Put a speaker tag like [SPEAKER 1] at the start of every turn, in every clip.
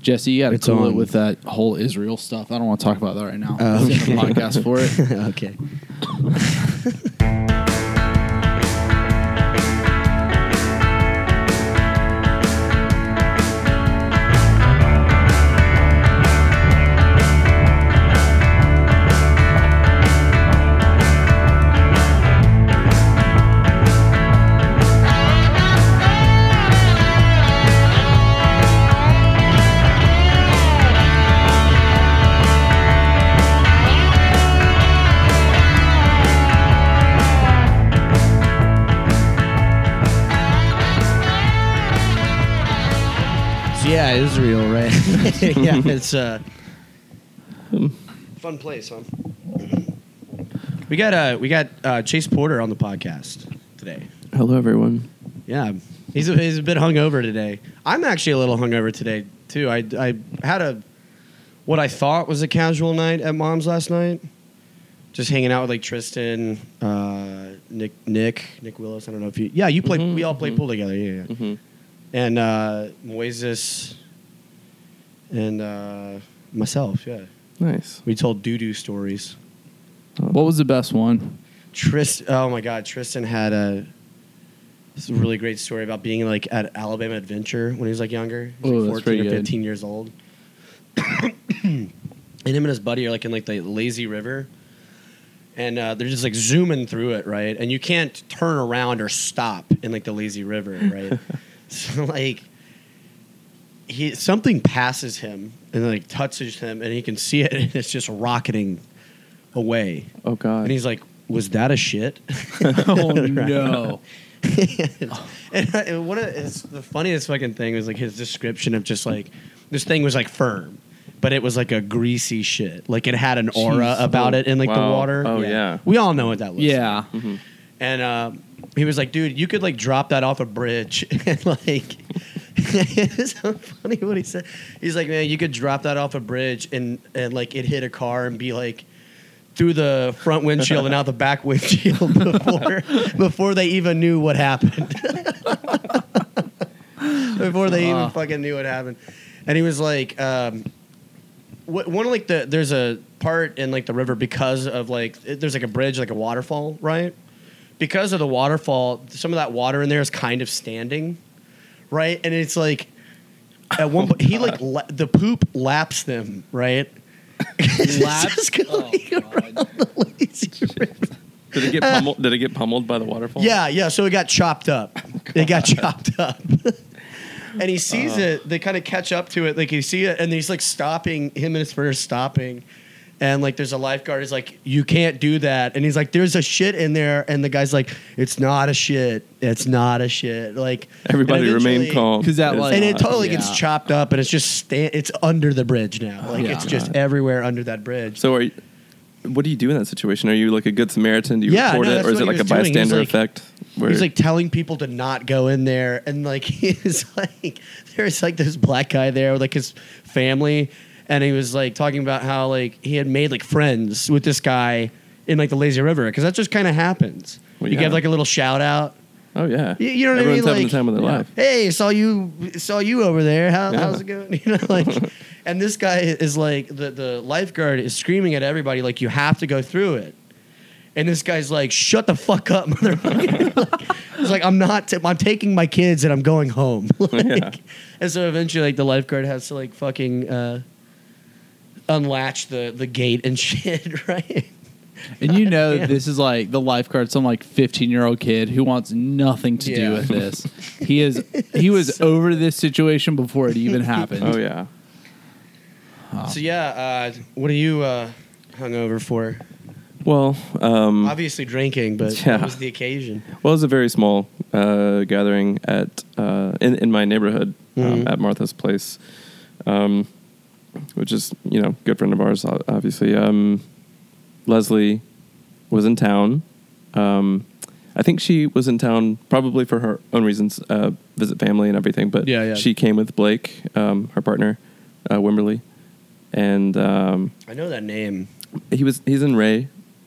[SPEAKER 1] Jesse, you got to
[SPEAKER 2] It's
[SPEAKER 1] cool it
[SPEAKER 2] on-
[SPEAKER 1] with that whole Israel stuff. I don't want to talk about that right now.
[SPEAKER 2] Oh,
[SPEAKER 1] Let's end the
[SPEAKER 2] okay.
[SPEAKER 1] podcast for it.
[SPEAKER 2] okay. So yeah, Israel, right? yeah, it's uh, fun place, huh? We got uh, we got uh, Chase Porter on the podcast today.
[SPEAKER 3] Hello, everyone.
[SPEAKER 2] Yeah, he's a, he's a bit hungover today. I'm actually a little hungover today too. I I had a what I thought was a casual night at mom's last night, just hanging out with like Tristan, uh, Nick Nick Nick Willis. I don't know if you yeah you played
[SPEAKER 3] Mhm,
[SPEAKER 2] we all played
[SPEAKER 3] mhm.
[SPEAKER 2] pool together. Yeah, yeah
[SPEAKER 3] Mm-hmm.
[SPEAKER 2] and uh, Moises and uh, myself. Yeah,
[SPEAKER 3] Nice.
[SPEAKER 2] we told doo doo stories.
[SPEAKER 1] What
[SPEAKER 2] Oh,
[SPEAKER 1] was the best one?
[SPEAKER 2] Trist, oh my God, Tristan had a this really great story about being like at Alabama Adventure when he was like younger, he
[SPEAKER 1] Oh,
[SPEAKER 2] was,
[SPEAKER 1] that's
[SPEAKER 2] like
[SPEAKER 1] pretty
[SPEAKER 2] or
[SPEAKER 1] good.
[SPEAKER 2] fifteen years old. and him and his buddy are like in like the lazy river. And uh, they're just like zooming through it, right? And you can't turn around or stop in like the lazy river, right? so like he something passes him and like touches him and he can see it and it's just rocketing away.
[SPEAKER 3] Oh God.
[SPEAKER 2] And he's like, "Was that a shit?"
[SPEAKER 1] oh no!
[SPEAKER 2] and, and one of it's the funniest fucking thing was like his description of just like this thing was like firm, but it was like a greasy shit. Like it had an aura
[SPEAKER 3] Jeez.
[SPEAKER 2] about
[SPEAKER 3] Oh,
[SPEAKER 2] it in like the
[SPEAKER 3] wow.
[SPEAKER 2] water.
[SPEAKER 3] Oh, yeah.
[SPEAKER 2] we all know what that looks. like.
[SPEAKER 1] Yeah,
[SPEAKER 2] and uh, he was like, "Dude, you could like drop that off a bridge." and like, it's so funny what he said. He's like, "Man, you could drop that off a bridge and and like it hit a car and be like." Through the front windshield and out the back windshield before before they even knew what happened. before they
[SPEAKER 1] Ah.
[SPEAKER 2] even fucking knew what happened, and he was like, um, what, one of like the there's a part in like the river because of like it- there's like a bridge like a waterfall right because of the waterfall some of that water in there is kind of standing right and it's like at one point he like la- the poop laps them right It's
[SPEAKER 1] laps.
[SPEAKER 2] just going
[SPEAKER 1] Oh, God.
[SPEAKER 2] lazy river.
[SPEAKER 3] Did it get pummeled? Did it get pummeled by the waterfall?
[SPEAKER 2] yeah yeah so it got chopped up
[SPEAKER 3] Oh,
[SPEAKER 2] it got chopped up and he sees
[SPEAKER 3] Uh-huh.
[SPEAKER 2] it they kind of catch up to it like you see it and he's like stopping him and his friend are stopping and like there's a lifeguard is like you can't do that and he's like there's a shit in there and the guy's like it's not a shit it's not a shit like and
[SPEAKER 3] Everybody remain
[SPEAKER 2] eventually-
[SPEAKER 3] calm.
[SPEAKER 1] 'Cause that,
[SPEAKER 3] It's
[SPEAKER 1] like-
[SPEAKER 2] and it
[SPEAKER 3] not.
[SPEAKER 2] totally
[SPEAKER 1] Yeah.
[SPEAKER 2] gets chopped up and it's just sta- it's under the bridge now like
[SPEAKER 1] Yeah.
[SPEAKER 2] it's just everywhere under that bridge
[SPEAKER 3] So are you, what do you do in that situation? Are you like a good Samaritan? Do you
[SPEAKER 2] Yeah,
[SPEAKER 3] report
[SPEAKER 2] no,
[SPEAKER 3] it,
[SPEAKER 2] that's
[SPEAKER 3] or is
[SPEAKER 2] what
[SPEAKER 3] it
[SPEAKER 2] he
[SPEAKER 3] like a
[SPEAKER 2] was doing. He was
[SPEAKER 3] bystander
[SPEAKER 2] like-
[SPEAKER 3] effect? Where
[SPEAKER 2] He's like telling people to not go in there, and like he's like, there's like this black guy there with like his family, and he was like talking about how like he had made like friends with this guy in like the lazy river because that just kind of happens.
[SPEAKER 3] Well,
[SPEAKER 2] You
[SPEAKER 3] yeah.
[SPEAKER 2] give like a little shout out.
[SPEAKER 3] oh yeah,
[SPEAKER 2] You, you know what
[SPEAKER 3] Everyone's
[SPEAKER 2] I mean?
[SPEAKER 3] having
[SPEAKER 2] like,
[SPEAKER 3] the time of their
[SPEAKER 2] yeah.
[SPEAKER 3] life.
[SPEAKER 2] Hey, saw you, saw you over there. How,
[SPEAKER 3] Yeah.
[SPEAKER 2] How's it going? You know, like, and this guy is like the the lifeguard is screaming at everybody like you have to go through it, and this guy's like, shut the fuck up, motherfucker. like, it's like I'm not. i I'm taking my kids and I'm going home. like,
[SPEAKER 3] Yeah.
[SPEAKER 2] And so eventually, like the lifeguard has to like fucking uh, unlatch the the gate and shit, right?
[SPEAKER 1] and you know
[SPEAKER 2] Yeah.
[SPEAKER 1] this is like the lifeguard, some like fifteen year old kid who wants nothing to
[SPEAKER 2] Yeah.
[SPEAKER 1] do with this. He is he was over this situation before it even happened.
[SPEAKER 3] Oh yeah.
[SPEAKER 2] So yeah, uh, what are you uh, hungover for?
[SPEAKER 3] Well, um,
[SPEAKER 2] Obviously drinking, but
[SPEAKER 3] Yeah.
[SPEAKER 2] what was the occasion?
[SPEAKER 3] Well, it was a very small uh, gathering at uh, in in my neighborhood um,
[SPEAKER 2] Mhm.
[SPEAKER 3] at Martha's Place, um, which is you know good friend of ours, o- obviously. Um, Leslie was in town. Um, I think she was in town probably for her own reasons, uh, visit family and everything. But
[SPEAKER 2] Yeah, yeah.
[SPEAKER 3] she came with Blake, um, her partner, uh, Wimberly, and um,
[SPEAKER 2] I know that name.
[SPEAKER 3] he was he's in Ray,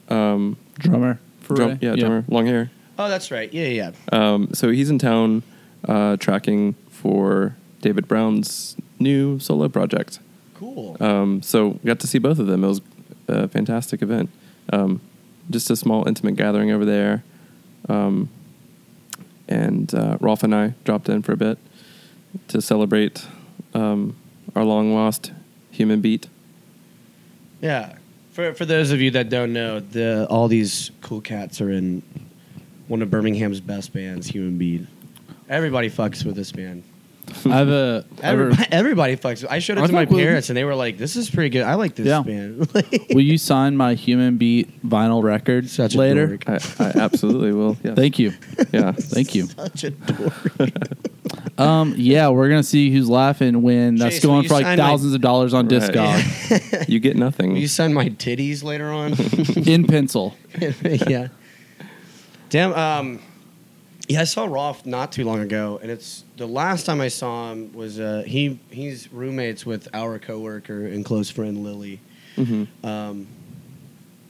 [SPEAKER 3] um,
[SPEAKER 1] drummer. For
[SPEAKER 3] drum-
[SPEAKER 1] Ray.
[SPEAKER 3] yeah, drummer, long hair.
[SPEAKER 2] Oh, that's right. Yeah, yeah.
[SPEAKER 3] Um, so he's in town uh, tracking for David Brown's new solo project.
[SPEAKER 2] Cool.
[SPEAKER 3] Um, so got to see both of them. It was a fantastic event. Um, just a small intimate gathering over there, um, and uh, Rolf and I dropped in for a bit to celebrate um, our long lost human beat.
[SPEAKER 2] Yeah. For for those of you that don't know, the all these cool cats are in one of Birmingham's best bands, Human Bead. Everybody fucks with this band.
[SPEAKER 1] I have a. I have a-
[SPEAKER 2] Everybody, everybody fucks. with- I showed it
[SPEAKER 1] I
[SPEAKER 2] to my
[SPEAKER 1] fuck with 'em.
[SPEAKER 2] parents, and they were like, "This is pretty good. I like this
[SPEAKER 1] Yeah.
[SPEAKER 2] band."
[SPEAKER 1] will you sign my Human Beat vinyl record
[SPEAKER 2] Such a
[SPEAKER 1] later?
[SPEAKER 2] dork.
[SPEAKER 3] I, I absolutely will. Yes.
[SPEAKER 1] Thank you.
[SPEAKER 3] Yeah.
[SPEAKER 1] Thank you.
[SPEAKER 2] Such a dork.
[SPEAKER 1] Um, yeah, we're gonna see who's laughing when that's
[SPEAKER 2] Jason, will
[SPEAKER 1] going
[SPEAKER 2] you
[SPEAKER 1] for like
[SPEAKER 2] sign my-
[SPEAKER 1] thousands of dollars on
[SPEAKER 3] Right.
[SPEAKER 1] Discog
[SPEAKER 3] You get nothing.
[SPEAKER 2] Will you send my titties later on?
[SPEAKER 1] in pencil.
[SPEAKER 2] yeah. Damn. Um, yeah, I saw Rolf not too long ago, and it's the last time I saw him was uh, he he's roommates with our coworker and close friend Lily,
[SPEAKER 3] Mhm.
[SPEAKER 2] um,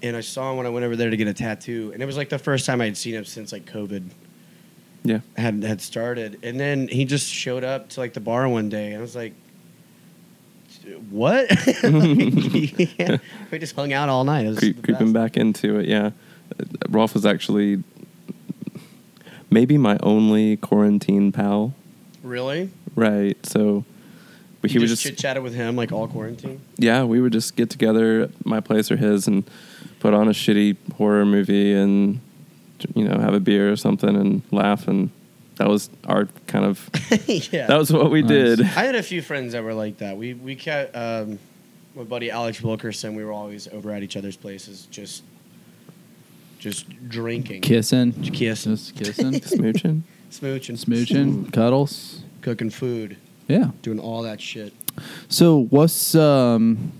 [SPEAKER 2] and I saw him when I went over there to get a tattoo, and it was like the first time I had seen him since like COVID
[SPEAKER 3] Yeah.
[SPEAKER 2] had had started, and then he just showed up to like the bar one day, and I was like. What? Yeah. We just hung out all night. It was the
[SPEAKER 3] Creep, creeping
[SPEAKER 2] best.
[SPEAKER 3] back into it. Yeah, Uh, Rolf was actually maybe my only quarantine pal.
[SPEAKER 2] Really?
[SPEAKER 3] Right. So but he
[SPEAKER 2] you
[SPEAKER 3] was
[SPEAKER 2] just
[SPEAKER 3] just
[SPEAKER 2] chit chatted with him like all quarantine.
[SPEAKER 3] yeah. We would just get together at my place or his and put on a shitty horror movie and you know have a beer or something and laugh and that was our kind of
[SPEAKER 2] yeah,
[SPEAKER 3] that was what we
[SPEAKER 1] Nice.
[SPEAKER 3] did.
[SPEAKER 2] I had a few friends that were like that. We we kept um, my buddy Alex Wilkerson. We were always over at each other's places, just just drinking,
[SPEAKER 1] Kissing.
[SPEAKER 2] Just kissing,
[SPEAKER 1] Just kissing.
[SPEAKER 3] Smooching.
[SPEAKER 2] smooching,
[SPEAKER 1] Smooching. Cuddles.
[SPEAKER 2] cooking food,
[SPEAKER 1] Yeah.
[SPEAKER 2] doing all that shit.
[SPEAKER 1] So what's um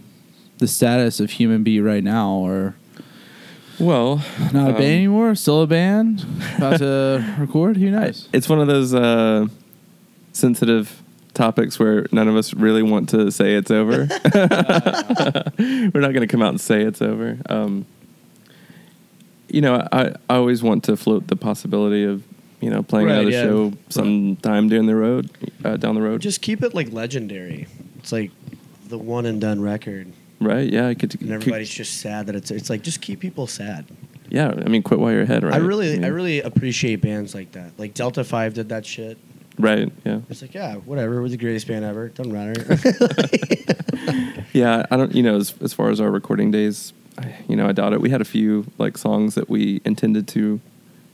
[SPEAKER 1] the status of Human Beat right now or
[SPEAKER 3] Well,
[SPEAKER 1] not a
[SPEAKER 3] um,
[SPEAKER 1] band anymore? Still a band? About to record? Who knows?
[SPEAKER 3] It's one of those uh, sensitive topics where none of us really want to say it's over. We're not going to come out and say it's over. Um, you know, I, I always want to float the possibility of you know playing
[SPEAKER 2] Right,
[SPEAKER 3] another
[SPEAKER 2] yeah.
[SPEAKER 3] show sometime during the road, uh, down the road.
[SPEAKER 2] Just keep it like legendary. It's like the one and done record,
[SPEAKER 3] right? Yeah, I could.
[SPEAKER 2] and
[SPEAKER 3] could-
[SPEAKER 2] everybody's just sad that it's. It's like just keep people sad.
[SPEAKER 3] yeah, I mean, quit while you're ahead, right?
[SPEAKER 2] I really,
[SPEAKER 3] mean,
[SPEAKER 2] I really appreciate bands like that. Like Delta Five did that shit.
[SPEAKER 3] Right. Yeah.
[SPEAKER 2] It's like, yeah, whatever. We're the greatest band ever. Doesn't matter.
[SPEAKER 3] Yeah, I don't. You know, as as far as our recording days, I, you know, I doubt it. We had a few like songs that we intended to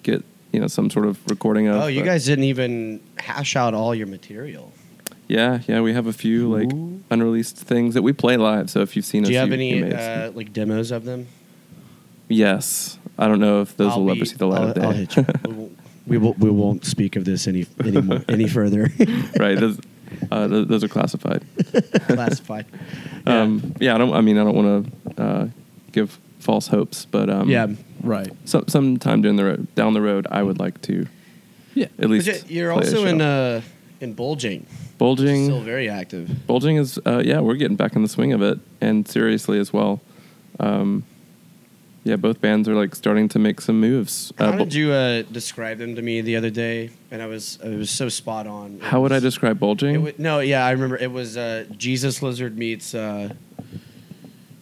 [SPEAKER 3] get, you know, some sort of recording of.
[SPEAKER 2] oh, you
[SPEAKER 3] but-
[SPEAKER 2] guys didn't even hash out all your material.
[SPEAKER 3] Yeah, yeah, we have a few like
[SPEAKER 2] Ooh.
[SPEAKER 3] unreleased things that we play live. So if you've seen us,
[SPEAKER 2] Do you have
[SPEAKER 3] you
[SPEAKER 2] any
[SPEAKER 3] may
[SPEAKER 2] uh,
[SPEAKER 3] seen-
[SPEAKER 2] like demos of them?
[SPEAKER 3] yes, I don't know if those
[SPEAKER 2] I'll
[SPEAKER 3] will
[SPEAKER 2] be-
[SPEAKER 3] ever see the light
[SPEAKER 2] I'll,
[SPEAKER 3] of day.
[SPEAKER 2] I'll hit you. we, won't, we won't. We won't speak of this any any, more, any further.
[SPEAKER 3] right, those, uh, th- those are classified.
[SPEAKER 2] Classified.
[SPEAKER 3] Yeah. Um, yeah, I don't. I mean, I don't want to uh, give false hopes, but um,
[SPEAKER 2] yeah.
[SPEAKER 1] Right.
[SPEAKER 3] some sometime during the road, down the road, I would like to
[SPEAKER 1] Yeah.
[SPEAKER 3] at least.
[SPEAKER 2] But you- you're
[SPEAKER 3] play a
[SPEAKER 2] also in
[SPEAKER 3] show.
[SPEAKER 2] uh, in bulging.
[SPEAKER 3] Bulging.
[SPEAKER 2] Still very active.
[SPEAKER 3] Bulging is, uh, yeah, we're getting back in the swing of it, and seriously as well. Um, yeah, both bands are like starting to make some moves.
[SPEAKER 2] How
[SPEAKER 3] bu-
[SPEAKER 2] did you uh, describe them to me the other day? And I was I was so spot on. It
[SPEAKER 3] how would I
[SPEAKER 2] was-
[SPEAKER 3] describe bulging?
[SPEAKER 2] It wa- no, yeah, I remember. It was uh, Jesus Lizard meets. Uh,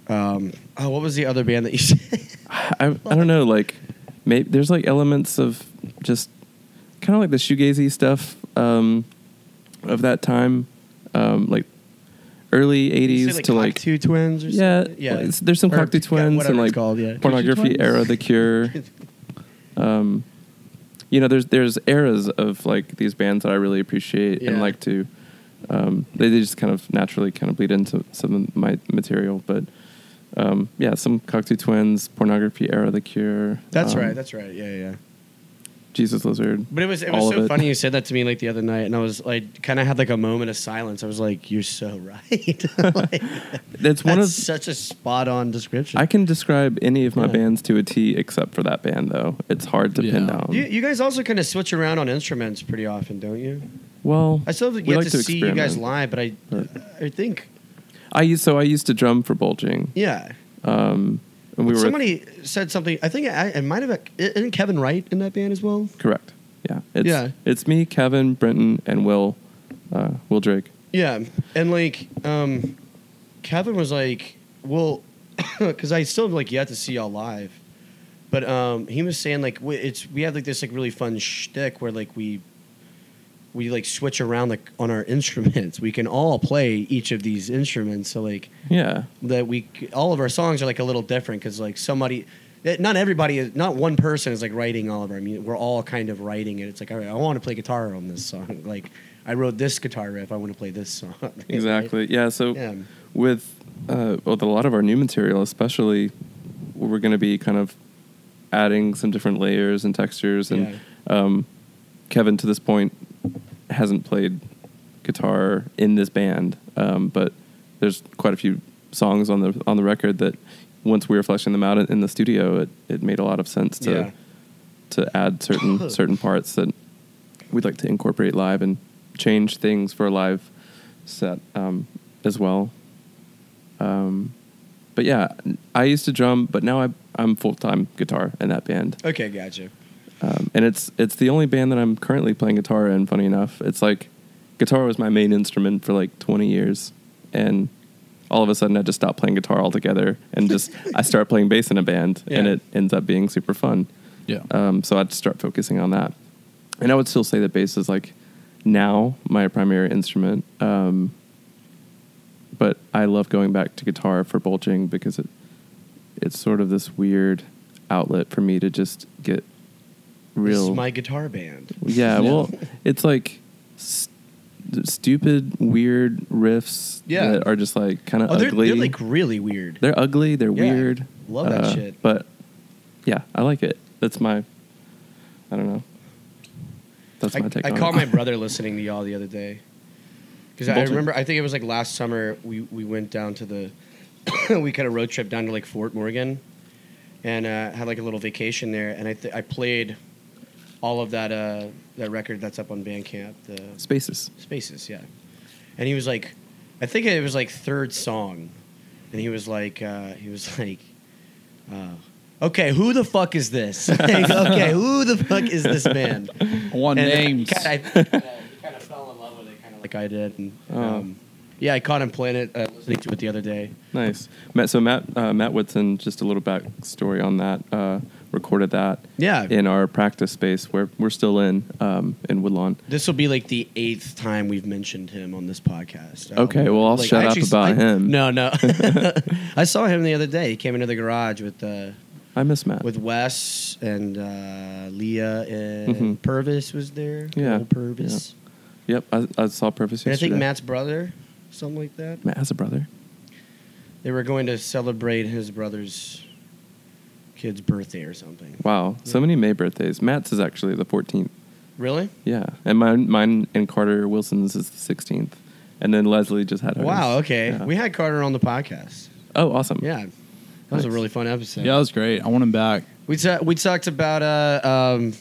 [SPEAKER 2] um, oh, what was the other band that you said?
[SPEAKER 3] I, I don't know. Like, maybe there's like elements of just kind of like the shoegazy stuff um, of that time, um, like early
[SPEAKER 2] You
[SPEAKER 3] '80s
[SPEAKER 2] said,
[SPEAKER 3] to like
[SPEAKER 2] two twins or
[SPEAKER 3] yeah,
[SPEAKER 2] something?
[SPEAKER 3] yeah. there's some
[SPEAKER 2] Or
[SPEAKER 3] Cocteau
[SPEAKER 2] ca-
[SPEAKER 3] Twins
[SPEAKER 2] whatever
[SPEAKER 3] and
[SPEAKER 2] it's
[SPEAKER 3] like
[SPEAKER 2] called, yeah.
[SPEAKER 3] pornography
[SPEAKER 1] Twins?
[SPEAKER 3] era, The Cure. um, you know, there's there's eras of like these bands that I really appreciate
[SPEAKER 2] Yeah.
[SPEAKER 3] and like to. Um, they, they just kind of naturally kind of bleed into some of my material, but um, yeah, some Cocteau Twins, pornography era, The Cure.
[SPEAKER 2] That's
[SPEAKER 3] um,
[SPEAKER 2] right. That's right. Yeah, yeah.
[SPEAKER 3] Jesus Lizard.
[SPEAKER 2] But it was it was
[SPEAKER 3] all
[SPEAKER 2] so
[SPEAKER 3] of
[SPEAKER 2] funny you said that to me like the other night, and I was like, kind of had like a moment of silence. I was like, "You're so right." like,
[SPEAKER 3] That's one
[SPEAKER 2] that's
[SPEAKER 3] of.
[SPEAKER 2] such a spot on description.
[SPEAKER 3] I can describe any of my
[SPEAKER 2] Yeah.
[SPEAKER 3] bands to a T except for that band, though. It's hard to
[SPEAKER 1] Yeah.
[SPEAKER 3] pin down.
[SPEAKER 2] you, you guys also kind of switch around on instruments pretty often, don't you?
[SPEAKER 3] well,
[SPEAKER 2] I still haven't
[SPEAKER 3] we
[SPEAKER 2] yet
[SPEAKER 3] like
[SPEAKER 2] to, see you guys
[SPEAKER 3] experiment.
[SPEAKER 2] live, but I,
[SPEAKER 3] Right.
[SPEAKER 2] I think,
[SPEAKER 3] I used so I used to drum for Bulging.
[SPEAKER 2] yeah.
[SPEAKER 3] Um, and we were
[SPEAKER 2] Somebody said something. I think I, I might have. Isn't Kevin Wright in that band as well?
[SPEAKER 3] correct. Yeah. It's,
[SPEAKER 2] Yeah.
[SPEAKER 3] It's me, Kevin, Brenton, and Will, uh, Will Drake.
[SPEAKER 2] Yeah. And like, um, Kevin was like, "Well," because I still have, like yet to see y'all live, but um, he was saying like, we, "It's we have like this like really fun shtick where like we." We like switch around like on our instruments. We can all play each of these instruments. So like
[SPEAKER 3] Yeah.
[SPEAKER 2] that we c- all of our songs are like a little different because like somebody that- not everybody is not one person is like writing all of our music we're all kind of writing it it's like all right, i want to play guitar on this song like i wrote this guitar riff i want to play this song Right?
[SPEAKER 3] Exactly. Yeah. So
[SPEAKER 2] Yeah.
[SPEAKER 3] with uh, with a lot of our new material, especially, we're going to be kind of adding some different layers and textures. And um, Kevin, to this point, hasn't played guitar in this band, um, but there's quite a few songs on the on the record that once we were fleshing them out in, in the studio, it, it made a lot of sense to
[SPEAKER 2] Yeah.
[SPEAKER 3] to add certain certain parts that we'd like to incorporate live and change things for a live set um, as well. Um, but yeah, I used to drum, but now I, I'm full time guitar in that band,
[SPEAKER 2] okay gotcha
[SPEAKER 3] um, and it's it's the only band that I'm currently playing guitar in. Funny enough, it's like guitar was my main instrument for like 20 years, and all of a sudden I just stopped playing guitar altogether and just I start playing bass in a band, and
[SPEAKER 2] Yeah.
[SPEAKER 3] it ends up being super fun.
[SPEAKER 1] Yeah.
[SPEAKER 3] Um, so I'd start focusing on that. And I would still say that bass is like now my primary instrument. Um, but I love going back to guitar for bulging because it it's sort of this weird outlet for me to just get
[SPEAKER 2] this
[SPEAKER 3] real.
[SPEAKER 2] is my guitar band
[SPEAKER 3] yeah,
[SPEAKER 1] Yeah.
[SPEAKER 3] well, it's like st- stupid, weird riffs
[SPEAKER 2] Yeah.
[SPEAKER 3] that are just like kind of
[SPEAKER 2] oh, they're,
[SPEAKER 3] ugly.
[SPEAKER 2] they're like really weird
[SPEAKER 3] They're ugly. They're
[SPEAKER 2] Yeah.
[SPEAKER 3] weird. uh,
[SPEAKER 2] Love that shit.
[SPEAKER 3] But yeah, I like it. That's my. I don't know. That's my
[SPEAKER 2] I,
[SPEAKER 3] take.
[SPEAKER 2] I
[SPEAKER 3] on
[SPEAKER 2] caught
[SPEAKER 3] it.
[SPEAKER 2] my brother listening to y'all the other day because I
[SPEAKER 3] Bolton.
[SPEAKER 2] remember. I think it was like last summer. We we went down to the we kind of road trip down to like Fort Morgan, and uh, had like a little vacation there. And I th- I played all of that uh, that record that's up on Bandcamp. The
[SPEAKER 3] spaces.
[SPEAKER 2] Spaces, yeah. And he was like, I think it was like third song, and he was like, uh, he was like, uh, okay, who the fuck is this? Like, okay, who the fuck is this band?
[SPEAKER 1] One
[SPEAKER 2] And uh,
[SPEAKER 1] names.
[SPEAKER 2] I kind of fell in love with it, kind of like I did. And, um, yeah, I caught him playing it, uh, listening to it the other day.
[SPEAKER 3] Nice. Matt, so Matt uh, Matt Whitson. Just a little backstory on that. Uh, recorded that
[SPEAKER 2] Yeah.
[SPEAKER 3] in our practice space where we're still in um, in Woodlawn.
[SPEAKER 2] This will be like the eighth time we've mentioned him on this podcast. Um,
[SPEAKER 3] Okay, well, I'll shut
[SPEAKER 2] I
[SPEAKER 3] up about
[SPEAKER 2] I-
[SPEAKER 3] him.
[SPEAKER 2] No, no. I saw him the other day. He came into the garage with uh,
[SPEAKER 3] I miss Matt.
[SPEAKER 2] with Wes and uh, Leah and
[SPEAKER 3] Mhm.
[SPEAKER 2] Purvis was there.
[SPEAKER 3] Yeah.
[SPEAKER 2] Old Purvis.
[SPEAKER 3] yep, I, I saw Purvis
[SPEAKER 2] And I
[SPEAKER 3] yesterday.
[SPEAKER 2] think Matt's brother, something like that.
[SPEAKER 3] Matt has a brother.
[SPEAKER 2] They were going to celebrate his brother's kid's birthday or something.
[SPEAKER 3] Wow, so
[SPEAKER 2] Yeah.
[SPEAKER 3] many May birthdays. Matt's is actually the 14th.
[SPEAKER 2] Really?
[SPEAKER 3] Yeah, and mine, mine, and Carter Wilson's is the sixteenth, and then Leslie just had hers.
[SPEAKER 2] Wow. Okay.
[SPEAKER 3] Yeah.
[SPEAKER 2] We had Carter on the podcast.
[SPEAKER 3] oh, awesome.
[SPEAKER 2] Yeah, that was a
[SPEAKER 3] Nice.
[SPEAKER 2] really fun episode.
[SPEAKER 1] yeah, that was great. I want him back.
[SPEAKER 2] we ta- we talked about uh um,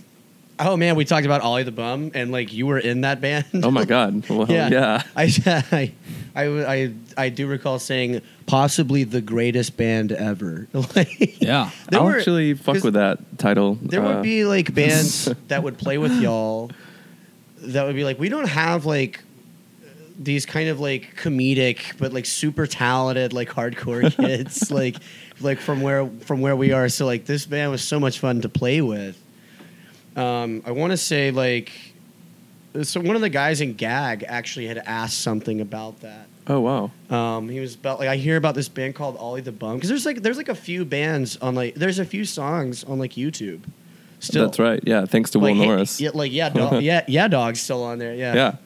[SPEAKER 2] oh man, we talked about Ollie the Bum and like you were in that band.
[SPEAKER 3] Oh my God. Well, yeah.
[SPEAKER 2] I, I, I, I, I do recall saying possibly the greatest band ever. Like,
[SPEAKER 1] Yeah.
[SPEAKER 2] there
[SPEAKER 3] I'll
[SPEAKER 2] were-
[SPEAKER 3] actually fuck
[SPEAKER 2] 'cause
[SPEAKER 3] with that title.
[SPEAKER 2] There
[SPEAKER 3] Uh,
[SPEAKER 2] would be like bands that would play with y'all. That would be like we don't have like these kind of like comedic but like super talented like hardcore kids like like from where from where we are. So like this band was so much fun to play with. Um, I want to say like so one of the guys in Gag actually had asked something about that.
[SPEAKER 3] Oh wow.
[SPEAKER 2] Um, he was about like I hear about this band called Ollie the Bum because there's like there's like a few bands on like there's a few songs on like YouTube. Still,
[SPEAKER 3] That's right. Yeah. Thanks to
[SPEAKER 2] Like,
[SPEAKER 3] Will
[SPEAKER 2] hey-
[SPEAKER 3] Norris.
[SPEAKER 2] yeah, like yeah, dog, yeah, yeah, dog's still on there. Yeah,
[SPEAKER 3] Yeah.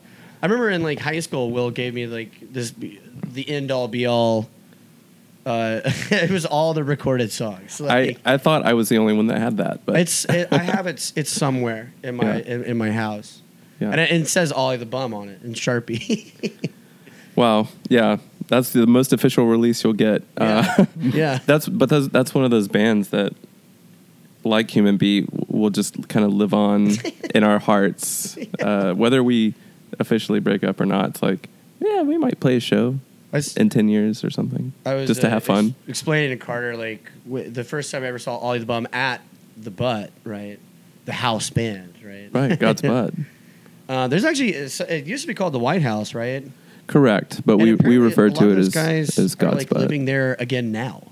[SPEAKER 2] I remember in like high school, Will gave me like this be- the end all be all. Uh, it was all the recorded songs.
[SPEAKER 3] I,
[SPEAKER 2] Like,
[SPEAKER 3] I thought I was the only one that had that, but
[SPEAKER 2] it's it, I have it's it's somewhere in my
[SPEAKER 3] Yeah.
[SPEAKER 2] in, in my house,
[SPEAKER 3] yeah.
[SPEAKER 2] and, it, and it says Ollie the Bum on it in Sharpie.
[SPEAKER 3] wow. Yeah. That's the most official release you'll get.
[SPEAKER 2] yeah.
[SPEAKER 3] Uh,
[SPEAKER 2] yeah.
[SPEAKER 3] that's but that's that's one of those bands that like human Bee, w will just kind of live on in our hearts uh, whether we officially break up or not it's like yeah we might play a show
[SPEAKER 2] I s-
[SPEAKER 3] in 10 years or something
[SPEAKER 2] I was
[SPEAKER 3] just to
[SPEAKER 2] uh,
[SPEAKER 3] have fun
[SPEAKER 2] ex- explaining to Carter like w- the first time I ever saw Ollie the Bum at the Butt, right? The house band, right?
[SPEAKER 3] right god's butt
[SPEAKER 2] Uh, there's actually it's- it used to be called the White House, right?
[SPEAKER 3] Correct, but
[SPEAKER 2] And
[SPEAKER 3] we, we
[SPEAKER 2] apparently
[SPEAKER 3] refer
[SPEAKER 2] a lot
[SPEAKER 3] to
[SPEAKER 2] of
[SPEAKER 3] it
[SPEAKER 2] those
[SPEAKER 3] as,
[SPEAKER 2] guys
[SPEAKER 3] as
[SPEAKER 2] are,
[SPEAKER 3] God's
[SPEAKER 2] like
[SPEAKER 3] butt.
[SPEAKER 2] living there again now.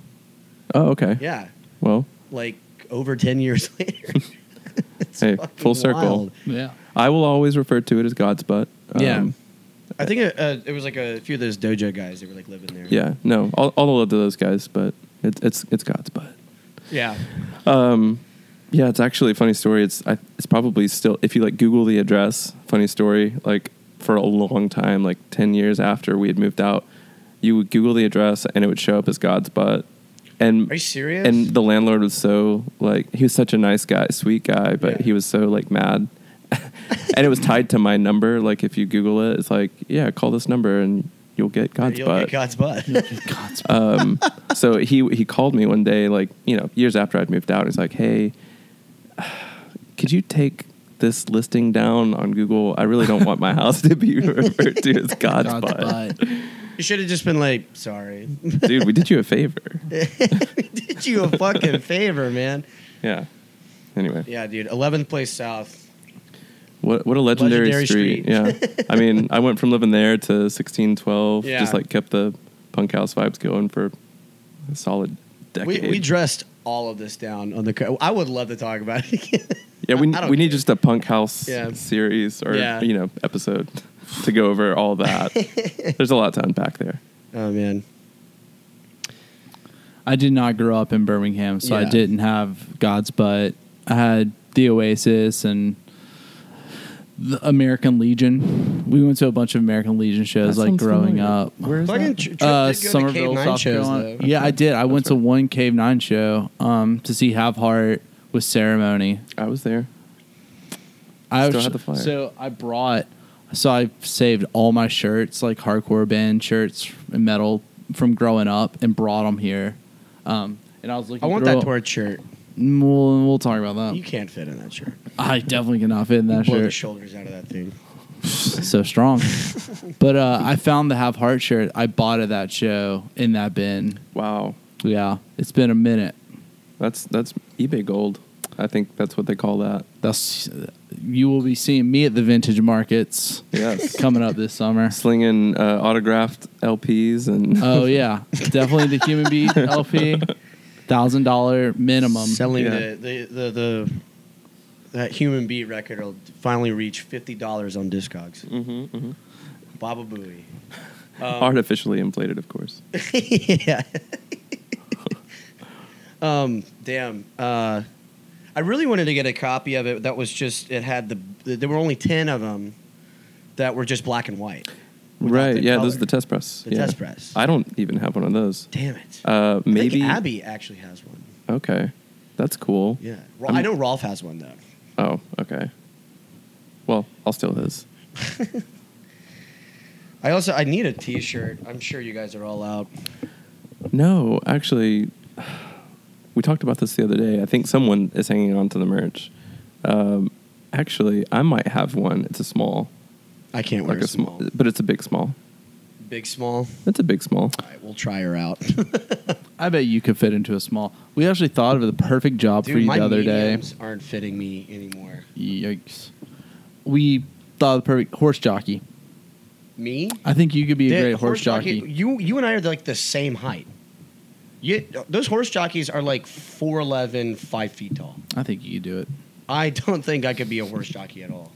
[SPEAKER 3] Oh, okay.
[SPEAKER 2] Yeah,
[SPEAKER 3] Well,
[SPEAKER 2] like over ten years later. It's
[SPEAKER 3] Hey,
[SPEAKER 2] fucking
[SPEAKER 3] full circle.
[SPEAKER 2] wild.
[SPEAKER 1] Yeah.
[SPEAKER 3] I will always refer to it as God's butt. Um,
[SPEAKER 1] Yeah.
[SPEAKER 2] I think uh, uh, it was like a few of those dojo guys that were like living there.
[SPEAKER 3] Yeah. No. All, all the love to those guys, but it's it's it's God's butt.
[SPEAKER 2] yeah.
[SPEAKER 3] Um, yeah, it's actually a funny story. It's I, it's probably still if you like Google the address, funny story. Like for a long time, like ten years after we had moved out, you would Google the address and it would show up as God's butt. And
[SPEAKER 2] Are you serious?
[SPEAKER 3] And the landlord was so like he was such a nice guy, sweet guy, but
[SPEAKER 2] Yeah.
[SPEAKER 3] he was so like mad. and it was tied to my number. Like if you Google it, it's like yeah, call this number and you'll get God's
[SPEAKER 2] You'll
[SPEAKER 3] butt.
[SPEAKER 2] get God's butt.
[SPEAKER 1] God's
[SPEAKER 3] Um, so he he called me one day, like you know, years after I'd moved out. He's like, "Hey, could you take this listing down on Google? I really don't want my house to be referred to as God's,
[SPEAKER 1] God's
[SPEAKER 3] butt.
[SPEAKER 1] butt.
[SPEAKER 2] you should have just been like, sorry.
[SPEAKER 3] Dude, we did you a favor.
[SPEAKER 2] Did you a fucking favor, man?
[SPEAKER 3] Yeah. Anyway,
[SPEAKER 2] Yeah, dude. Eleventh place south.
[SPEAKER 3] what what a legendary,
[SPEAKER 2] Legendary
[SPEAKER 3] street.
[SPEAKER 2] street.
[SPEAKER 3] Yeah. I mean, I went from living there to sixteen twelve.
[SPEAKER 2] Yeah.
[SPEAKER 3] Just like kept the punk house vibes going for a solid
[SPEAKER 2] We,
[SPEAKER 3] decade.
[SPEAKER 2] we dressed all of this down on the. Co- I would love to talk about it. again.
[SPEAKER 3] Yeah, we,
[SPEAKER 2] I don't
[SPEAKER 3] we need
[SPEAKER 2] care.
[SPEAKER 3] just a punk house
[SPEAKER 2] Yeah.
[SPEAKER 3] series or
[SPEAKER 2] Yeah.
[SPEAKER 3] you know episode to go over all that. There's a lot to unpack there.
[SPEAKER 2] oh man.
[SPEAKER 1] I did not grow up in Birmingham, so I
[SPEAKER 2] Yeah.
[SPEAKER 1] didn't have God's Butt. I had the Oasis and the American Legion. We went to a bunch of American Legion shows
[SPEAKER 3] That
[SPEAKER 1] like
[SPEAKER 3] sounds
[SPEAKER 1] growing
[SPEAKER 3] familiar.
[SPEAKER 1] up.
[SPEAKER 3] Where is
[SPEAKER 2] Fucking
[SPEAKER 3] that?
[SPEAKER 2] tr- Trip
[SPEAKER 1] Uh,
[SPEAKER 2] did go to Cave
[SPEAKER 1] Somerville,
[SPEAKER 2] Nine
[SPEAKER 1] South
[SPEAKER 2] shows,
[SPEAKER 1] Carolina.
[SPEAKER 2] though.
[SPEAKER 1] Yeah, I did. I went to
[SPEAKER 3] right.
[SPEAKER 1] one Cave Nine show um, to see Have Heart with ceremony.
[SPEAKER 3] I was there.
[SPEAKER 1] I
[SPEAKER 3] Still
[SPEAKER 1] was-
[SPEAKER 3] had the flyer.
[SPEAKER 1] So I brought, so I saved all my shirts, like hardcore band shirts and metal from growing up, and brought them here. Um, and I was looking.
[SPEAKER 2] I want
[SPEAKER 1] through
[SPEAKER 2] that
[SPEAKER 1] all-
[SPEAKER 2] torch shirt.
[SPEAKER 1] We'll, we'll talk about
[SPEAKER 2] You
[SPEAKER 1] that.
[SPEAKER 2] can't fit in that shirt.
[SPEAKER 1] I definitely cannot fit in Oh. that
[SPEAKER 2] Blow the
[SPEAKER 1] shirt.
[SPEAKER 2] shoulders out of that thing.
[SPEAKER 1] So strong. but uh, I found the Have Heart shirt. I bought at that show in that bin.
[SPEAKER 3] Wow,
[SPEAKER 1] Yeah, it's been a minute.
[SPEAKER 3] that's that's eBay gold. I think that's what they call that.
[SPEAKER 1] That's you will be seeing me at the vintage markets
[SPEAKER 3] Yes,
[SPEAKER 1] coming up this summer.
[SPEAKER 3] slinging uh, autographed LPs and
[SPEAKER 1] Oh yeah, definitely the human beat LP, thousand dollar minimum.
[SPEAKER 2] Selling
[SPEAKER 3] Yeah.
[SPEAKER 2] the, the, the, the that human beat record will finally reach fifty dollars on Discogs.
[SPEAKER 3] Mhm, mhm.
[SPEAKER 2] Baba Booey. Um,
[SPEAKER 3] artificially inflated, of course.
[SPEAKER 2] yeah. um. Damn. Uh, I really wanted to get a copy of it. That was just it had the there were only ten of them that were just black and white. without
[SPEAKER 3] Right?
[SPEAKER 2] the
[SPEAKER 3] Yeah, this is
[SPEAKER 2] color.
[SPEAKER 3] the test press.
[SPEAKER 2] The
[SPEAKER 3] yeah.
[SPEAKER 2] test press.
[SPEAKER 3] I don't even have one of those.
[SPEAKER 2] Damn it.
[SPEAKER 3] Uh, maybe
[SPEAKER 2] I think Abby actually has one.
[SPEAKER 3] Okay, that's cool.
[SPEAKER 2] Yeah. Ra-
[SPEAKER 3] I'm-
[SPEAKER 2] I know Rolf has one though.
[SPEAKER 3] Oh, okay. Well, I'll steal his.
[SPEAKER 2] I also I need a T-shirt. I'm sure you guys are all out.
[SPEAKER 3] No, actually, we talked about this the other day. I think someone is hanging on to the merch. Um, actually, I might have one. It's a small,
[SPEAKER 2] I can't wear
[SPEAKER 3] like a small, but it's a big small.
[SPEAKER 2] Big small.
[SPEAKER 3] It's a big small.
[SPEAKER 2] All right, we'll try her out.
[SPEAKER 1] I bet you could fit into a small. We actually thought of the perfect job for
[SPEAKER 2] Dude,
[SPEAKER 1] you
[SPEAKER 2] my
[SPEAKER 1] the other day.
[SPEAKER 2] mediums aren't fitting me anymore.
[SPEAKER 1] Yikes! We thought of the perfect horse jockey.
[SPEAKER 2] Me?
[SPEAKER 1] I think you could be a
[SPEAKER 2] That
[SPEAKER 1] great horse jockey.
[SPEAKER 2] You you and I are like the same height. You, those horse jockeys are like 4'11", 5 feet tall.
[SPEAKER 1] I think you could do it.
[SPEAKER 2] I don't think I could be a horse jockey at all.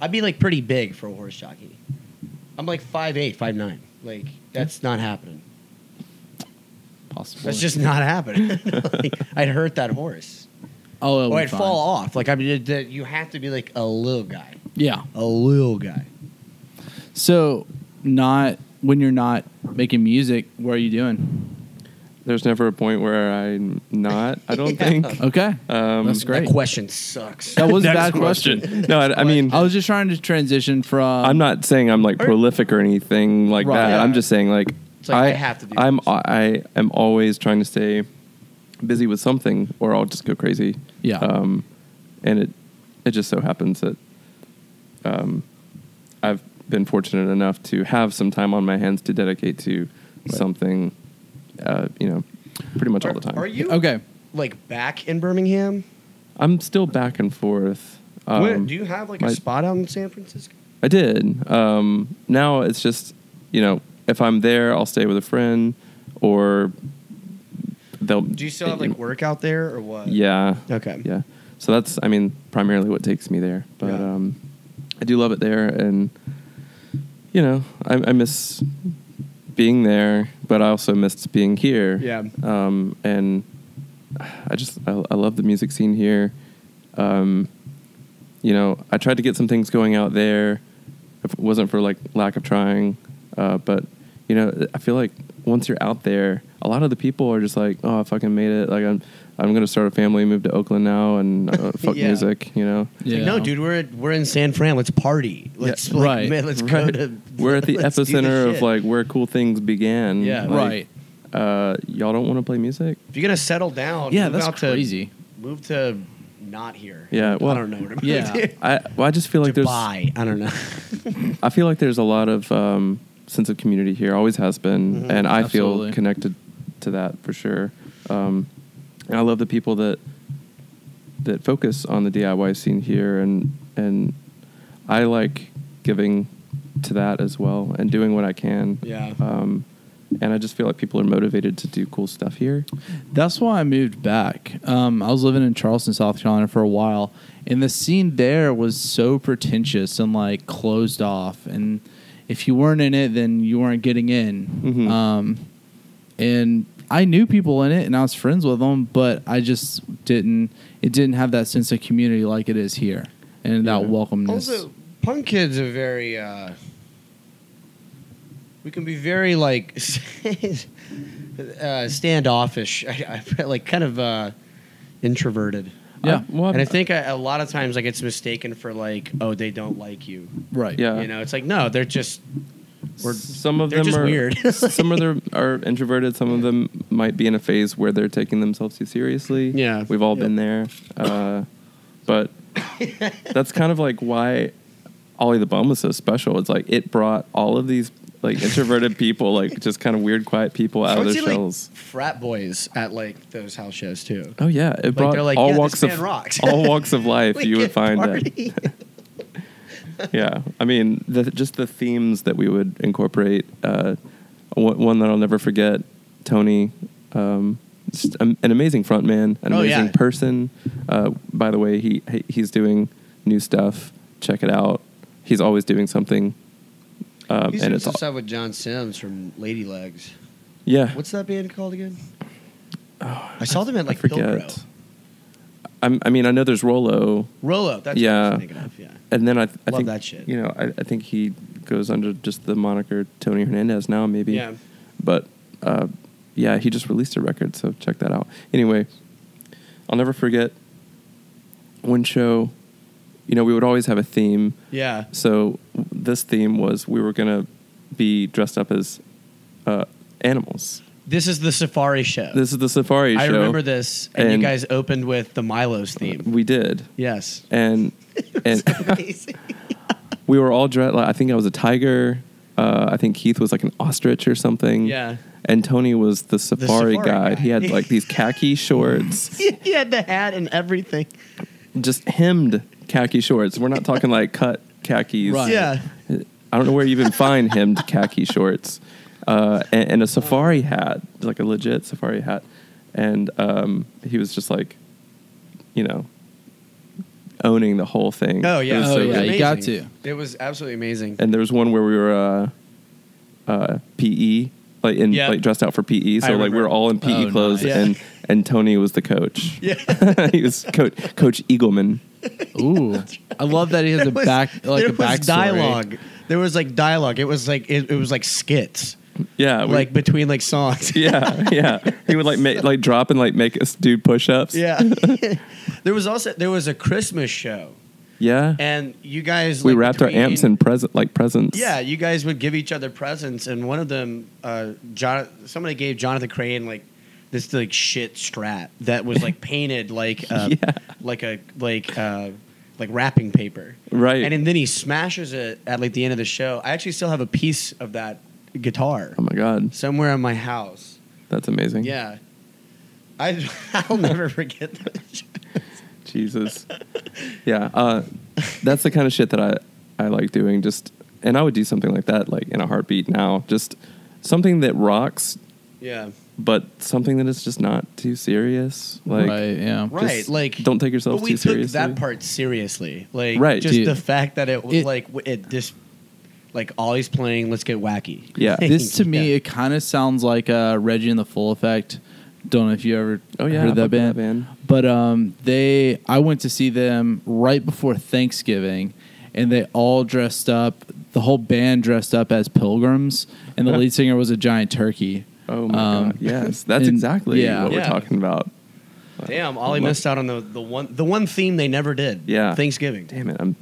[SPEAKER 2] I'd be like pretty big for a horse jockey. I'm like 5'8", 5'9". Like that's not happening.
[SPEAKER 1] Possible.
[SPEAKER 2] That's just not happening. Like, I'd hurt that horse.
[SPEAKER 1] Oh, it'll
[SPEAKER 2] or
[SPEAKER 1] be
[SPEAKER 2] I'd
[SPEAKER 1] fine.
[SPEAKER 2] fall off. Like I mean, it- that- you have to be like a little guy,
[SPEAKER 1] Yeah.
[SPEAKER 2] a little guy.
[SPEAKER 1] So, not when you're not making music, what are you doing?
[SPEAKER 3] There's never a point where I'm not. I don't
[SPEAKER 2] Yeah.
[SPEAKER 3] think.
[SPEAKER 1] Okay,
[SPEAKER 2] Uh,
[SPEAKER 3] Um,
[SPEAKER 1] that's great.
[SPEAKER 2] That question sucks.
[SPEAKER 1] That was a
[SPEAKER 3] Next
[SPEAKER 1] bad question.
[SPEAKER 3] no, I, I mean,
[SPEAKER 1] I was just trying to transition from.
[SPEAKER 3] I'm not saying I'm like prolific or anything like
[SPEAKER 1] Right.
[SPEAKER 3] that.
[SPEAKER 1] Yeah.
[SPEAKER 3] I'm just saying like,
[SPEAKER 2] It's like, I have to do
[SPEAKER 3] I'm
[SPEAKER 2] this.
[SPEAKER 3] I am always trying to stay busy with something, or I'll just go crazy.
[SPEAKER 1] Yeah.
[SPEAKER 3] Um, and it it just so happens that um, I've been fortunate enough to have some time on my hands to dedicate to
[SPEAKER 1] Right.
[SPEAKER 3] something. Uh, you know, pretty much
[SPEAKER 2] are,
[SPEAKER 3] all the time.
[SPEAKER 2] Are you
[SPEAKER 1] Okay.
[SPEAKER 2] like back in Birmingham?
[SPEAKER 3] I'm still back and forth.
[SPEAKER 2] Where-
[SPEAKER 3] Um,
[SPEAKER 2] do you have like
[SPEAKER 3] my-
[SPEAKER 2] a spot out in San Francisco?
[SPEAKER 3] I did. Um, now it's just, you know, if I'm there, I'll stay with a friend, or they'll.
[SPEAKER 2] Do you still have like work out there or what?
[SPEAKER 3] Yeah.
[SPEAKER 2] Okay.
[SPEAKER 3] Yeah. So that's, I mean, primarily what takes me there. But
[SPEAKER 2] Yeah.
[SPEAKER 3] um, I do love it there, and you know, I, I miss being there, but I also missed being here.
[SPEAKER 2] Yeah.
[SPEAKER 3] Um, and I just, I, I love the music scene here. Um, you know, I tried to get some things going out there. If it wasn't for like lack of trying, uh, but you know, I feel like once you're out there, a lot of the people are just like, "Oh, I fucking made it!" Like I'm, I'm gonna start a family, move to Oakland now, and uh, fuck
[SPEAKER 2] Yeah.
[SPEAKER 3] music. You know,
[SPEAKER 2] It's like, no, dude, we're we're in San Fran. Let's party. Let's like,
[SPEAKER 1] right,
[SPEAKER 2] man, let's go
[SPEAKER 3] Right.
[SPEAKER 2] to.
[SPEAKER 3] We're at the
[SPEAKER 2] let's do this
[SPEAKER 3] epicenter of
[SPEAKER 2] shit.
[SPEAKER 3] like where cool things began.
[SPEAKER 2] Yeah.
[SPEAKER 3] Like,
[SPEAKER 1] right.
[SPEAKER 3] Uh, y'all don't want to play music?
[SPEAKER 2] If you're gonna settle down,
[SPEAKER 1] Yeah,
[SPEAKER 2] move
[SPEAKER 1] that's
[SPEAKER 2] out to-
[SPEAKER 1] crazy.
[SPEAKER 2] Move to not here.
[SPEAKER 3] Yeah, well-
[SPEAKER 2] I don't know. Where to move
[SPEAKER 1] Yeah.
[SPEAKER 2] to.
[SPEAKER 3] I well, I just feel like there's
[SPEAKER 2] Dubai. I don't know.
[SPEAKER 3] I feel like there's a lot of um, sense of community here. Always has been,
[SPEAKER 2] Mhm.
[SPEAKER 3] and I
[SPEAKER 1] Mm-hmm. Absolutely.
[SPEAKER 3] feel connected to that for sure. Um, and I love the people that that focus on the DIY scene here, and and I like giving to that as well, and doing what I can.
[SPEAKER 2] Yeah.
[SPEAKER 3] Um, and I just feel like people are motivated to do cool stuff here.
[SPEAKER 1] That's why I moved back. Um, I was living in Charleston, South Carolina for a while, and the scene there was so pretentious and like closed off. And if you weren't in it, then you weren't getting in.
[SPEAKER 3] Mhm.
[SPEAKER 1] Um, and I knew people in it, and I was friends with them, but I just didn't. It didn't have that sense of community like it is here, and
[SPEAKER 3] Yeah.
[SPEAKER 1] that welcomeness.
[SPEAKER 2] also, punk kids are very. Uh, we can be very like uh, standoffish, I, I, like kind of uh, introverted.
[SPEAKER 1] yeah,
[SPEAKER 3] I, well,
[SPEAKER 2] and I think I, a lot of times like it's mistaken for like, oh, they don't like you.
[SPEAKER 1] right.
[SPEAKER 3] Yeah.
[SPEAKER 2] You know, it's like no, they're just Or
[SPEAKER 3] some of
[SPEAKER 2] they're
[SPEAKER 3] them
[SPEAKER 2] just
[SPEAKER 3] are
[SPEAKER 2] weird.
[SPEAKER 3] some of them are introverted. Some of them might be in a phase where they're taking themselves too seriously.
[SPEAKER 2] Yeah.
[SPEAKER 3] we've all
[SPEAKER 2] Yep.
[SPEAKER 3] been there. Uh, but that's kind of like why Ollie the Bum was so special. It's like it brought all of these like introverted people, like just kind of weird, quiet people out
[SPEAKER 2] I
[SPEAKER 3] of
[SPEAKER 2] would
[SPEAKER 3] their
[SPEAKER 2] see, like,
[SPEAKER 3] shells.
[SPEAKER 2] frat boys at like those house shows too.
[SPEAKER 3] Oh yeah, it brought
[SPEAKER 2] they're like,
[SPEAKER 3] all
[SPEAKER 2] "Yeah, this
[SPEAKER 3] walks of
[SPEAKER 2] band rocks."
[SPEAKER 3] all walks of life.
[SPEAKER 2] We
[SPEAKER 3] you would
[SPEAKER 2] can
[SPEAKER 3] find it.
[SPEAKER 2] party.
[SPEAKER 3] yeah i mean the, just the themes that we would incorporate uh, one, one that i'll never forget tony um, just am- an amazing frontman an
[SPEAKER 2] Oh,
[SPEAKER 3] amazing
[SPEAKER 2] yeah.
[SPEAKER 3] person uh, by the way he he- he's doing new stuff check it out he's always doing something um,
[SPEAKER 2] He's
[SPEAKER 3] and
[SPEAKER 2] doing
[SPEAKER 3] it's
[SPEAKER 2] some
[SPEAKER 3] all,
[SPEAKER 2] stuff with John Sims from Lady Legs.
[SPEAKER 3] yeah
[SPEAKER 2] What's that band called again? I saw them at like
[SPEAKER 3] i forget
[SPEAKER 2] Pilgrim.
[SPEAKER 3] I'm, i mean i know there's rolo
[SPEAKER 2] Rollo. That's what I
[SPEAKER 3] Yeah.
[SPEAKER 2] was thinking of. Yeah.
[SPEAKER 3] and then I, th- I
[SPEAKER 2] Love
[SPEAKER 3] think
[SPEAKER 2] that shit.
[SPEAKER 3] You know, I, I think he goes under just the moniker Tony Hernandez now, maybe.
[SPEAKER 2] Yeah.
[SPEAKER 3] But uh, yeah, he just released a record, so check that out. Anyway, I'll never forget one show. You know, we would always have a theme.
[SPEAKER 2] Yeah.
[SPEAKER 3] So this theme was we were gonna be dressed up as uh, animals.
[SPEAKER 2] This is the Safari show.
[SPEAKER 3] This is the safari
[SPEAKER 2] I
[SPEAKER 3] show.
[SPEAKER 2] remember this, and,
[SPEAKER 3] And-
[SPEAKER 2] you guys opened with the Milo's theme.
[SPEAKER 3] We did,
[SPEAKER 2] Yes.
[SPEAKER 3] and and
[SPEAKER 2] Amazing.
[SPEAKER 3] we were all dressed. Like, I think I was a tiger. Uh, I think Keith was like an ostrich or something.
[SPEAKER 2] Yeah.
[SPEAKER 3] And Tony was the safari,
[SPEAKER 2] safari
[SPEAKER 3] guide.
[SPEAKER 2] guy.
[SPEAKER 3] He had like these khaki shorts,
[SPEAKER 2] he had the hat and everything.
[SPEAKER 3] just hemmed khaki shorts. We're not talking like cut khakis.
[SPEAKER 1] Right.
[SPEAKER 2] Yeah.
[SPEAKER 3] I don't know where you even find hemmed khaki shorts, uh, and, and a safari hat, like a legit safari hat. And um, he was just like, you know, owning the whole thing.
[SPEAKER 2] Oh yeah.
[SPEAKER 3] It was
[SPEAKER 1] Oh,
[SPEAKER 3] so
[SPEAKER 1] yeah,
[SPEAKER 3] good.
[SPEAKER 1] you got to.
[SPEAKER 2] It was absolutely amazing.
[SPEAKER 3] and there was one where we were uh, uh, PE, like in
[SPEAKER 2] Yeah.
[SPEAKER 3] like dressed out for PE. So like we
[SPEAKER 2] remember.
[SPEAKER 3] were all in PE
[SPEAKER 1] Oh,
[SPEAKER 3] clothes,
[SPEAKER 2] nice.
[SPEAKER 3] and and Tony was the coach.
[SPEAKER 2] Yeah.
[SPEAKER 3] he was coach Coach Eagleman.
[SPEAKER 1] Ooh, I love that he has a
[SPEAKER 2] There was-
[SPEAKER 1] back like
[SPEAKER 2] there
[SPEAKER 1] a backstory.
[SPEAKER 2] was dialogue. There was like dialogue. It was like it, it was like skits,
[SPEAKER 3] Yeah, we-
[SPEAKER 2] like between like songs.
[SPEAKER 3] yeah, yeah. He would like make like drop and like make us do push ups.
[SPEAKER 2] Yeah. there was also there was a Christmas show,
[SPEAKER 3] yeah.
[SPEAKER 2] and you guys
[SPEAKER 3] we
[SPEAKER 2] like,
[SPEAKER 3] wrapped our
[SPEAKER 2] between-
[SPEAKER 3] amps in present like presents.
[SPEAKER 2] Yeah, you guys would give each other presents, and one of them, uh, John, somebody gave Jonathan Crane like this like shit strap that was like painted like uh,
[SPEAKER 3] Yeah.
[SPEAKER 2] like a like uh, like wrapping paper,
[SPEAKER 3] Right.
[SPEAKER 2] And, then he smashes it at like the end of the show. I actually still have a piece of that guitar
[SPEAKER 3] Oh my god,
[SPEAKER 2] somewhere in my house.
[SPEAKER 3] that's amazing.
[SPEAKER 2] Yeah, I I'll never forget that.
[SPEAKER 3] Jesus. Yeah. Uh, that's the kind of shit that I, I like doing. Just and I would do something like that, like in a heartbeat now. Just something that rocks,
[SPEAKER 2] Yeah.
[SPEAKER 3] but something that is just not too serious. Like
[SPEAKER 1] right, yeah.
[SPEAKER 2] Right.
[SPEAKER 3] Just
[SPEAKER 2] like
[SPEAKER 3] don't take yourself
[SPEAKER 2] but
[SPEAKER 3] too
[SPEAKER 2] We took
[SPEAKER 3] seriously.
[SPEAKER 2] that part seriously. Like
[SPEAKER 3] Right,
[SPEAKER 2] just
[SPEAKER 1] dude.
[SPEAKER 2] the fact that it was
[SPEAKER 1] It-
[SPEAKER 2] like w- it just like Ollie's playing, let's get wacky.
[SPEAKER 3] Yeah.
[SPEAKER 1] This to me,
[SPEAKER 2] Yeah.
[SPEAKER 1] it kind of sounds like uh, Reggie and the Full Effect. Don't know if you ever
[SPEAKER 3] Oh, yeah, I
[SPEAKER 1] heard
[SPEAKER 3] fuck
[SPEAKER 1] that
[SPEAKER 3] with that
[SPEAKER 1] band.
[SPEAKER 3] band.
[SPEAKER 1] but um, they I went to see them right before Thanksgiving, and they all dressed up. The whole band dressed up as pilgrims, and the lead singer was a giant turkey.
[SPEAKER 3] oh my
[SPEAKER 1] Um,
[SPEAKER 3] god, yes, that's
[SPEAKER 1] and-
[SPEAKER 3] exactly
[SPEAKER 1] yeah.
[SPEAKER 3] what
[SPEAKER 2] Yeah.
[SPEAKER 3] we're talking about.
[SPEAKER 2] Damn, Ollie
[SPEAKER 3] Love-
[SPEAKER 2] missed out on the, the one the one theme they never did.
[SPEAKER 3] Yeah.
[SPEAKER 2] Thanksgiving.
[SPEAKER 3] Damn it, I'm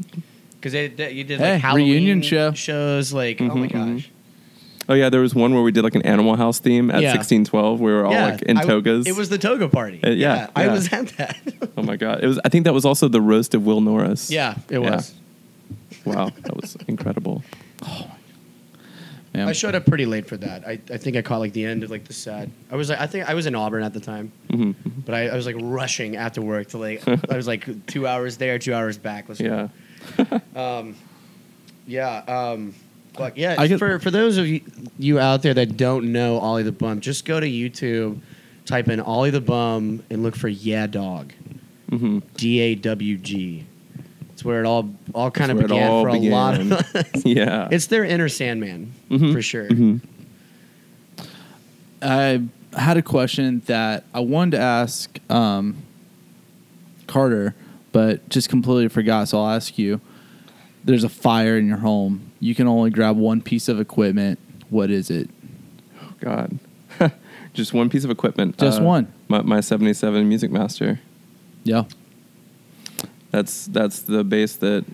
[SPEAKER 2] Because they, they you did
[SPEAKER 1] Hey,
[SPEAKER 2] like Halloween
[SPEAKER 1] reunion show.
[SPEAKER 2] shows like oh my
[SPEAKER 3] Mhm, mhm.
[SPEAKER 2] gosh.
[SPEAKER 3] Oh yeah, there was one where we did like an Animal House theme at
[SPEAKER 2] Yeah.
[SPEAKER 3] sixteen twelve. We were all
[SPEAKER 2] yeah,
[SPEAKER 3] like in
[SPEAKER 2] I-
[SPEAKER 3] togas.
[SPEAKER 2] it was the toga party.
[SPEAKER 3] Uh, yeah,
[SPEAKER 2] I
[SPEAKER 3] yeah.
[SPEAKER 2] was at that.
[SPEAKER 3] Oh my god, it was. I think that was also the roast of Will Norris.
[SPEAKER 2] yeah, it
[SPEAKER 3] Yeah.
[SPEAKER 2] was.
[SPEAKER 3] Wow, that was incredible.
[SPEAKER 1] Man.
[SPEAKER 2] I showed up pretty late for that. I, I think I caught like the end of like the set. I was like I think I was in Auburn at the time,
[SPEAKER 3] hmm
[SPEAKER 2] but I, I was like rushing after work to like I was like two hours there, two hours back. Let's go.
[SPEAKER 3] Yeah.
[SPEAKER 2] Um, yeah. Um, but yeah,
[SPEAKER 1] I get-
[SPEAKER 2] for, for those of you, you out there that don't know Ollie the Bum, just go to YouTube, type in Ollie the Bum, and look for Yeah Dog.
[SPEAKER 3] hmm
[SPEAKER 2] D A W G. It's where it all all kind of
[SPEAKER 3] That's where it
[SPEAKER 2] began
[SPEAKER 3] all
[SPEAKER 2] for a lot
[SPEAKER 3] began.
[SPEAKER 2] of
[SPEAKER 3] Yeah.
[SPEAKER 2] It's their inner Sandman
[SPEAKER 3] Mhm.
[SPEAKER 2] for sure.
[SPEAKER 3] Mhm.
[SPEAKER 1] I had a question that I wanted to ask um, Carter, but just completely forgot. So I'll ask you. There's a fire in your home. You can only grab one piece of equipment. What is it?
[SPEAKER 3] Oh, God. Just one piece of equipment. Uh,
[SPEAKER 1] Just one.
[SPEAKER 3] My, my seventy seven Music Master.
[SPEAKER 1] Yeah.
[SPEAKER 3] That's that's the bass that,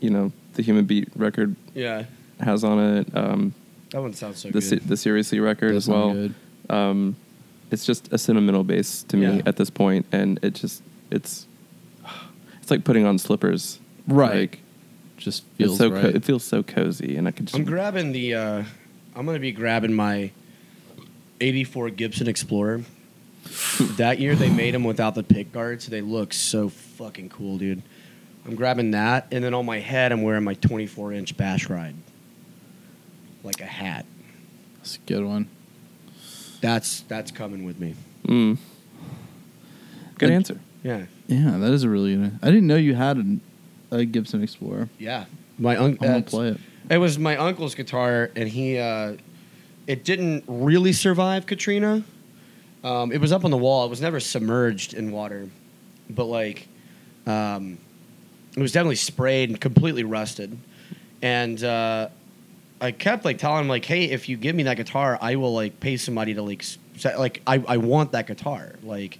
[SPEAKER 3] you know, the Human Beat record
[SPEAKER 2] Yeah,
[SPEAKER 3] has on it. Um,
[SPEAKER 2] that one sounds so
[SPEAKER 3] the se- the Seriously record
[SPEAKER 1] Does
[SPEAKER 3] as
[SPEAKER 1] sound
[SPEAKER 3] well.
[SPEAKER 1] good.
[SPEAKER 3] um, it's just a sentimental bass to me
[SPEAKER 2] Yeah.
[SPEAKER 3] at this point, and it just it's it's like putting on slippers,
[SPEAKER 1] Right.
[SPEAKER 3] Like,
[SPEAKER 1] Just feels
[SPEAKER 3] feels so
[SPEAKER 1] right.
[SPEAKER 3] co- it feels so cozy, and I could just
[SPEAKER 2] I'm grabbing the. Uh, I'm gonna be grabbing my '84 Gibson Explorer. that year they made them without the pick guard, so they look so fucking cool, dude. I'm grabbing that, and then on my head I'm wearing my 24 inch Bash Ride, like a hat.
[SPEAKER 1] That's a good one.
[SPEAKER 2] That's that's coming with me.
[SPEAKER 3] Mm. good
[SPEAKER 1] Like-
[SPEAKER 3] answer.
[SPEAKER 2] Yeah,
[SPEAKER 1] Yeah, that is a really good. I didn't know you had an, a Gibson Explorer.
[SPEAKER 2] yeah. My
[SPEAKER 1] I'm gonna
[SPEAKER 2] uncle.
[SPEAKER 1] play it.
[SPEAKER 2] It was my uncle's guitar, and he. Uh, it didn't really survive Katrina. Um, it was up on the wall. It was never submerged in water, but like, um, it was definitely sprayed and completely rusted. And uh, I kept like telling him like, "Hey, if you give me that guitar, I will like pay somebody to like, s- set- like I I want that guitar. Like,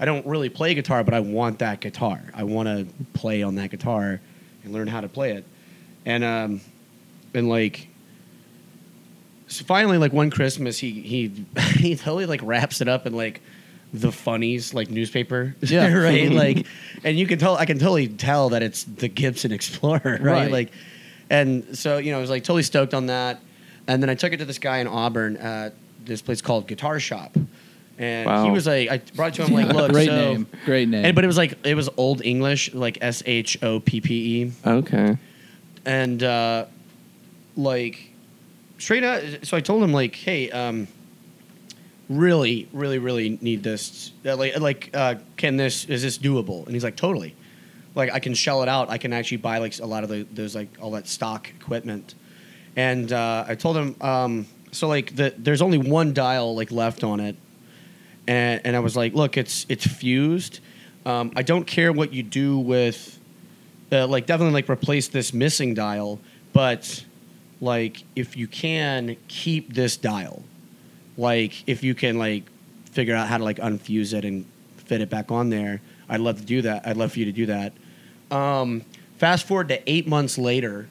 [SPEAKER 2] I don't really play guitar, but I want that guitar. I want to play on that guitar and learn how to play it." And um, and like so finally like one christmas he he he totally like wraps it up in like the funnies like newspaper
[SPEAKER 1] Yeah.
[SPEAKER 2] right like and you can tell i can totally tell that it's the gibson explorer right,
[SPEAKER 1] Right.
[SPEAKER 2] like and so you know i was like totally stoked on that and then i took it to this guy in auburn at this place called guitar shop and he
[SPEAKER 3] Wow.
[SPEAKER 2] was like i brought it to him like look
[SPEAKER 1] Great
[SPEAKER 2] so-
[SPEAKER 1] name. Great name.
[SPEAKER 2] and, but it was like it was old english like s-h-o-p-p-e
[SPEAKER 3] Okay,
[SPEAKER 2] and uh, like straight out. So I told him like, hey, um, really, really, really need this. Uh, like, like, uh, can this is this doable? And he's like, totally. Like I can shell it out. I can actually buy like a lot of the, those like all that stock equipment. And uh, I told him um, so like the, there's only one dial like left on it, and and I was like, look, it's it's fused. Um, I don't care what you do with uh, like definitely like replace this missing dial, but like if you can keep this dial, like if you can like figure out how to like unfuse it and fit it back on there, I'd love to do that. I'd love for you to do that. Um, fast forward to eight months later,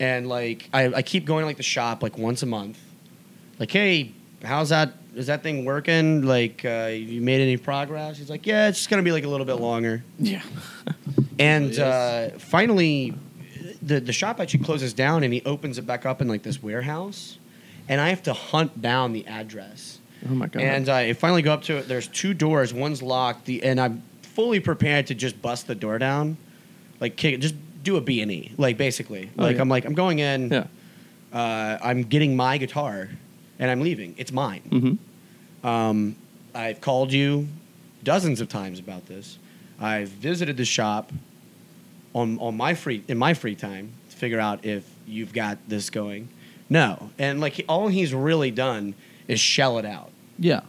[SPEAKER 2] and like I, I keep going to, like the shop like once a month, like hey, how's that? Is that thing working? Like, uh, you made any progress? He's like, yeah, it's just gonna be like a little bit longer.
[SPEAKER 1] yeah.
[SPEAKER 2] And
[SPEAKER 1] Yes.
[SPEAKER 2] uh, finally, the the shop actually closes down, and he opens it back up in like this warehouse, and I have to hunt down the address.
[SPEAKER 3] oh my god,
[SPEAKER 2] And uh, I finally go up to it. There's two doors. One's locked. The and I'm fully prepared to just bust the door down, like kick it, just do a B and E, like basically.
[SPEAKER 3] Oh,
[SPEAKER 2] Like
[SPEAKER 3] yeah.
[SPEAKER 2] I'm like I'm going in.
[SPEAKER 3] Yeah.
[SPEAKER 2] Uh, I'm getting my guitar, and I'm leaving. It's mine.
[SPEAKER 3] Mm-hmm.
[SPEAKER 2] Um, I've called you dozens of times about this. I've visited the shop on, on my free in my free time to figure out if you've got this going. No, and like he, all he's really done is shell it out.
[SPEAKER 1] Yeah.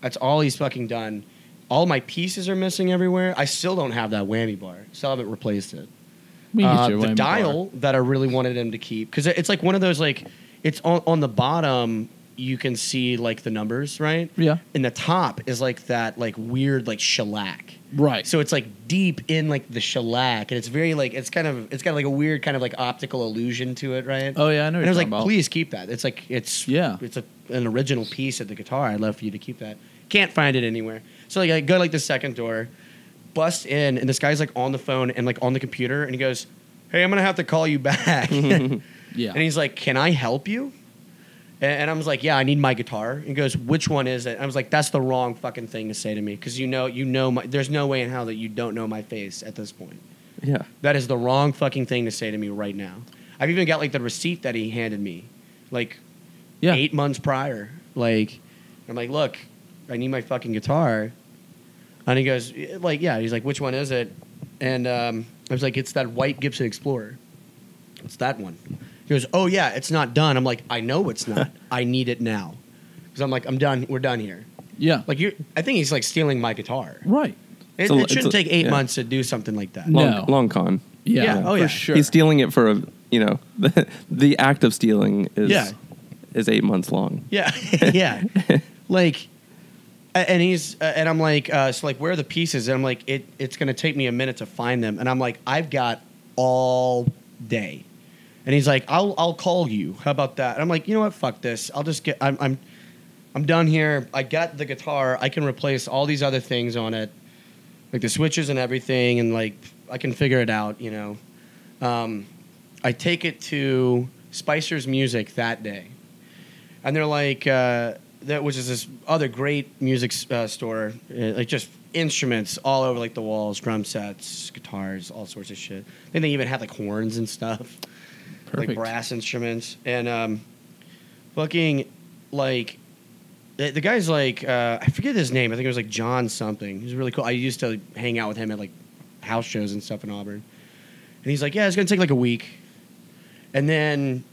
[SPEAKER 2] That's all he's fucking done. All my pieces are missing everywhere. I still don't have that whammy bar. Still haven't replaced it.
[SPEAKER 1] We can get
[SPEAKER 2] Uh,
[SPEAKER 1] you a
[SPEAKER 2] the
[SPEAKER 1] Whammy bar.
[SPEAKER 2] dial that I really wanted him to keep because it's like one of those like it's on, on the bottom you can see like the numbers right
[SPEAKER 1] Yeah.
[SPEAKER 2] and the top is like that like weird like shellac
[SPEAKER 1] Right.
[SPEAKER 2] so it's like deep in like the shellac and it's very like it's kind of it's got like a weird kind of like optical illusion to it right
[SPEAKER 1] oh yeah, I know.
[SPEAKER 2] and I was like
[SPEAKER 1] about.
[SPEAKER 2] please keep that it's like it's
[SPEAKER 1] Yeah.
[SPEAKER 2] it's a, an original piece of the guitar I'd love for you to keep that can't find it anywhere so like I go like the second door bust in and this guy's like on the phone and like on the computer and he goes hey I'm gonna have to call you back
[SPEAKER 1] Yeah.
[SPEAKER 2] and he's like, "Can I help you?" A- And, I was like, "Yeah, I need my guitar." And he goes, "Which one is it?" I was like, "That's the wrong fucking thing to say to me because you know, you know, my, there's no way in hell that you don't know my face at this point.
[SPEAKER 3] Yeah.
[SPEAKER 2] That is the wrong fucking thing to say to me right now. I've even got like the receipt that he handed me, like
[SPEAKER 1] yeah.
[SPEAKER 2] eight months prior. Like, I'm like, look, I need my fucking guitar. And he goes, "Y- like, yeah. He's like, which one is it? And um, I was like, it's that white Gibson Explorer. It's that one. He goes, oh yeah, it's not done. I'm like, I know it's not. I need it now. Because I'm like, I'm done. We're done here.
[SPEAKER 1] Yeah.
[SPEAKER 2] Like you, I think he's like stealing my guitar.
[SPEAKER 1] right.
[SPEAKER 2] It,
[SPEAKER 3] a-
[SPEAKER 2] it
[SPEAKER 3] it's
[SPEAKER 2] shouldn't
[SPEAKER 3] a-
[SPEAKER 2] take eight
[SPEAKER 3] yeah.
[SPEAKER 2] months to do something like that.
[SPEAKER 1] No.
[SPEAKER 3] Long, long con.
[SPEAKER 1] Yeah.
[SPEAKER 2] Yeah, oh,
[SPEAKER 1] for
[SPEAKER 2] yeah.
[SPEAKER 1] Sure.
[SPEAKER 3] He's stealing it for a you know the, the act of stealing is
[SPEAKER 2] Yeah.
[SPEAKER 3] is eight months long.
[SPEAKER 2] Yeah, yeah. like, a- and he's uh, and I'm like, uh, so like, where are the pieces? And I'm like, it it's gonna take me a minute to find them. And I'm like, I've got all day. And he's like, I'll I'll call you. How about that? And I'm like, you know what? Fuck this. I'll just get. I'm I'm I'm done here. I got the guitar. I can replace all these other things on it, like the switches and everything, and like I can figure it out. You know. Um, I take it to Spicer's Music that day and they're like uh, that, which is this other great music s- uh, store, uh, like just instruments all over like the walls, drum sets, guitars, all sorts of shit. Then they even had like horns and stuff,
[SPEAKER 1] Perfect.
[SPEAKER 2] like brass instruments, and um, fucking like. The, the guy's like uh, I forget his name. I think it was like John something. He's really cool. I used to hang out with him at like house shows and stuff in Auburn. And he's like, "Yeah, it's gonna take like a week." And then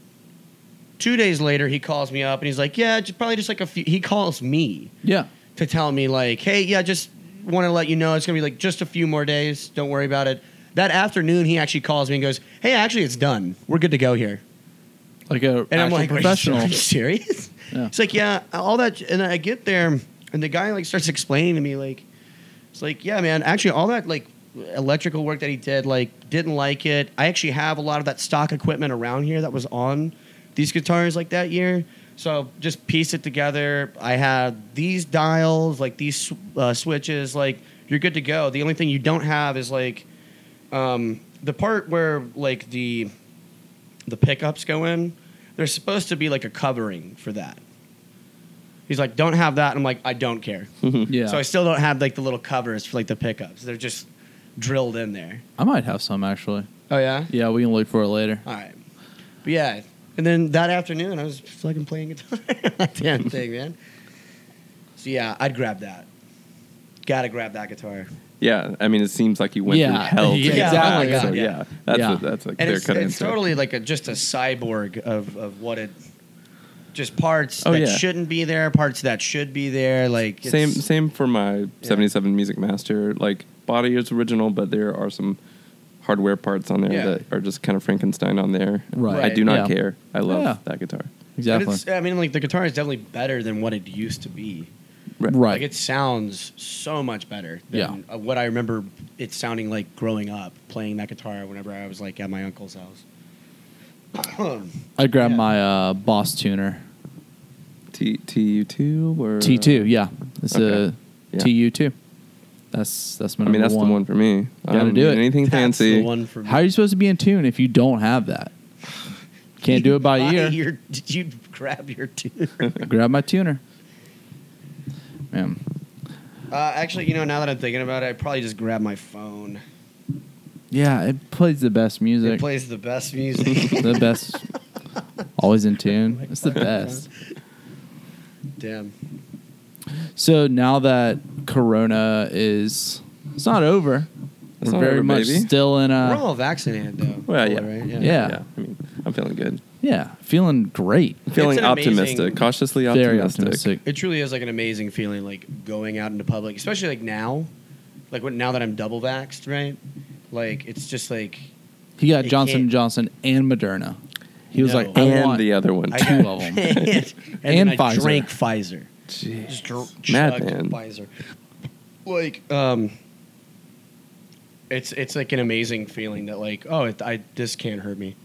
[SPEAKER 2] two days later, he calls me up and he's like, "Yeah, just, probably just like a few." He calls me
[SPEAKER 1] Yeah.
[SPEAKER 2] to tell me like, "Hey, yeah, just want to let you know it's gonna be like just a few more days. Don't worry about it." That afternoon, he actually calls me and goes, "Hey, actually, it's done. We're good to go here."
[SPEAKER 1] Like a
[SPEAKER 2] And I'm
[SPEAKER 1] actual
[SPEAKER 2] like, "Are you-
[SPEAKER 1] professional.
[SPEAKER 2] Are you serious?
[SPEAKER 1] Yeah.
[SPEAKER 2] It's like, yeah, all that. And I get there, and the guy like starts explaining to me like, it's like, yeah, man, actually, all that like electrical work that he did, like, didn't like it. I actually have a lot of that stock equipment around here that was on these guitars like that year. So just piece it together. I have these dials, like these uh, switches, like you're good to go. The only thing you don't have is like um, the part where like the the pickups go in, there's supposed to be like a covering for that. He's like, don't have that. And I'm like, I don't care.
[SPEAKER 1] yeah.
[SPEAKER 2] So I still don't have like the little covers for like the pickups. They're just drilled in there.
[SPEAKER 1] I might have some actually.
[SPEAKER 2] Oh yeah.
[SPEAKER 1] Yeah, we can look for it later.
[SPEAKER 2] All right. But yeah. And then that afternoon, I was fucking playing guitar. that damn thing, man. So yeah, I'd grab that. Gotta grab that guitar.
[SPEAKER 3] Yeah, I mean it seems like you went through
[SPEAKER 1] Yeah.
[SPEAKER 3] hell. to
[SPEAKER 1] Yeah,
[SPEAKER 3] get
[SPEAKER 2] oh
[SPEAKER 3] back,
[SPEAKER 2] my God,
[SPEAKER 3] so,
[SPEAKER 2] yeah.
[SPEAKER 3] yeah. that's
[SPEAKER 1] Yeah.
[SPEAKER 3] A, that's a
[SPEAKER 2] And
[SPEAKER 3] clear
[SPEAKER 2] it's,
[SPEAKER 3] cut
[SPEAKER 2] it's
[SPEAKER 3] answer.
[SPEAKER 2] totally like a just a cyborg of, of what it, just parts
[SPEAKER 3] Oh,
[SPEAKER 2] that
[SPEAKER 3] yeah.
[SPEAKER 2] shouldn't be there, parts that should be there. Like it's-
[SPEAKER 3] same same for my 77 music master like body is original but there are some hardware parts on there
[SPEAKER 2] Yeah.
[SPEAKER 3] that are just kind of frankenstein on there
[SPEAKER 1] Right.
[SPEAKER 3] i do not
[SPEAKER 1] Yeah.
[SPEAKER 3] care i love
[SPEAKER 1] Yeah.
[SPEAKER 3] that guitar
[SPEAKER 2] But
[SPEAKER 1] Exactly.
[SPEAKER 2] it's, uh, I mean, like the guitar is definitely better than what it used to be.
[SPEAKER 1] Right.
[SPEAKER 2] Like it sounds so much better than uh what I remember it sounding like growing up playing that guitar whenever I was like at my uncle's house.
[SPEAKER 1] I grabbed
[SPEAKER 2] yeah.
[SPEAKER 1] my uh, boss tuner.
[SPEAKER 3] t tu2 or
[SPEAKER 1] T two, yeah. It's
[SPEAKER 3] okay.
[SPEAKER 1] a
[SPEAKER 3] Yeah.
[SPEAKER 1] TU two. That's that's my
[SPEAKER 3] i
[SPEAKER 1] number
[SPEAKER 3] mean that's
[SPEAKER 1] one.
[SPEAKER 3] the one for me i
[SPEAKER 1] Gotta
[SPEAKER 3] don't
[SPEAKER 1] do
[SPEAKER 3] need
[SPEAKER 1] it.
[SPEAKER 3] anything
[SPEAKER 2] That's
[SPEAKER 3] fancy
[SPEAKER 2] the one for me.
[SPEAKER 1] How are you supposed to be in tune if you don't have that? Can't do it by
[SPEAKER 2] Why
[SPEAKER 1] ear.
[SPEAKER 2] your- did you grab your tuner?
[SPEAKER 1] Grab my tuner. Man.
[SPEAKER 2] uh, actually, you know, now that I'm thinking about it, I probably just grabbed my phone.
[SPEAKER 1] Yeah, it plays the best music.
[SPEAKER 2] It plays the best music.
[SPEAKER 1] the best. Always in tune. It's the best.
[SPEAKER 2] Damn.
[SPEAKER 1] So now that Corona is, it's not over.
[SPEAKER 3] It's
[SPEAKER 1] We're
[SPEAKER 3] not
[SPEAKER 1] very
[SPEAKER 3] over,
[SPEAKER 1] much
[SPEAKER 3] baby.
[SPEAKER 1] still in uh,
[SPEAKER 2] We're
[SPEAKER 1] a
[SPEAKER 2] all vaccinated though.
[SPEAKER 3] Well, yeah.
[SPEAKER 2] Right?
[SPEAKER 1] Yeah.
[SPEAKER 3] I mean, I'm feeling good.
[SPEAKER 1] yeah, feeling great,
[SPEAKER 3] I'm feeling
[SPEAKER 2] an amazing-
[SPEAKER 3] optimistic, cautiously optimistic.
[SPEAKER 1] very optimistic.
[SPEAKER 2] It truly is like an amazing feeling, like going out into public, especially like now, like when, now that I'm double vaxxed, right? Like it's just like
[SPEAKER 1] He got
[SPEAKER 2] It
[SPEAKER 1] Johnson
[SPEAKER 2] can't-
[SPEAKER 1] and Johnson and Moderna. He was
[SPEAKER 2] No.
[SPEAKER 1] like, I
[SPEAKER 3] And
[SPEAKER 1] want
[SPEAKER 3] the uh, other one.
[SPEAKER 2] I
[SPEAKER 1] two
[SPEAKER 2] got
[SPEAKER 1] of 'em.
[SPEAKER 2] and,
[SPEAKER 1] And
[SPEAKER 2] then I
[SPEAKER 1] Pfizer.
[SPEAKER 2] drank Pfizer.
[SPEAKER 3] Jeez.
[SPEAKER 2] Just dr-
[SPEAKER 3] Mad
[SPEAKER 2] chugged
[SPEAKER 3] man.
[SPEAKER 2] Pfizer. Like um, it's it's like an amazing feeling that like oh it, I this can't hurt me.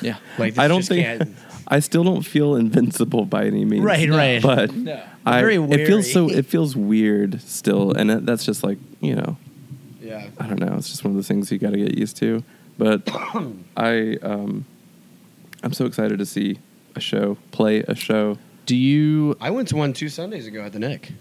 [SPEAKER 1] yeah,
[SPEAKER 2] Like this
[SPEAKER 3] I don't
[SPEAKER 2] just
[SPEAKER 3] think.
[SPEAKER 2] can't.
[SPEAKER 3] I still don't feel invincible by any means.
[SPEAKER 2] Right, right.
[SPEAKER 3] But
[SPEAKER 1] no,
[SPEAKER 3] I,
[SPEAKER 2] Very
[SPEAKER 3] it feels so.
[SPEAKER 2] weary.
[SPEAKER 3] It feels weird still, and it, that's just like you know.
[SPEAKER 2] yeah.
[SPEAKER 3] I don't know. It's just one of those things you got to get used to. But I, um, I'm so excited to see a show, play a show.
[SPEAKER 1] Do you
[SPEAKER 2] I went to one two Sundays ago at the Nick.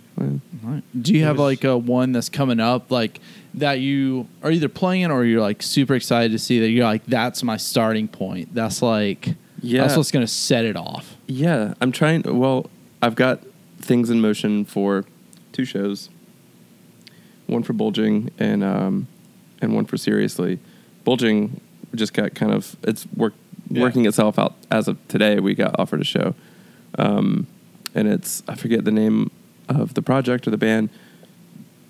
[SPEAKER 1] do you have
[SPEAKER 2] was-
[SPEAKER 1] like a one that's coming up like that you are either playing or you're like super excited to see that you're like that's my starting point. That's like
[SPEAKER 3] Yeah.
[SPEAKER 1] that's what's gonna set it off.
[SPEAKER 3] Yeah, I'm trying. Well, I've got things in motion for two shows, one for Bulging and um, and one for Seriously. Bulging just got kind of it's work,
[SPEAKER 2] Yeah.
[SPEAKER 3] working itself out as of today. We got offered a show, um, and it's I forget the name of the project or the band,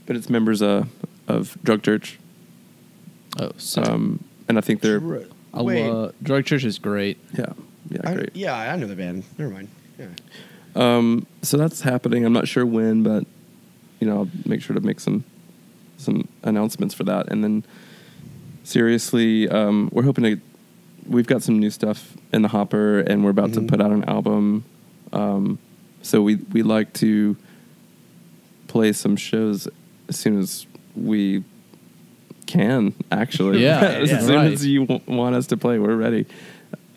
[SPEAKER 3] but it's members uh, of Drug Church,
[SPEAKER 1] Oh, so
[SPEAKER 3] um, and I think they're
[SPEAKER 1] I
[SPEAKER 2] Wait.
[SPEAKER 1] love drug church is great.
[SPEAKER 3] yeah yeah
[SPEAKER 2] I-
[SPEAKER 3] great.
[SPEAKER 2] yeah, I know the band. Never mind. Yeah.
[SPEAKER 3] Um, so that's happening. I'm not sure when, but you know, I'll make sure to make some some announcements for that. And then, seriously, um, we're hoping to. We've got some new stuff in the hopper, and we're about
[SPEAKER 2] Mhm.
[SPEAKER 3] to put out an album. Um, so we we like to play some shows as soon as we can. Actually,
[SPEAKER 1] Yeah,
[SPEAKER 3] as
[SPEAKER 1] yeah,
[SPEAKER 3] soon
[SPEAKER 1] right.
[SPEAKER 3] as you w- want us to play, we're ready.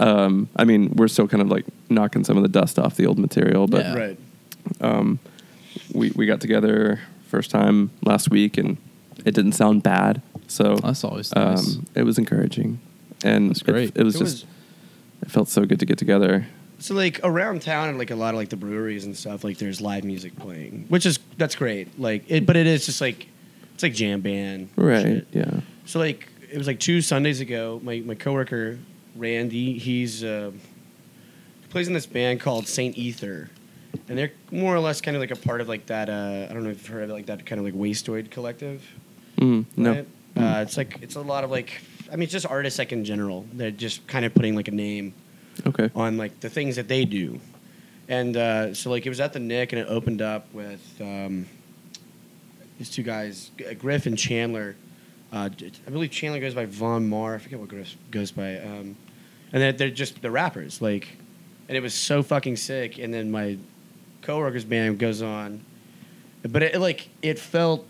[SPEAKER 3] Um, I mean, we're still kind of like knocking some of the dust off the old material, but
[SPEAKER 1] Yeah.
[SPEAKER 2] Right.
[SPEAKER 3] um, we we got together first time last week, and it didn't sound bad. So um,
[SPEAKER 1] That's always nice.
[SPEAKER 3] it was encouraging, and
[SPEAKER 1] That's
[SPEAKER 3] it-
[SPEAKER 1] great.
[SPEAKER 3] It, was
[SPEAKER 2] It
[SPEAKER 3] just
[SPEAKER 2] was-
[SPEAKER 3] it felt so good to get together.
[SPEAKER 2] So like around town and like a lot of like the breweries and stuff, like there's live music playing, which is that's great. Like it, but it is just like it's like jam band,
[SPEAKER 3] Right?
[SPEAKER 2] shit.
[SPEAKER 3] Yeah.
[SPEAKER 2] So like it was like two Sundays ago. My my coworker Randy, he's uh, plays in this band called Saint Ether, and they're more or less kind of like a part of like that. Uh, I don't know if you've heard of like that kind of like wasteoid collective.
[SPEAKER 3] Mm, no.
[SPEAKER 2] Right? Uh, it's like it's a lot of like I mean, it's just artists like in general. They're just kind of putting like a name
[SPEAKER 3] Okay.
[SPEAKER 2] on like the things that they do. And uh, so like it was at the Nick, and it opened up with um, these two guys, G- Griff and Chandler. Uh, d- I believe Chandler goes by Von Mar. I forget what Griff goes by. Um, and they're, they're just the rappers, like, and it was so fucking sick. And then my coworker's band goes on, but it like it felt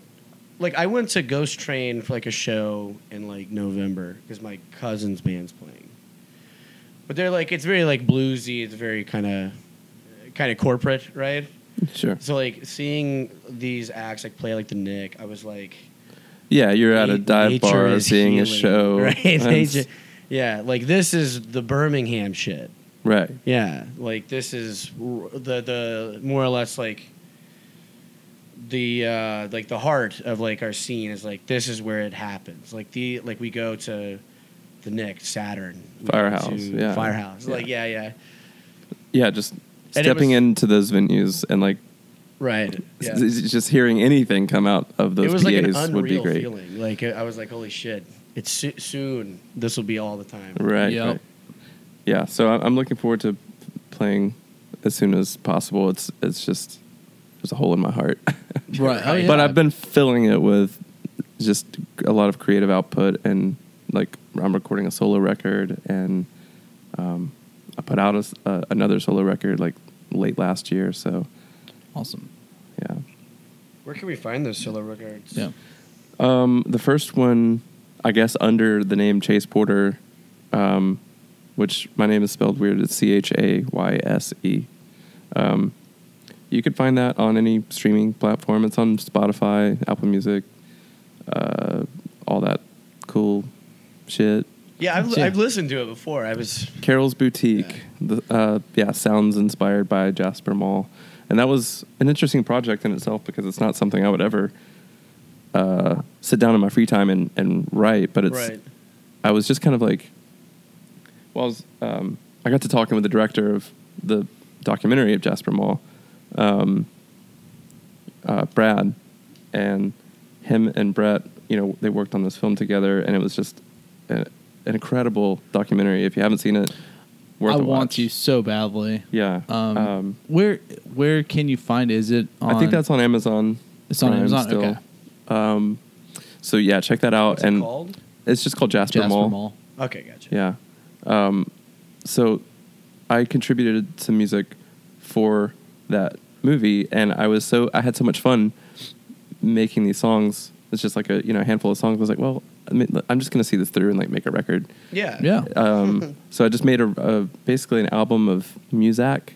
[SPEAKER 2] like I went to Ghost Train for like a show in like November because my cousin's band's playing. But they're like it's very like bluesy. It's very kind of kind of corporate, right?
[SPEAKER 3] Sure.
[SPEAKER 2] So like seeing these acts like play like the Nick, I was like,
[SPEAKER 3] Yeah, you're at a
[SPEAKER 2] na-
[SPEAKER 3] dive
[SPEAKER 2] nature
[SPEAKER 3] bar
[SPEAKER 2] is
[SPEAKER 3] seeing a
[SPEAKER 2] healing,
[SPEAKER 3] show.
[SPEAKER 2] right?
[SPEAKER 3] That's-
[SPEAKER 2] Nature- yeah, like this is the Birmingham shit.
[SPEAKER 3] Right.
[SPEAKER 2] Yeah, like this is r- the the more or less like the uh like the heart of like our scene is like this is where it happens. Like the like we go to the Nick Saturn we go
[SPEAKER 3] Firehouse,
[SPEAKER 2] to
[SPEAKER 3] yeah.
[SPEAKER 2] Firehouse.
[SPEAKER 3] Yeah.
[SPEAKER 2] Like yeah, yeah.
[SPEAKER 3] Yeah. Just
[SPEAKER 2] it
[SPEAKER 3] stepping
[SPEAKER 2] was-
[SPEAKER 3] into those venues and like
[SPEAKER 2] Right. Yeah.
[SPEAKER 3] s- s- just hearing anything come out of those
[SPEAKER 2] it was
[SPEAKER 3] PAs
[SPEAKER 2] like an unreal
[SPEAKER 3] would be great.
[SPEAKER 2] feeling. Like I I was like, holy shit! It's so- soon. This will be all the time.
[SPEAKER 3] Right.
[SPEAKER 1] Yep.
[SPEAKER 3] right. Yeah. So I- I'm looking forward to playing as soon as possible. It's it's just there's a hole in my heart,
[SPEAKER 1] Right. Oh, yeah.
[SPEAKER 3] but I've been filling it with just a lot of creative output and like I'm recording a solo record and um, I put out a s uh, another solo record like late last year. So
[SPEAKER 1] awesome.
[SPEAKER 3] yeah.
[SPEAKER 2] Where can we find those solo records?
[SPEAKER 1] Yeah.
[SPEAKER 3] Um, the first one, I guess, under the name Chase Porter, um, which my name is spelled weird. It's C H A Y S E. Um, you could find that on any streaming platform. It's on Spotify, Apple Music, uh, all that cool shit.
[SPEAKER 2] Yeah, I've,
[SPEAKER 1] Yeah.
[SPEAKER 2] I've listened to it before. I was
[SPEAKER 3] Carol's Boutique. The, uh, yeah, sounds inspired by Jasper Mall. And that was an interesting project in itself because it's not something I would ever uh, sit down in my free time and, and write. But it's,
[SPEAKER 2] right.
[SPEAKER 3] I was just kind of like, well, I, was, um, I got to talking with the director of the documentary of Jasper Mall, um, uh, Brad, and him and Brett, you know, they worked on this film together, and it was just a, an incredible documentary. If you haven't seen it, worth
[SPEAKER 1] I
[SPEAKER 3] a
[SPEAKER 1] want
[SPEAKER 3] watch.
[SPEAKER 1] to so badly.
[SPEAKER 3] Yeah.
[SPEAKER 1] Um,
[SPEAKER 3] Um,
[SPEAKER 1] where where can you find it? Is it? On,
[SPEAKER 3] I think that's on Amazon.
[SPEAKER 1] It's on
[SPEAKER 3] Prime
[SPEAKER 1] Amazon, okay.
[SPEAKER 3] Um, so yeah, check that out,
[SPEAKER 2] What's
[SPEAKER 3] and
[SPEAKER 2] it called?
[SPEAKER 3] it's just called Jasper,
[SPEAKER 1] Jasper Mall.
[SPEAKER 3] Mall.
[SPEAKER 2] Okay, gotcha.
[SPEAKER 3] Yeah. Um, so I contributed some music for that movie, and I was so I had so much fun making these songs. It's just like a you know handful of songs. I was like, well, I mean, I'm just gonna see this through and like make a record.
[SPEAKER 2] Yeah.
[SPEAKER 1] Yeah.
[SPEAKER 3] Um, so I just made a, a basically an album of Muzak,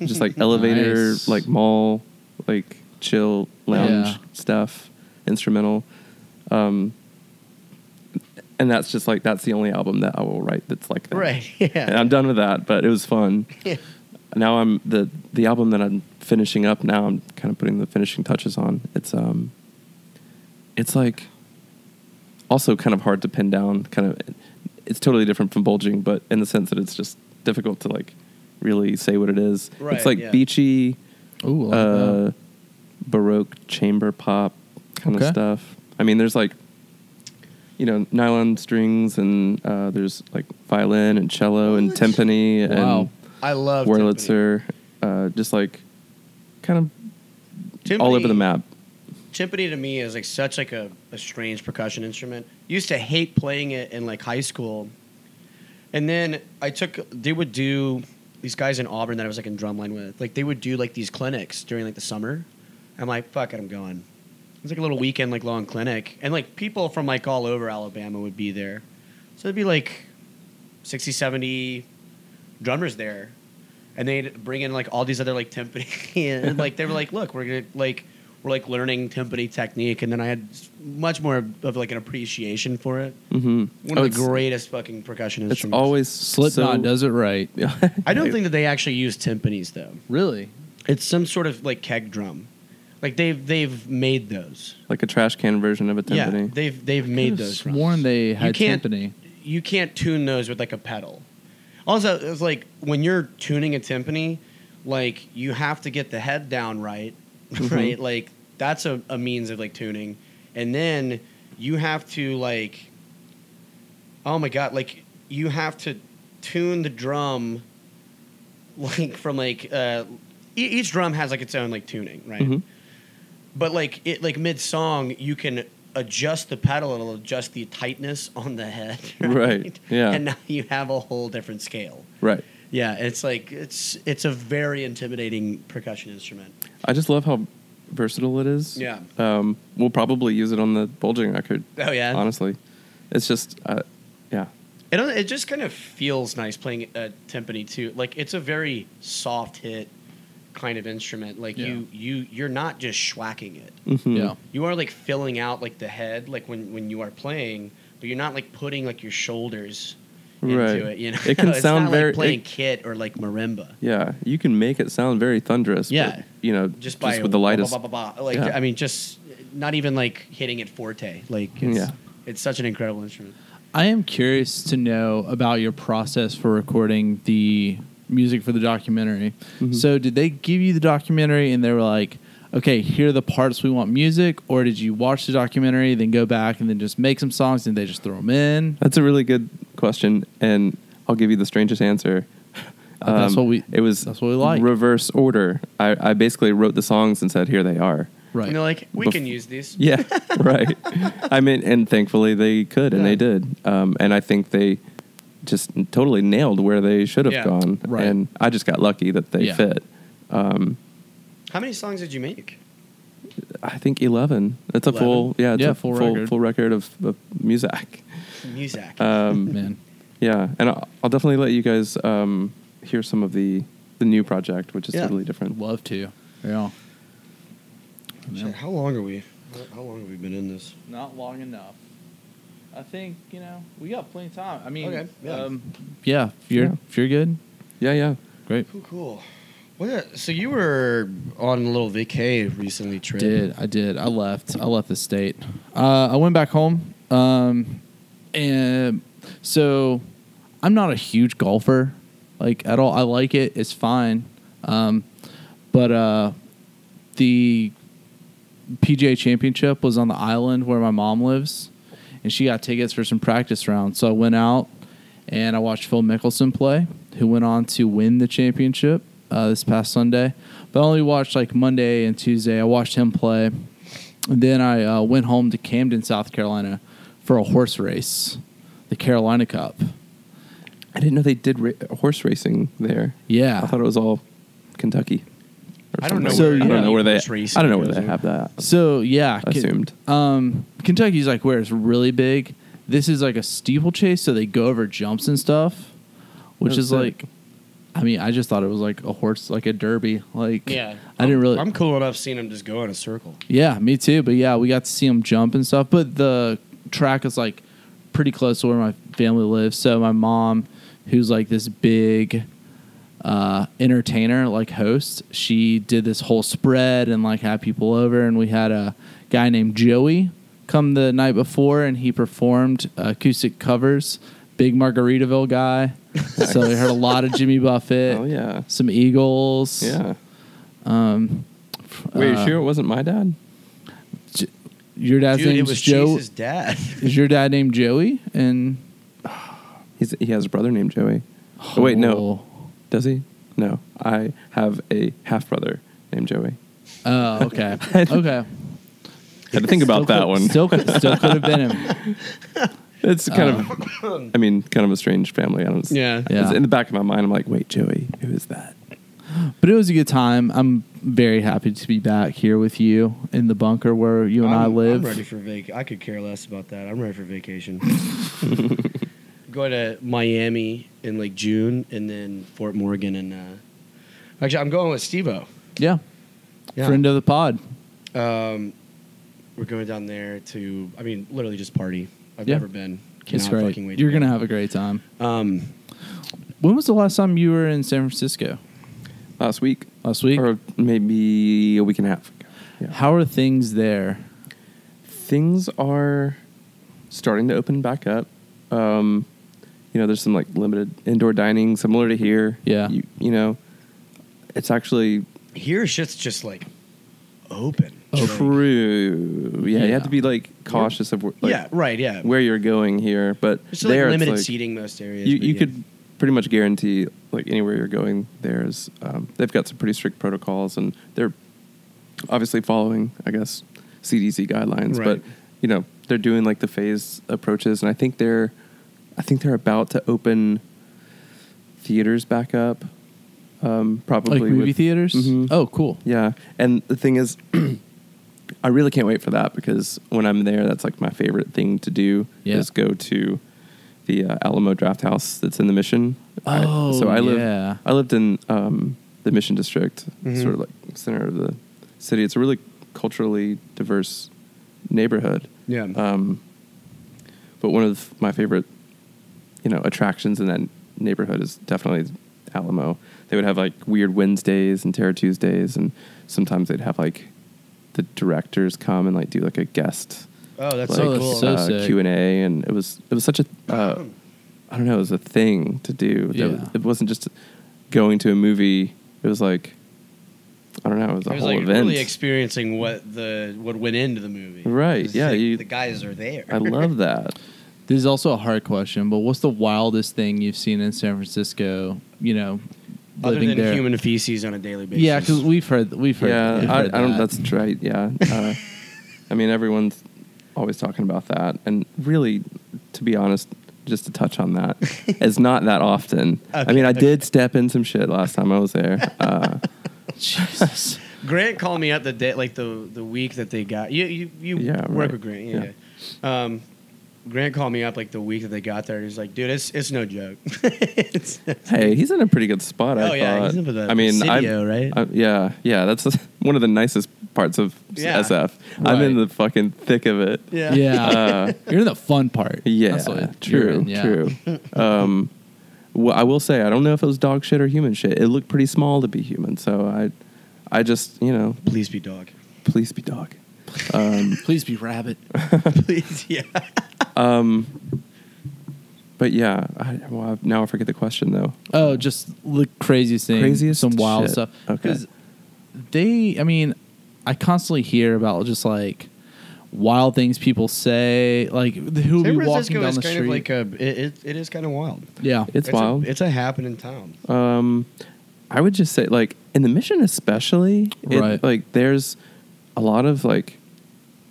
[SPEAKER 3] just like elevator,
[SPEAKER 1] Nice.
[SPEAKER 3] like mall, like chill lounge
[SPEAKER 1] Yeah.
[SPEAKER 3] stuff, instrumental. Um, and that's just like that's the only album that I will write that's like that.
[SPEAKER 2] Right. Yeah.
[SPEAKER 3] And I'm done with that, but it was fun.
[SPEAKER 2] Yeah.
[SPEAKER 3] now I'm the the album that I'm finishing up now. I'm kind of putting the finishing touches on. It's um, it's like also kind of hard to pin down. Kind of, it's totally different from bulging, but in the sense that it's just difficult to like really say what it is.
[SPEAKER 2] Right,
[SPEAKER 3] it's like
[SPEAKER 2] yeah.
[SPEAKER 3] beachy,
[SPEAKER 1] Ooh, I like
[SPEAKER 3] uh,
[SPEAKER 1] that.
[SPEAKER 3] baroque chamber pop kind
[SPEAKER 1] Okay.
[SPEAKER 3] of stuff. I mean, there's like you know nylon strings and uh, there's like violin and cello and
[SPEAKER 2] What?
[SPEAKER 3] timpani
[SPEAKER 1] Wow.
[SPEAKER 3] and
[SPEAKER 2] I love
[SPEAKER 3] Wurlitzer, uh, just like kind of
[SPEAKER 2] Timpani.
[SPEAKER 3] all over the map.
[SPEAKER 2] Timpani to me is like such like a, a strange percussion instrument. Used to hate playing it in like high school, and then I took they would do these guys in Auburn that I was like in drumline with. Like they would do like these clinics during like the summer. I'm like fuck it, I'm going. It's like a little weekend like long clinic, and like people from like all over Alabama would be there. So it'd be like 60, 70 drummers there, and they'd bring in like all these other like timpani, and like they were like, "Look, we're gonna like we're like learning timpani technique," and then I had s- much more of like an appreciation for it.
[SPEAKER 3] Mm-hmm.
[SPEAKER 2] One of the greatest fucking percussion
[SPEAKER 3] It's
[SPEAKER 2] instruments.
[SPEAKER 3] always
[SPEAKER 1] Slipknot does it right.
[SPEAKER 2] I don't think that they actually use timpanis though.
[SPEAKER 1] Really?
[SPEAKER 2] It's some sort of like keg drum. Like they've they've made those.
[SPEAKER 3] like a trash can version of a timpani.
[SPEAKER 2] Yeah, they've they've made
[SPEAKER 1] Could've
[SPEAKER 2] those. drums.
[SPEAKER 1] Sworn they
[SPEAKER 2] You
[SPEAKER 1] had
[SPEAKER 2] can't-
[SPEAKER 1] timpani.
[SPEAKER 2] you can't tune those with like a pedal. Also, it's like when you're tuning a timpani, like you have to get the head down right, right? Like that's a, a means of like tuning, and then you have to like, oh my god, like you have to tune the drum, like from like uh, e- each drum has like its own like tuning, right?
[SPEAKER 3] Mhm.
[SPEAKER 2] But like it like mid song, you can adjust the pedal and it'll adjust the tightness on the head.
[SPEAKER 3] Right, yeah.
[SPEAKER 2] And now you have a whole different scale.
[SPEAKER 3] Right.
[SPEAKER 2] Yeah, it's like it's it's a very intimidating percussion instrument.
[SPEAKER 3] I just love how versatile it is.
[SPEAKER 2] Yeah.
[SPEAKER 3] Um, we'll probably use it on the bulging record.
[SPEAKER 2] Oh yeah.
[SPEAKER 3] Honestly, it's just uh, yeah.
[SPEAKER 2] It it just kind of feels nice playing a timpani too. Like it's a very soft hit kind of instrument. Like you you you're not just schwacking it.
[SPEAKER 3] Mhm.
[SPEAKER 1] Yeah.
[SPEAKER 2] you are like filling out like the head like when when you are playing but you're not like putting like your shoulders into
[SPEAKER 3] Right.
[SPEAKER 2] it you know
[SPEAKER 3] It can
[SPEAKER 2] It's
[SPEAKER 3] sound
[SPEAKER 2] not
[SPEAKER 3] very-
[SPEAKER 2] like playing
[SPEAKER 3] it-
[SPEAKER 2] kit or like marimba
[SPEAKER 3] Yeah. You can make it sound very thunderous. but,
[SPEAKER 2] Yeah.
[SPEAKER 3] you know,
[SPEAKER 2] just by
[SPEAKER 3] with the lightest.
[SPEAKER 2] blah, blah, blah, blah. like
[SPEAKER 3] Yeah.
[SPEAKER 2] i mean just not even like hitting it forte like it's,
[SPEAKER 3] Yeah.
[SPEAKER 2] it's such an incredible instrument
[SPEAKER 1] I am curious to know about your process for recording the music for the documentary.
[SPEAKER 3] Mhm.
[SPEAKER 1] So, did they give you the documentary and they were like, okay, here are the parts we want music? Or did you watch the documentary, then go back and then just make some songs and they just throw them in?
[SPEAKER 3] That's a really good question, and I'll give you the strangest answer.
[SPEAKER 1] Uh, that's what we-
[SPEAKER 3] Um, It was.
[SPEAKER 1] that's what we like.
[SPEAKER 3] Reverse order. I, I basically wrote the songs and said, "Here they are."
[SPEAKER 1] Right.
[SPEAKER 2] and they're like we
[SPEAKER 3] Bef-
[SPEAKER 2] can use these
[SPEAKER 3] Yeah. right. I mean, and thankfully they could, and
[SPEAKER 2] Yeah.
[SPEAKER 3] they did. Um, and I think they just totally nailed where they should have
[SPEAKER 2] Yeah.
[SPEAKER 3] gone.
[SPEAKER 1] Right.
[SPEAKER 3] And I just got lucky that they
[SPEAKER 1] Yeah.
[SPEAKER 3] fit.
[SPEAKER 2] how many songs did you make
[SPEAKER 3] I think eleven. It's a
[SPEAKER 2] 11?
[SPEAKER 3] full. Yeah. It's
[SPEAKER 1] Yeah,
[SPEAKER 3] a
[SPEAKER 1] full
[SPEAKER 3] full full
[SPEAKER 1] record.
[SPEAKER 3] record, of, of music.
[SPEAKER 2] muzak
[SPEAKER 3] Um,
[SPEAKER 1] Man.
[SPEAKER 3] Yeah, and I'll, I'll definitely let you guys um, hear some of the the new project, which is
[SPEAKER 2] Yeah.
[SPEAKER 3] totally different.
[SPEAKER 1] Love to. Yeah.
[SPEAKER 2] Shit, how long are we how- how long have we been in this
[SPEAKER 1] Not long enough. I think you know we got plenty of time. I mean,
[SPEAKER 2] Okay, yeah.
[SPEAKER 1] um, yeah. If you're
[SPEAKER 3] Yeah.
[SPEAKER 1] if you're good,
[SPEAKER 3] Yeah, yeah.
[SPEAKER 1] great.
[SPEAKER 2] Cool, cool. Well, yeah, so you were on a little vacay recently, Trent.
[SPEAKER 1] Did I did I left I left the state. Uh, I went back home, um, and so I'm not a huge golfer, like at all. I like it; it's fine, um, but uh, the PGA Championship was on the island where my mom lives, and she got tickets for some practice rounds. So I went out and I watched Phil Mickelson play, who went on to win the championship uh, this past Sunday. But I only watched like Monday and Tuesday. I watched him play. And then I uh, went home to Camden, South Carolina, for a horse race, the Carolina Cup.
[SPEAKER 3] I didn't know they did ra- horse racing there.
[SPEAKER 1] Yeah,
[SPEAKER 3] I thought it was all Kentucky. or
[SPEAKER 2] I don't know
[SPEAKER 3] something.
[SPEAKER 1] where-
[SPEAKER 3] I
[SPEAKER 1] yeah.
[SPEAKER 3] don't know where they.
[SPEAKER 2] horse racing
[SPEAKER 3] I don't know where
[SPEAKER 2] goes
[SPEAKER 3] they
[SPEAKER 2] in.
[SPEAKER 3] have that.
[SPEAKER 1] So yeah, Ken-
[SPEAKER 3] Assumed.
[SPEAKER 1] um, Kentucky's like where it's really big. This is like a steeplechase, so they go over jumps and stuff, which
[SPEAKER 3] That's
[SPEAKER 1] is
[SPEAKER 3] sick.
[SPEAKER 1] like, I mean, I just thought it was like a horse, like a derby. Like,
[SPEAKER 2] Yeah.
[SPEAKER 1] I didn't really.
[SPEAKER 2] I'm cool enough seeing him just go in a circle.
[SPEAKER 1] yeah, me too. But yeah, we got to see him jump and stuff. But the track is like pretty close to where my family lives. So my mom, who's like this big uh, entertainer, like host, she did this whole spread and like had people over. And we had a guy named Joey come the night before, and he performed acoustic covers. Big Margaritaville guy. so we heard a lot of Jimmy Buffett.
[SPEAKER 3] Oh yeah,
[SPEAKER 1] Some Eagles.
[SPEAKER 3] yeah.
[SPEAKER 1] Um,
[SPEAKER 3] Wait, you
[SPEAKER 1] uh,
[SPEAKER 3] sure it wasn't my dad?
[SPEAKER 1] Your dad's
[SPEAKER 2] Dude, it
[SPEAKER 1] name's
[SPEAKER 2] was
[SPEAKER 1] Joe.
[SPEAKER 2] Jesus' dad.
[SPEAKER 1] Is your dad named Joey? And
[SPEAKER 3] He's, he has a brother named Joey. Oh, wait, no.
[SPEAKER 1] Oh.
[SPEAKER 3] Does he? No. I have a half brother named Joey.
[SPEAKER 1] Oh, okay. okay.
[SPEAKER 3] Had to think about
[SPEAKER 1] Still
[SPEAKER 3] that
[SPEAKER 1] could-
[SPEAKER 3] one.
[SPEAKER 1] Still, could- still could have been him.
[SPEAKER 3] it's kind of, I mean, kind of a strange family. I don't.
[SPEAKER 2] Yeah.
[SPEAKER 3] it's
[SPEAKER 1] uh. Yeah.
[SPEAKER 3] In the back of my mind, I'm like, wait, Joey, who is that?
[SPEAKER 1] But it was a good time. I'm very happy to be back here with you in the bunker where you and i
[SPEAKER 2] I'm-
[SPEAKER 1] live.
[SPEAKER 2] I'm ready for vac. I could care less about that. I'm ready for vacation. Going to Miami in like June, and then Fort Morgan, and uh, actually, I'm going with Stevo.
[SPEAKER 1] Yeah. Friend of the pod.
[SPEAKER 2] Um, we're going down there to, I mean, literally just party. I've
[SPEAKER 1] Yeah.
[SPEAKER 2] never been.
[SPEAKER 1] It's
[SPEAKER 2] Cannot
[SPEAKER 1] great.
[SPEAKER 2] fucking wait.
[SPEAKER 1] You're
[SPEAKER 2] to
[SPEAKER 1] going to
[SPEAKER 2] go.
[SPEAKER 1] have a great time.
[SPEAKER 2] Um,
[SPEAKER 1] When was the last time you were in San Francisco?
[SPEAKER 3] Last week,
[SPEAKER 1] Last week?
[SPEAKER 3] or maybe a week and a half. ago. Yeah.
[SPEAKER 1] How are things there?
[SPEAKER 3] things are starting to open back up. Um, you know, there's some like limited indoor dining similar to here.
[SPEAKER 1] Yeah.
[SPEAKER 3] You, you know, it's actually
[SPEAKER 2] here, shit's just like open.
[SPEAKER 3] Oh,
[SPEAKER 2] Like,
[SPEAKER 3] true. Yeah, you have
[SPEAKER 1] Oh, Yeah.
[SPEAKER 3] to be like cautious of where, like,
[SPEAKER 2] yeah, right. Yeah,
[SPEAKER 3] where you're going here, but
[SPEAKER 2] There's still,
[SPEAKER 3] there
[SPEAKER 2] like
[SPEAKER 3] it's,
[SPEAKER 2] limited
[SPEAKER 3] like,
[SPEAKER 2] seating most areas.
[SPEAKER 3] You
[SPEAKER 2] but
[SPEAKER 3] you
[SPEAKER 2] yeah.
[SPEAKER 3] could pretty much guarantee like anywhere you're going, there's um, they've got some pretty strict protocols, and they're obviously following, I guess, CDC guidelines.
[SPEAKER 2] Right.
[SPEAKER 3] But you know, they're doing like the phase approaches, and I think they're, I think they're about to open theaters back up, um, probably
[SPEAKER 1] like movie
[SPEAKER 3] with-
[SPEAKER 1] theaters?
[SPEAKER 3] Mhm.
[SPEAKER 1] Oh, cool.
[SPEAKER 3] yeah, and the thing is, I really can't wait for that because when I'm there, that's like my favorite thing to do
[SPEAKER 1] Yeah.
[SPEAKER 3] is go to the uh, Alamo Draft House that's in the Mission. I-
[SPEAKER 1] Oh,
[SPEAKER 3] so I live,
[SPEAKER 1] yeah. Mm-hmm.
[SPEAKER 3] I lived in um, the Mission District,
[SPEAKER 2] Mhm.
[SPEAKER 3] sort of like center of the city. It's a really culturally diverse neighborhood.
[SPEAKER 2] Yeah.
[SPEAKER 3] Um, but one of my favorite, you know, attractions in that neighborhood is definitely Alamo. They would have like weird Wednesdays and Terror Tuesdays, and sometimes they'd have like the directors come and like do like a guest
[SPEAKER 2] Oh, that's
[SPEAKER 3] like
[SPEAKER 1] so cool.
[SPEAKER 2] so cool.
[SPEAKER 1] so
[SPEAKER 3] uh,
[SPEAKER 1] sick.
[SPEAKER 3] Q and A, and it was it was such a uh, I don't know, it was a thing to do. That-
[SPEAKER 1] Yeah.
[SPEAKER 3] It wasn't just going to a movie. It was like I don't know, it was a
[SPEAKER 2] I was
[SPEAKER 3] whole
[SPEAKER 2] like
[SPEAKER 3] event.
[SPEAKER 2] really experiencing what the what went into the movie.
[SPEAKER 3] Right,
[SPEAKER 2] It's
[SPEAKER 3] yeah,
[SPEAKER 2] like
[SPEAKER 3] you-
[SPEAKER 2] the guys are there.
[SPEAKER 3] I love that.
[SPEAKER 1] This is also a hard question, but what's the wildest thing you've seen in San Francisco? You know,
[SPEAKER 2] Other
[SPEAKER 1] living
[SPEAKER 2] than
[SPEAKER 1] there.
[SPEAKER 2] human feces on a daily basis.
[SPEAKER 1] yeah, because we've heard we've heard.
[SPEAKER 3] yeah,
[SPEAKER 1] we've
[SPEAKER 3] I,
[SPEAKER 1] heard
[SPEAKER 3] I don't.
[SPEAKER 1] that.
[SPEAKER 3] That's right. Yeah, uh, I mean everyone's always talking about that, and really, to be honest, just to touch on that, it's not that often. I
[SPEAKER 2] Okay,
[SPEAKER 3] mean, I did
[SPEAKER 2] okay.
[SPEAKER 3] step in some shit last time I was there. Uh,
[SPEAKER 1] Jesus.
[SPEAKER 2] Grant called me up the day, like the the week that they got you. You, you
[SPEAKER 3] Yeah,
[SPEAKER 2] work
[SPEAKER 3] right.
[SPEAKER 2] with Grant, yeah. yeah. Um, Grant called me up like the week that they got there. and He's like, dude, it's it's no joke. It's-
[SPEAKER 3] hey, he's in a pretty good spot. I
[SPEAKER 2] Oh, yeah,
[SPEAKER 3] thought.
[SPEAKER 2] he's in for the
[SPEAKER 3] I mean, I-
[SPEAKER 2] Presidio, right?
[SPEAKER 3] I- yeah, yeah. That's one of the nicest parts of
[SPEAKER 2] Yeah.
[SPEAKER 3] SF. I'm in
[SPEAKER 1] Right.
[SPEAKER 3] the fucking thick of it.
[SPEAKER 2] Yeah.
[SPEAKER 1] Yeah.
[SPEAKER 3] Uh,
[SPEAKER 1] You're in the fun part.
[SPEAKER 3] Yeah,
[SPEAKER 1] That's what you're
[SPEAKER 3] true,
[SPEAKER 1] in, yeah.
[SPEAKER 3] true. um, well, I will say I don't know if it was dog shit or human shit. It looked pretty small to be human, so I, I just you know,
[SPEAKER 2] Please be dog.
[SPEAKER 3] please be dog. Um,
[SPEAKER 1] Please be rabbit.
[SPEAKER 2] Please, yeah.
[SPEAKER 3] um, but yeah, I, well, I've- now I forget the question though.
[SPEAKER 1] Oh, just the craziest thing.
[SPEAKER 3] Craziest
[SPEAKER 1] some wild
[SPEAKER 3] shit.
[SPEAKER 1] stuff.
[SPEAKER 3] Okay.
[SPEAKER 1] they, I mean, I constantly hear about just like wild things people say, like who
[SPEAKER 2] San
[SPEAKER 1] be walking
[SPEAKER 2] Francisco
[SPEAKER 1] down
[SPEAKER 2] is
[SPEAKER 1] the
[SPEAKER 2] kind
[SPEAKER 1] street.
[SPEAKER 2] of like a. It, it, it is kind of wild.
[SPEAKER 1] yeah,
[SPEAKER 3] It's wild.
[SPEAKER 2] A, it's a happening town.
[SPEAKER 3] Um, I would just say, like in the mission, especially, it-
[SPEAKER 1] Right.
[SPEAKER 3] like there's a lot of like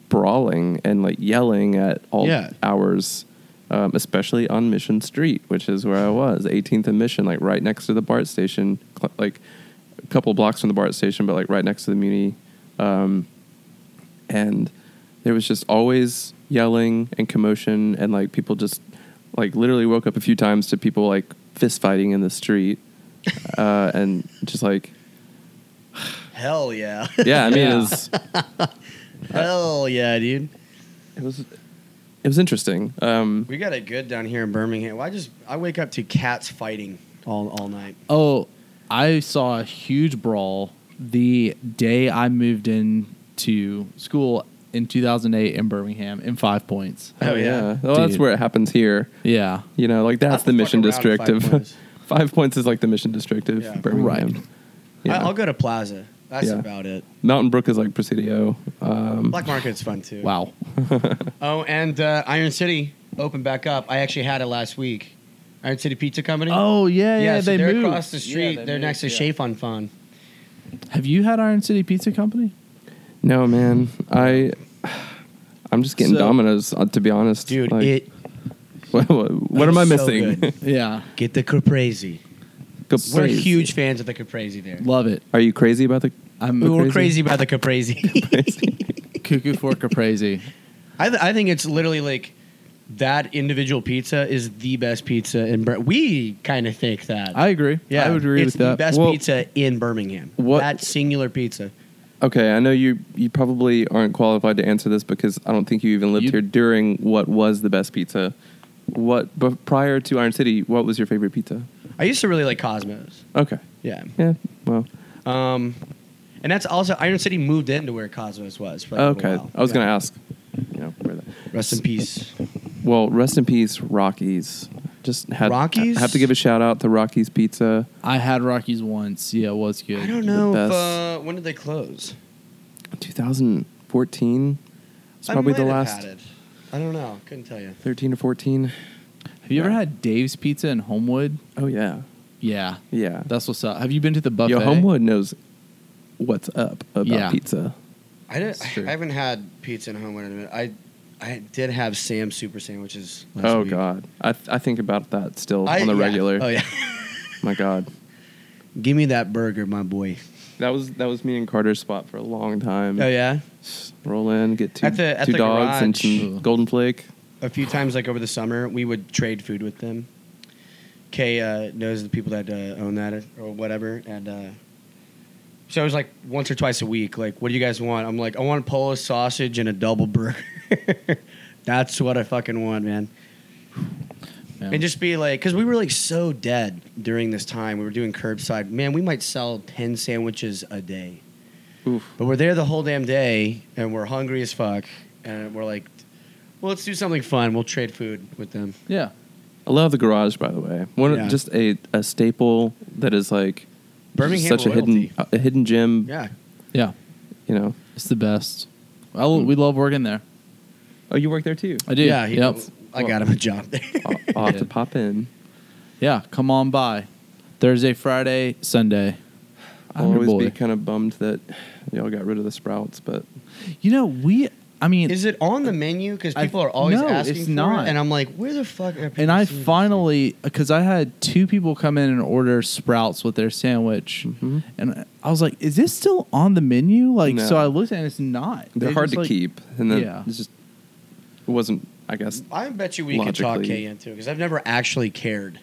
[SPEAKER 3] brawling and like yelling at all
[SPEAKER 2] Yeah.
[SPEAKER 3] hours, um, especially on Mission Street, which is where I was, 18th and Mission, like right next to the BART station, cl- like a couple blocks from the BART station, but like right next to the Muni. Um, and there was just always yelling and commotion and like people just like literally woke up a few times to people like fist fighting in the street uh, and just like
[SPEAKER 2] Hell yeah.
[SPEAKER 3] yeah i mean
[SPEAKER 1] Yeah.
[SPEAKER 3] it was
[SPEAKER 2] Hell yeah, dude.
[SPEAKER 3] it was it was interesting um
[SPEAKER 2] We got it good down here in Birmingham. Well, I just I wake up to cats fighting all all night.
[SPEAKER 1] Oh, I saw a huge brawl the day I moved in to school in 2008 in Birmingham in Five Points.
[SPEAKER 2] Oh, yeah.
[SPEAKER 3] well that's
[SPEAKER 1] Dude.
[SPEAKER 3] where it happens here
[SPEAKER 1] Yeah.
[SPEAKER 3] you know like that's the
[SPEAKER 2] Not to fuck
[SPEAKER 3] mission
[SPEAKER 2] around
[SPEAKER 3] district
[SPEAKER 2] at Five
[SPEAKER 3] of
[SPEAKER 2] Points.
[SPEAKER 3] five points is like the mission district of
[SPEAKER 2] Yeah.
[SPEAKER 3] birmingham
[SPEAKER 1] Right.
[SPEAKER 3] Yeah.
[SPEAKER 2] I, I'll go to Plaza. That's
[SPEAKER 3] Yeah.
[SPEAKER 2] about it.
[SPEAKER 3] mountain brook is like presidio um
[SPEAKER 2] Black Market's fun too.
[SPEAKER 1] Wow.
[SPEAKER 2] Oh, and uh, Iron City opened back up. I actually had it last week. Iron City Pizza Company.
[SPEAKER 1] Oh yeah, yeah.
[SPEAKER 2] so
[SPEAKER 1] they
[SPEAKER 2] they're
[SPEAKER 1] moved.
[SPEAKER 2] across the street.
[SPEAKER 1] Yeah,
[SPEAKER 2] they are
[SPEAKER 1] moved,
[SPEAKER 2] next to
[SPEAKER 1] yeah.
[SPEAKER 2] Chef on Fun.
[SPEAKER 1] Have you had Iron City Pizza Company?
[SPEAKER 3] no man i i'm just getting
[SPEAKER 1] So-
[SPEAKER 3] dominoes uh, to be honest
[SPEAKER 2] Dude,
[SPEAKER 3] Like,
[SPEAKER 2] it
[SPEAKER 3] what, what, what am i
[SPEAKER 2] so
[SPEAKER 3] missing
[SPEAKER 2] good.
[SPEAKER 1] Yeah,
[SPEAKER 2] get the caprese.
[SPEAKER 3] Caprese.
[SPEAKER 2] We're huge fans of the caprese there.
[SPEAKER 1] love it.
[SPEAKER 3] are you crazy about the
[SPEAKER 1] I'm
[SPEAKER 2] We were crazy about the caprese.
[SPEAKER 1] Cuckoo for Caprese.
[SPEAKER 2] I, th- I think it's literally like that individual pizza is the best pizza in Bur- we kind of think that.
[SPEAKER 1] I agree. I would agree
[SPEAKER 2] it's
[SPEAKER 1] with that.
[SPEAKER 2] the best
[SPEAKER 3] Well-
[SPEAKER 2] pizza in Birmingham.
[SPEAKER 3] What-
[SPEAKER 2] That singular pizza.
[SPEAKER 3] Okay, I know you you probably aren't qualified to answer this because I don't think you even lived
[SPEAKER 1] You-
[SPEAKER 3] here during what was the best pizza. What but prior to Iron City, what was your favorite pizza?
[SPEAKER 2] I used to really like Cosmos.
[SPEAKER 3] Okay.
[SPEAKER 2] Yeah.
[SPEAKER 3] Yeah. Well,
[SPEAKER 2] Um, and that's also Iron City moved into where Cosmos was. For like a little
[SPEAKER 3] okay.
[SPEAKER 2] while.
[SPEAKER 3] I was
[SPEAKER 2] Yeah.
[SPEAKER 3] going to ask. You know, where the,
[SPEAKER 2] Rest in peace.
[SPEAKER 3] well, rest in peace, Rockies. Just had,
[SPEAKER 2] Rockies?
[SPEAKER 3] I have to give a shout out to Rockies Pizza.
[SPEAKER 1] I had Rockies once. Yeah, it was good.
[SPEAKER 2] I don't know. If,
[SPEAKER 3] best.
[SPEAKER 2] uh, when did they close?
[SPEAKER 3] 2014. It's probably
[SPEAKER 2] I
[SPEAKER 3] the
[SPEAKER 2] might have
[SPEAKER 3] last
[SPEAKER 2] had it. I don't know. Couldn't tell you.
[SPEAKER 3] 13 or 14.
[SPEAKER 1] Have you ever had Dave's Pizza in Homewood?
[SPEAKER 3] Oh yeah.
[SPEAKER 1] Yeah,
[SPEAKER 3] Yeah.
[SPEAKER 1] that's what's up. Have you been to the buffet?
[SPEAKER 3] Yo, Homewood knows what's up about
[SPEAKER 1] Yeah.
[SPEAKER 3] pizza.
[SPEAKER 2] I didn't.
[SPEAKER 1] It's true.
[SPEAKER 2] I haven't had pizza in home in a minute. I, I did have Sam's super sandwiches. Last
[SPEAKER 3] Oh
[SPEAKER 2] week.
[SPEAKER 3] God, I th- I think about that still
[SPEAKER 2] I-
[SPEAKER 3] on the
[SPEAKER 2] yeah.
[SPEAKER 3] regular.
[SPEAKER 2] Oh yeah.
[SPEAKER 3] My God,
[SPEAKER 2] Give me that burger, my boy.
[SPEAKER 3] that was that was me and Carter's spot for a long time.
[SPEAKER 2] Oh yeah.
[SPEAKER 3] roll in, get two
[SPEAKER 2] At the- at
[SPEAKER 3] two
[SPEAKER 2] the
[SPEAKER 3] dogs and
[SPEAKER 2] garage.
[SPEAKER 3] some
[SPEAKER 1] Ooh.
[SPEAKER 3] golden flake.
[SPEAKER 2] A few times, like over the summer, we would trade food with them. Kay uh, knows the people that uh, own that or whatever, and uh, so it was like once or twice a week. Like, what do you guys want? I'm like, I want a Polish sausage and a double burger. That's what I fucking want, man.
[SPEAKER 1] Yeah.
[SPEAKER 2] and just be like, because we were like so dead during this time. We were doing curbside. Man, we might sell ten sandwiches a day,
[SPEAKER 3] Oof.
[SPEAKER 2] but we're there the whole damn day, and we're hungry as fuck, and we're like, well, let's do something fun. We'll trade food with them.
[SPEAKER 1] yeah,
[SPEAKER 3] I love the garage, by the way. One
[SPEAKER 2] Yeah.
[SPEAKER 3] just a, a staple that is like
[SPEAKER 2] Birmingham
[SPEAKER 3] such a
[SPEAKER 2] royalty.
[SPEAKER 3] hidden uh, a hidden gem.
[SPEAKER 2] Yeah,
[SPEAKER 1] yeah,
[SPEAKER 3] you know.
[SPEAKER 1] it's the best. I lo- we love working there.
[SPEAKER 3] Oh, you work there too.
[SPEAKER 1] I do.
[SPEAKER 2] yeah.
[SPEAKER 1] Yeah,
[SPEAKER 2] he-
[SPEAKER 1] yep.
[SPEAKER 2] I got him a job there.
[SPEAKER 3] I'll, I'll have to
[SPEAKER 1] Yeah.
[SPEAKER 3] pop in.
[SPEAKER 1] yeah. Come on by Thursday, Friday, Sunday. I'm
[SPEAKER 3] I'll
[SPEAKER 1] your
[SPEAKER 3] always
[SPEAKER 1] boy.
[SPEAKER 3] be kind of bummed that y'all got rid of the sprouts, but
[SPEAKER 1] you know, we. I mean,
[SPEAKER 2] Is it on the menu? Because
[SPEAKER 1] I-
[SPEAKER 2] people are always
[SPEAKER 1] no,
[SPEAKER 2] asking
[SPEAKER 1] it's
[SPEAKER 2] for
[SPEAKER 1] not.
[SPEAKER 2] it, and I'm like, where the fuck? Are people
[SPEAKER 1] And I
[SPEAKER 2] seeing-
[SPEAKER 1] finally, because I had two people come in and order sprouts with their sandwich,
[SPEAKER 2] Mm-hmm.
[SPEAKER 3] Mhm.
[SPEAKER 1] and I was like, "Is this still on the menu?" Like,
[SPEAKER 3] No.
[SPEAKER 1] so I looked and it's not.
[SPEAKER 3] they're
[SPEAKER 1] They
[SPEAKER 3] hard
[SPEAKER 1] just,
[SPEAKER 3] to
[SPEAKER 1] like-
[SPEAKER 3] keep. And then
[SPEAKER 1] yeah.
[SPEAKER 3] it's just it wasn't. I guess
[SPEAKER 2] I bet you we could talk
[SPEAKER 3] Logically.
[SPEAKER 2] Kay into because I've never actually cared.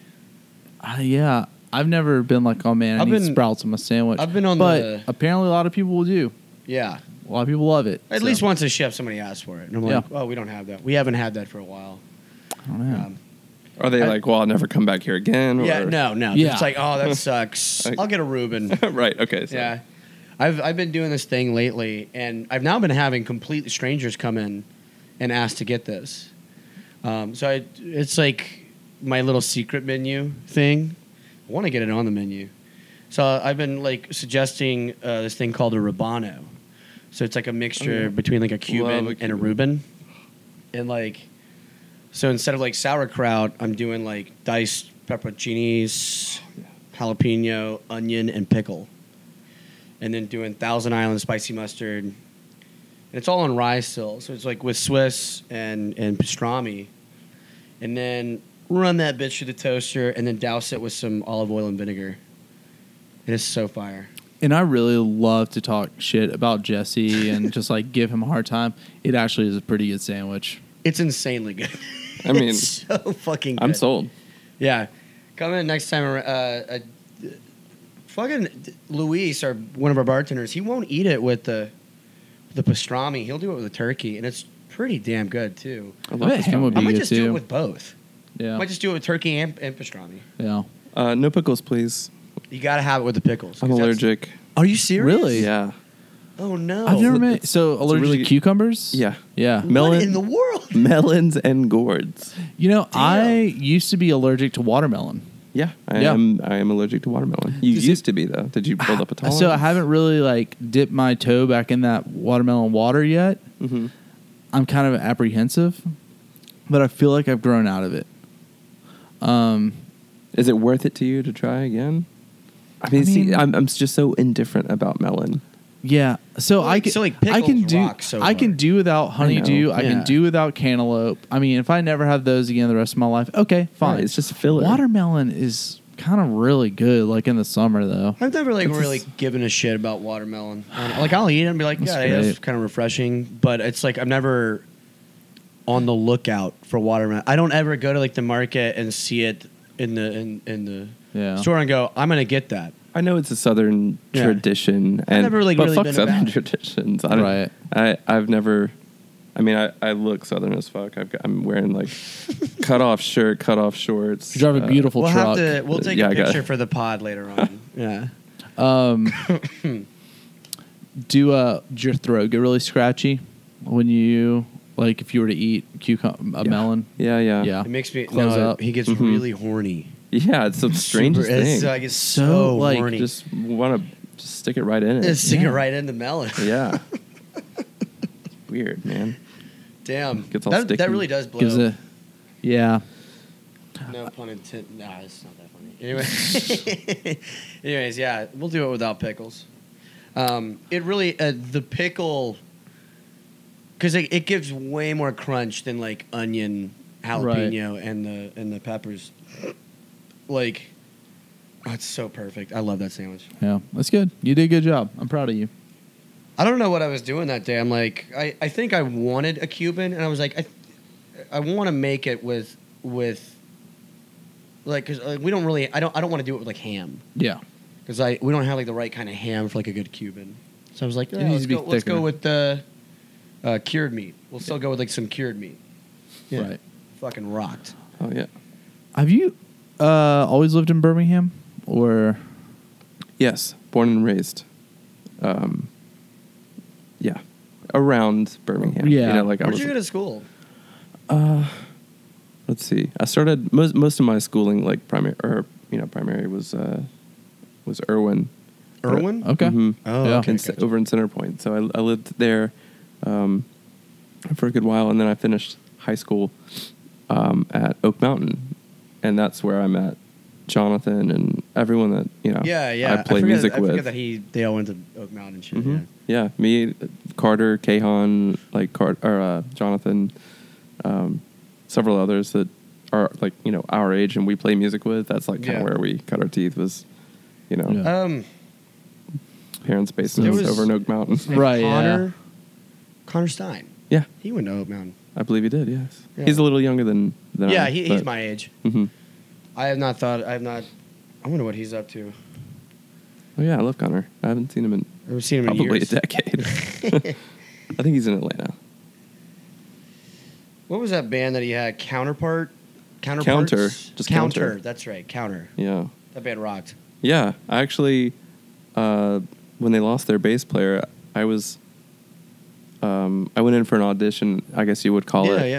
[SPEAKER 1] Uh, yeah, I've never been like, "Oh man, I
[SPEAKER 2] I've
[SPEAKER 1] need
[SPEAKER 2] been-
[SPEAKER 1] sprouts on my sandwich."
[SPEAKER 2] I've been on
[SPEAKER 1] but
[SPEAKER 2] the-
[SPEAKER 1] apparently a lot of people will do.
[SPEAKER 2] Yeah.
[SPEAKER 1] A lot of people love it.
[SPEAKER 2] At
[SPEAKER 1] so.
[SPEAKER 2] least once a chef, somebody asked for it, and I'm like,
[SPEAKER 1] Yeah.
[SPEAKER 2] "Oh, we don't have that. We haven't had that for a while."
[SPEAKER 1] I don't know.
[SPEAKER 2] Um,
[SPEAKER 3] Are they
[SPEAKER 2] I-
[SPEAKER 3] like, well, I'll never come back here again?
[SPEAKER 2] yeah,
[SPEAKER 3] or-
[SPEAKER 2] no, no.
[SPEAKER 1] Yeah.
[SPEAKER 2] It's like, oh, that sucks.
[SPEAKER 3] Like-
[SPEAKER 2] I'll get a Reuben.
[SPEAKER 3] right. Okay. So.
[SPEAKER 2] yeah, I've I've been doing this thing lately, and I've now been having completely strangers come in and ask to get this. Um, so I, it's like my little secret menu thing. I want to get it on the menu, so I've been like suggesting uh, this thing called a ribano. So it's like a mixture
[SPEAKER 3] Oh, yeah.
[SPEAKER 2] between like a Cuban,
[SPEAKER 3] Love a
[SPEAKER 2] and a
[SPEAKER 3] Cuban.
[SPEAKER 2] Reuben, and like so instead of like sauerkraut, I'm doing like diced pepperoncinis, jalapeno, onion, and pickle, and then doing Thousand Island spicy mustard. And it's all on rye still, so it's like with Swiss and and pastrami, and then run that bitch through the toaster, and then douse it with some olive oil and vinegar. It is so fire.
[SPEAKER 1] and I really love to talk shit about Jesse and just like give him a hard time. It actually is a pretty good sandwich.
[SPEAKER 2] It's insanely good.
[SPEAKER 3] I mean,
[SPEAKER 2] it's so fucking. Good.
[SPEAKER 3] I'm sold.
[SPEAKER 2] Yeah, come in next time. ar- Uh, uh, fucking Luis, our one of our bartenders, he won't eat it with the the pastrami. He'll do it with the turkey, and it's pretty damn good too.
[SPEAKER 3] I
[SPEAKER 1] bet
[SPEAKER 3] this
[SPEAKER 1] ham would
[SPEAKER 2] I
[SPEAKER 3] town.
[SPEAKER 1] be-
[SPEAKER 2] might
[SPEAKER 1] good,
[SPEAKER 2] just
[SPEAKER 1] too.
[SPEAKER 2] do it with both. I
[SPEAKER 1] Yeah,
[SPEAKER 2] might just do it with turkey and, and pastrami.
[SPEAKER 1] yeah.
[SPEAKER 3] Uh, no pickles, please.
[SPEAKER 2] You gotta have it with the pickles. 'cause
[SPEAKER 3] I'm
[SPEAKER 2] that's-
[SPEAKER 3] allergic.
[SPEAKER 2] Are you serious?
[SPEAKER 1] Really?
[SPEAKER 3] Yeah.
[SPEAKER 2] Oh no!
[SPEAKER 1] I've never
[SPEAKER 3] it's-
[SPEAKER 1] met so allergic
[SPEAKER 3] really-
[SPEAKER 1] to cucumbers.
[SPEAKER 3] Yeah.
[SPEAKER 1] yeah.
[SPEAKER 2] What
[SPEAKER 3] melon-
[SPEAKER 2] in the world.
[SPEAKER 3] Melons and gourds.
[SPEAKER 1] You know, I
[SPEAKER 2] Damn.
[SPEAKER 1] used to be allergic to watermelon.
[SPEAKER 3] Yeah, I
[SPEAKER 1] Yeah.
[SPEAKER 3] am. I am allergic to watermelon. You
[SPEAKER 1] Does it-
[SPEAKER 3] used to be though. Did you build up a tolerance?
[SPEAKER 1] So I haven't really like dipped my toe back in that watermelon water yet.
[SPEAKER 3] hmm
[SPEAKER 1] I'm kind of apprehensive, but I feel like I've grown out of it. Um,
[SPEAKER 3] Is it worth it to you to try again? I mean,
[SPEAKER 1] I
[SPEAKER 3] see,
[SPEAKER 1] mean-
[SPEAKER 3] I'm, I'm just so indifferent about melon.
[SPEAKER 1] Yeah. So
[SPEAKER 2] Well,
[SPEAKER 1] I
[SPEAKER 2] like-
[SPEAKER 1] can
[SPEAKER 2] so, like,
[SPEAKER 1] I can
[SPEAKER 2] pickles
[SPEAKER 1] do
[SPEAKER 2] rock so
[SPEAKER 1] I can
[SPEAKER 2] hard.
[SPEAKER 1] do without honeydew.
[SPEAKER 3] know.
[SPEAKER 1] I, can
[SPEAKER 2] Yeah.
[SPEAKER 1] do without cantaloupe. I mean, if I never have those again the rest of my life, okay, fine.
[SPEAKER 3] Right, it's just filler.
[SPEAKER 1] Watermelon is kind of really good, like in the summer though.
[SPEAKER 2] I've never like
[SPEAKER 3] It's
[SPEAKER 2] really
[SPEAKER 3] just-
[SPEAKER 2] given a shit about watermelon. And, like I'll eat it and be like,
[SPEAKER 1] That's
[SPEAKER 2] yeah, yeah, it's
[SPEAKER 1] great.
[SPEAKER 2] kind of refreshing. But it's like I'm never on the lookout for watermelon. I don't ever go to like the market and see it in the in, in the
[SPEAKER 1] Yeah.
[SPEAKER 2] store and go, I'm gonna get that.
[SPEAKER 3] I know it's a southern
[SPEAKER 2] Yeah.
[SPEAKER 3] tradition, and
[SPEAKER 2] never, like,
[SPEAKER 3] but
[SPEAKER 2] really
[SPEAKER 3] fuck
[SPEAKER 2] been
[SPEAKER 3] southern
[SPEAKER 2] about it.
[SPEAKER 3] traditions. I don't.
[SPEAKER 1] Right.
[SPEAKER 3] I I've never. I mean, I, I look southern as fuck. I've got, I'm wearing like cut off shirt, cut off shorts.
[SPEAKER 1] You drive a
[SPEAKER 3] uh,
[SPEAKER 1] beautiful
[SPEAKER 2] we'll
[SPEAKER 1] truck.
[SPEAKER 2] have to we'll take
[SPEAKER 3] Yeah,
[SPEAKER 2] a
[SPEAKER 3] I got-
[SPEAKER 2] picture for the pod later on. yeah.
[SPEAKER 1] um, do uh, did your throat get really scratchy when you like if you were to eat cucumber a
[SPEAKER 3] Yeah.
[SPEAKER 1] melon?
[SPEAKER 3] Yeah, yeah,
[SPEAKER 1] Yeah.
[SPEAKER 2] It makes me
[SPEAKER 1] Close
[SPEAKER 2] no,
[SPEAKER 1] up.
[SPEAKER 2] he gets
[SPEAKER 3] Mhm.
[SPEAKER 2] really horny.
[SPEAKER 3] yeah. It's the strangest
[SPEAKER 2] Super- uh,
[SPEAKER 3] thing.
[SPEAKER 2] It's, I get
[SPEAKER 1] So,
[SPEAKER 2] so,
[SPEAKER 1] like,
[SPEAKER 2] horny. Just
[SPEAKER 3] just want to just stick it right in it.
[SPEAKER 2] stick
[SPEAKER 1] yeah.
[SPEAKER 2] it right in the melon.
[SPEAKER 3] yeah. Weird man.
[SPEAKER 2] Damn.
[SPEAKER 3] Gets all
[SPEAKER 2] that,
[SPEAKER 3] sticky.
[SPEAKER 2] that really does blow.
[SPEAKER 1] Gives a yeah.
[SPEAKER 2] No pun intended. Nah, it's not that funny. Anyway, anyways, yeah, we'll do it without pickles. Um, it really uh, the pickle because it, it gives way more crunch than like onion, jalapeno, and the and the peppers. Like, oh, it's so perfect. I love that sandwich.
[SPEAKER 1] Yeah, that's good. You did a good job. I'm proud of you.
[SPEAKER 2] I don't know what I was doing that day. I'm like, I, I think I wanted a Cuban, and I was like, I, I want to make it with with like because we don't really I don't I don't want to do it with like ham
[SPEAKER 1] Yeah.
[SPEAKER 2] because I we don't have like the right kind of ham for like a good Cuban. So I was like,
[SPEAKER 1] It
[SPEAKER 2] yeah,
[SPEAKER 1] needs
[SPEAKER 2] let's,
[SPEAKER 1] to be
[SPEAKER 2] go, let's
[SPEAKER 1] thicker.
[SPEAKER 2] go with the uh, cured meat. We'll still go with like some cured meat. Yeah,
[SPEAKER 1] Right.
[SPEAKER 2] fucking rocked.
[SPEAKER 3] Oh yeah.
[SPEAKER 1] Have you uh, always lived in Birmingham or?
[SPEAKER 3] Yes, born and raised. Um, yeah, around Birmingham.
[SPEAKER 1] Yeah.
[SPEAKER 3] you know, like I
[SPEAKER 2] Where'd
[SPEAKER 3] was.
[SPEAKER 2] you go to school?
[SPEAKER 3] uh, let's see. I started most most of my schooling, like primary or you know primary was uh, was Irwin.
[SPEAKER 2] Irwin.
[SPEAKER 1] Okay.
[SPEAKER 3] Mhm.
[SPEAKER 2] Oh,
[SPEAKER 1] Yeah.
[SPEAKER 2] okay.
[SPEAKER 3] In- over in Center Point. So I, I lived there um, for a good while, and then I finished high school um, at Oak Mountain, and that's where I met Jonathan and everyone that you know.
[SPEAKER 2] Yeah, yeah.
[SPEAKER 3] Oh. I play
[SPEAKER 2] forget-
[SPEAKER 3] music
[SPEAKER 2] I forget
[SPEAKER 3] with.
[SPEAKER 2] that he they all went to Oak Mountain shit.
[SPEAKER 3] Mhm.
[SPEAKER 2] Yeah.
[SPEAKER 3] Yeah. me, Carter, Kahan, like Car- or uh, Jonathan, um, several others that are like you know our age and we play music with. That's like kind of
[SPEAKER 2] Yeah.
[SPEAKER 3] where we cut our teeth was, you know,
[SPEAKER 1] Yeah.
[SPEAKER 2] Um.
[SPEAKER 3] parents' basements
[SPEAKER 2] was-
[SPEAKER 3] over in Oak Mountain.
[SPEAKER 1] Right. yeah.
[SPEAKER 2] Connor, Connor Stein.
[SPEAKER 3] yeah,
[SPEAKER 2] He went to Oak Mountain.
[SPEAKER 3] I believe he did. Yes,
[SPEAKER 2] Yeah.
[SPEAKER 3] he's a little younger than than
[SPEAKER 2] yeah,
[SPEAKER 3] I,
[SPEAKER 2] he, he's my age.
[SPEAKER 3] hmm
[SPEAKER 2] I have not thought. I have not. I wonder what he's up to.
[SPEAKER 3] Oh yeah, I love Connor. I haven't seen him in
[SPEAKER 2] I haven't seen him
[SPEAKER 3] probably
[SPEAKER 2] in years.
[SPEAKER 3] a decade. I think he's in Atlanta.
[SPEAKER 2] What was that band that he had? Counterpart, Counterparts?
[SPEAKER 3] Counter. Just Counter.
[SPEAKER 2] That's right, counter.
[SPEAKER 3] Yeah,
[SPEAKER 2] That band rocked.
[SPEAKER 3] yeah. I actually, uh, when they lost their bass player, I was, um, I went in for an audition. I guess you would call
[SPEAKER 2] yeah,
[SPEAKER 3] it.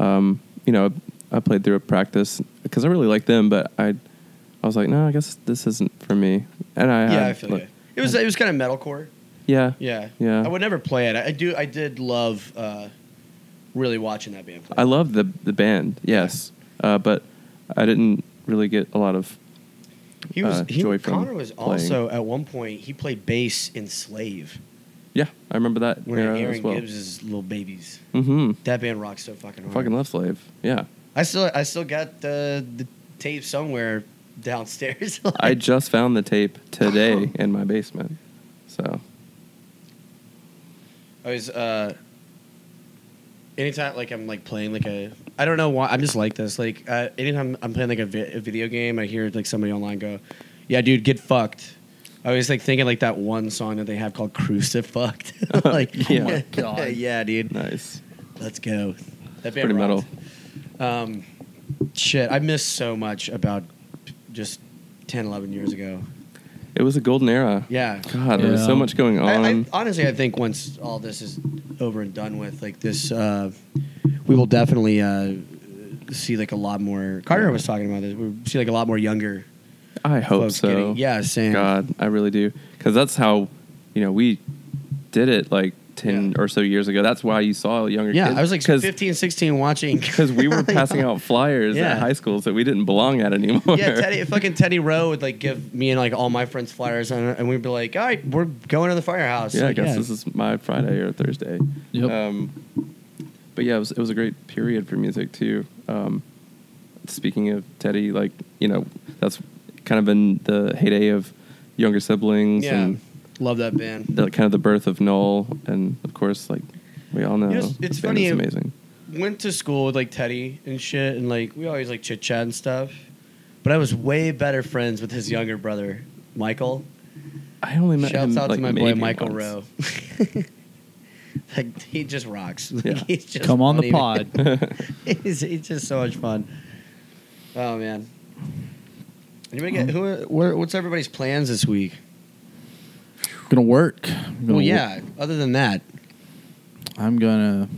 [SPEAKER 2] yeah.
[SPEAKER 3] um, you know, I played through a practice because I really liked them, but I, I was like, no, I guess this isn't for me. And I,
[SPEAKER 2] yeah,
[SPEAKER 3] had-
[SPEAKER 2] I feel
[SPEAKER 3] like-
[SPEAKER 2] you. It was it was kind of metalcore.
[SPEAKER 3] Yeah,
[SPEAKER 2] Yeah,
[SPEAKER 3] Yeah.
[SPEAKER 2] I would never play it. I, I do. I did love uh, really watching that band. Play.
[SPEAKER 3] I love the the band, yes, uh, but I didn't really get a lot of.
[SPEAKER 2] he was
[SPEAKER 3] uh,
[SPEAKER 2] he,
[SPEAKER 3] joy from
[SPEAKER 2] Connor was
[SPEAKER 3] playing.
[SPEAKER 2] also at one point he played bass in Slave
[SPEAKER 3] Yeah, I remember that
[SPEAKER 2] when
[SPEAKER 3] era
[SPEAKER 2] Aaron
[SPEAKER 3] as well.
[SPEAKER 2] Gibbs' little babies.
[SPEAKER 3] mm-hmm.
[SPEAKER 2] That band rocked so fucking hard.
[SPEAKER 3] Fucking love slave. Yeah,
[SPEAKER 2] I still I still got the the tape somewhere downstairs.
[SPEAKER 3] I just found the tape today in my basement, so
[SPEAKER 2] I was uh anytime like I'm like playing like a I don't know why I'm just like this like uh, anytime I'm playing like a, vi- a video game I hear like somebody online go yeah dude get fucked I was like thinking like that one song that they have called Crucifucked like
[SPEAKER 3] Yeah. Oh my
[SPEAKER 1] God.
[SPEAKER 2] yeah dude
[SPEAKER 3] nice.
[SPEAKER 2] let's go that band
[SPEAKER 3] Pretty metal.
[SPEAKER 2] rocked. um shit I miss so much about just 10 11 years ago
[SPEAKER 3] It was a golden era.
[SPEAKER 2] yeah
[SPEAKER 3] God, there was
[SPEAKER 1] Yeah.
[SPEAKER 3] so much going on.
[SPEAKER 2] I, I, honestly, I think once all this is over and done with, like this, uh, we will definitely uh, see like a lot more. Carter was talking about this. We'll see like a lot more younger
[SPEAKER 3] I hope
[SPEAKER 2] folks
[SPEAKER 3] so.
[SPEAKER 2] getting. Yeah, same.
[SPEAKER 3] God, I really do. Because that's how, you know, we did it like 10
[SPEAKER 2] Yeah.
[SPEAKER 3] or so years ago. That's why you saw younger
[SPEAKER 2] Yeah,
[SPEAKER 3] kids.
[SPEAKER 2] I was like 15, 16 watching.
[SPEAKER 3] Because we were passing out flyers
[SPEAKER 2] Yeah.
[SPEAKER 3] at high schools that we didn't belong at anymore.
[SPEAKER 2] Yeah, Teddy, fucking Teddy Rowe would like give me and like all my friends flyers, and, and we'd be like, "All right, we're going to the firehouse."
[SPEAKER 3] Yeah, I
[SPEAKER 2] Like,
[SPEAKER 3] guess this is my Friday or Thursday.
[SPEAKER 1] Yep.
[SPEAKER 3] Um, but yeah, it was, it was a great period for music too. Um, speaking of Teddy, like, you know, that's kind of been the heyday of younger siblings
[SPEAKER 2] yeah.
[SPEAKER 3] and
[SPEAKER 2] Love that band.
[SPEAKER 3] the, kind of the birth of Noel. And of course, like, we all know
[SPEAKER 2] know, it's- it's
[SPEAKER 3] Ben
[SPEAKER 2] funny,
[SPEAKER 3] is amazing.
[SPEAKER 2] went to school with like Teddy and shit, and like we always like chit chat and stuff. But I was way better friends with his younger brother, Michael.
[SPEAKER 3] I only met
[SPEAKER 2] Shouts
[SPEAKER 3] him,
[SPEAKER 2] out
[SPEAKER 3] like,
[SPEAKER 2] to my boy
[SPEAKER 3] maybe
[SPEAKER 2] Michael
[SPEAKER 3] once.
[SPEAKER 2] Rowe. like he just rocks. Like,
[SPEAKER 3] Yeah.
[SPEAKER 2] he's just
[SPEAKER 1] Come on the
[SPEAKER 2] funny,
[SPEAKER 1] pod.
[SPEAKER 2] man. he's, he's just so much fun. Oh man. Anybody
[SPEAKER 1] Um,
[SPEAKER 2] get who? are- Where, what's everybody's plans this week?
[SPEAKER 1] gonna work. I'm gonna
[SPEAKER 2] Well,
[SPEAKER 1] wo-
[SPEAKER 2] yeah. Other than that,
[SPEAKER 1] I'm gonna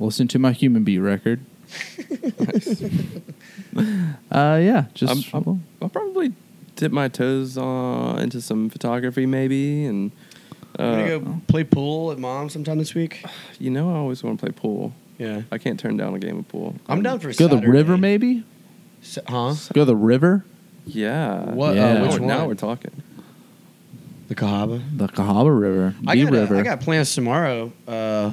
[SPEAKER 1] listen to my Human Beat record. uh, yeah,
[SPEAKER 3] I'm,
[SPEAKER 1] just
[SPEAKER 3] I'm, I'll probably dip my toes uh, into some photography, maybe, and
[SPEAKER 2] I'm
[SPEAKER 3] uh,
[SPEAKER 2] gonna go play pool at mom sometime this week.
[SPEAKER 3] you know, I always want to play pool.
[SPEAKER 2] Yeah,
[SPEAKER 3] I can't turn down a game of pool.
[SPEAKER 2] I'm down for
[SPEAKER 1] go to
[SPEAKER 2] Saturday.
[SPEAKER 1] the river, maybe.
[SPEAKER 2] S- huh?
[SPEAKER 1] Go to the river,
[SPEAKER 3] Yeah.
[SPEAKER 2] What-
[SPEAKER 1] uh,
[SPEAKER 3] Now
[SPEAKER 1] which
[SPEAKER 3] we're- Now
[SPEAKER 2] one?
[SPEAKER 3] we're talking.
[SPEAKER 2] The Cahaba.
[SPEAKER 1] the Cahaba River,
[SPEAKER 2] I
[SPEAKER 1] the
[SPEAKER 2] got, a-
[SPEAKER 1] river.
[SPEAKER 2] I got plans tomorrow uh,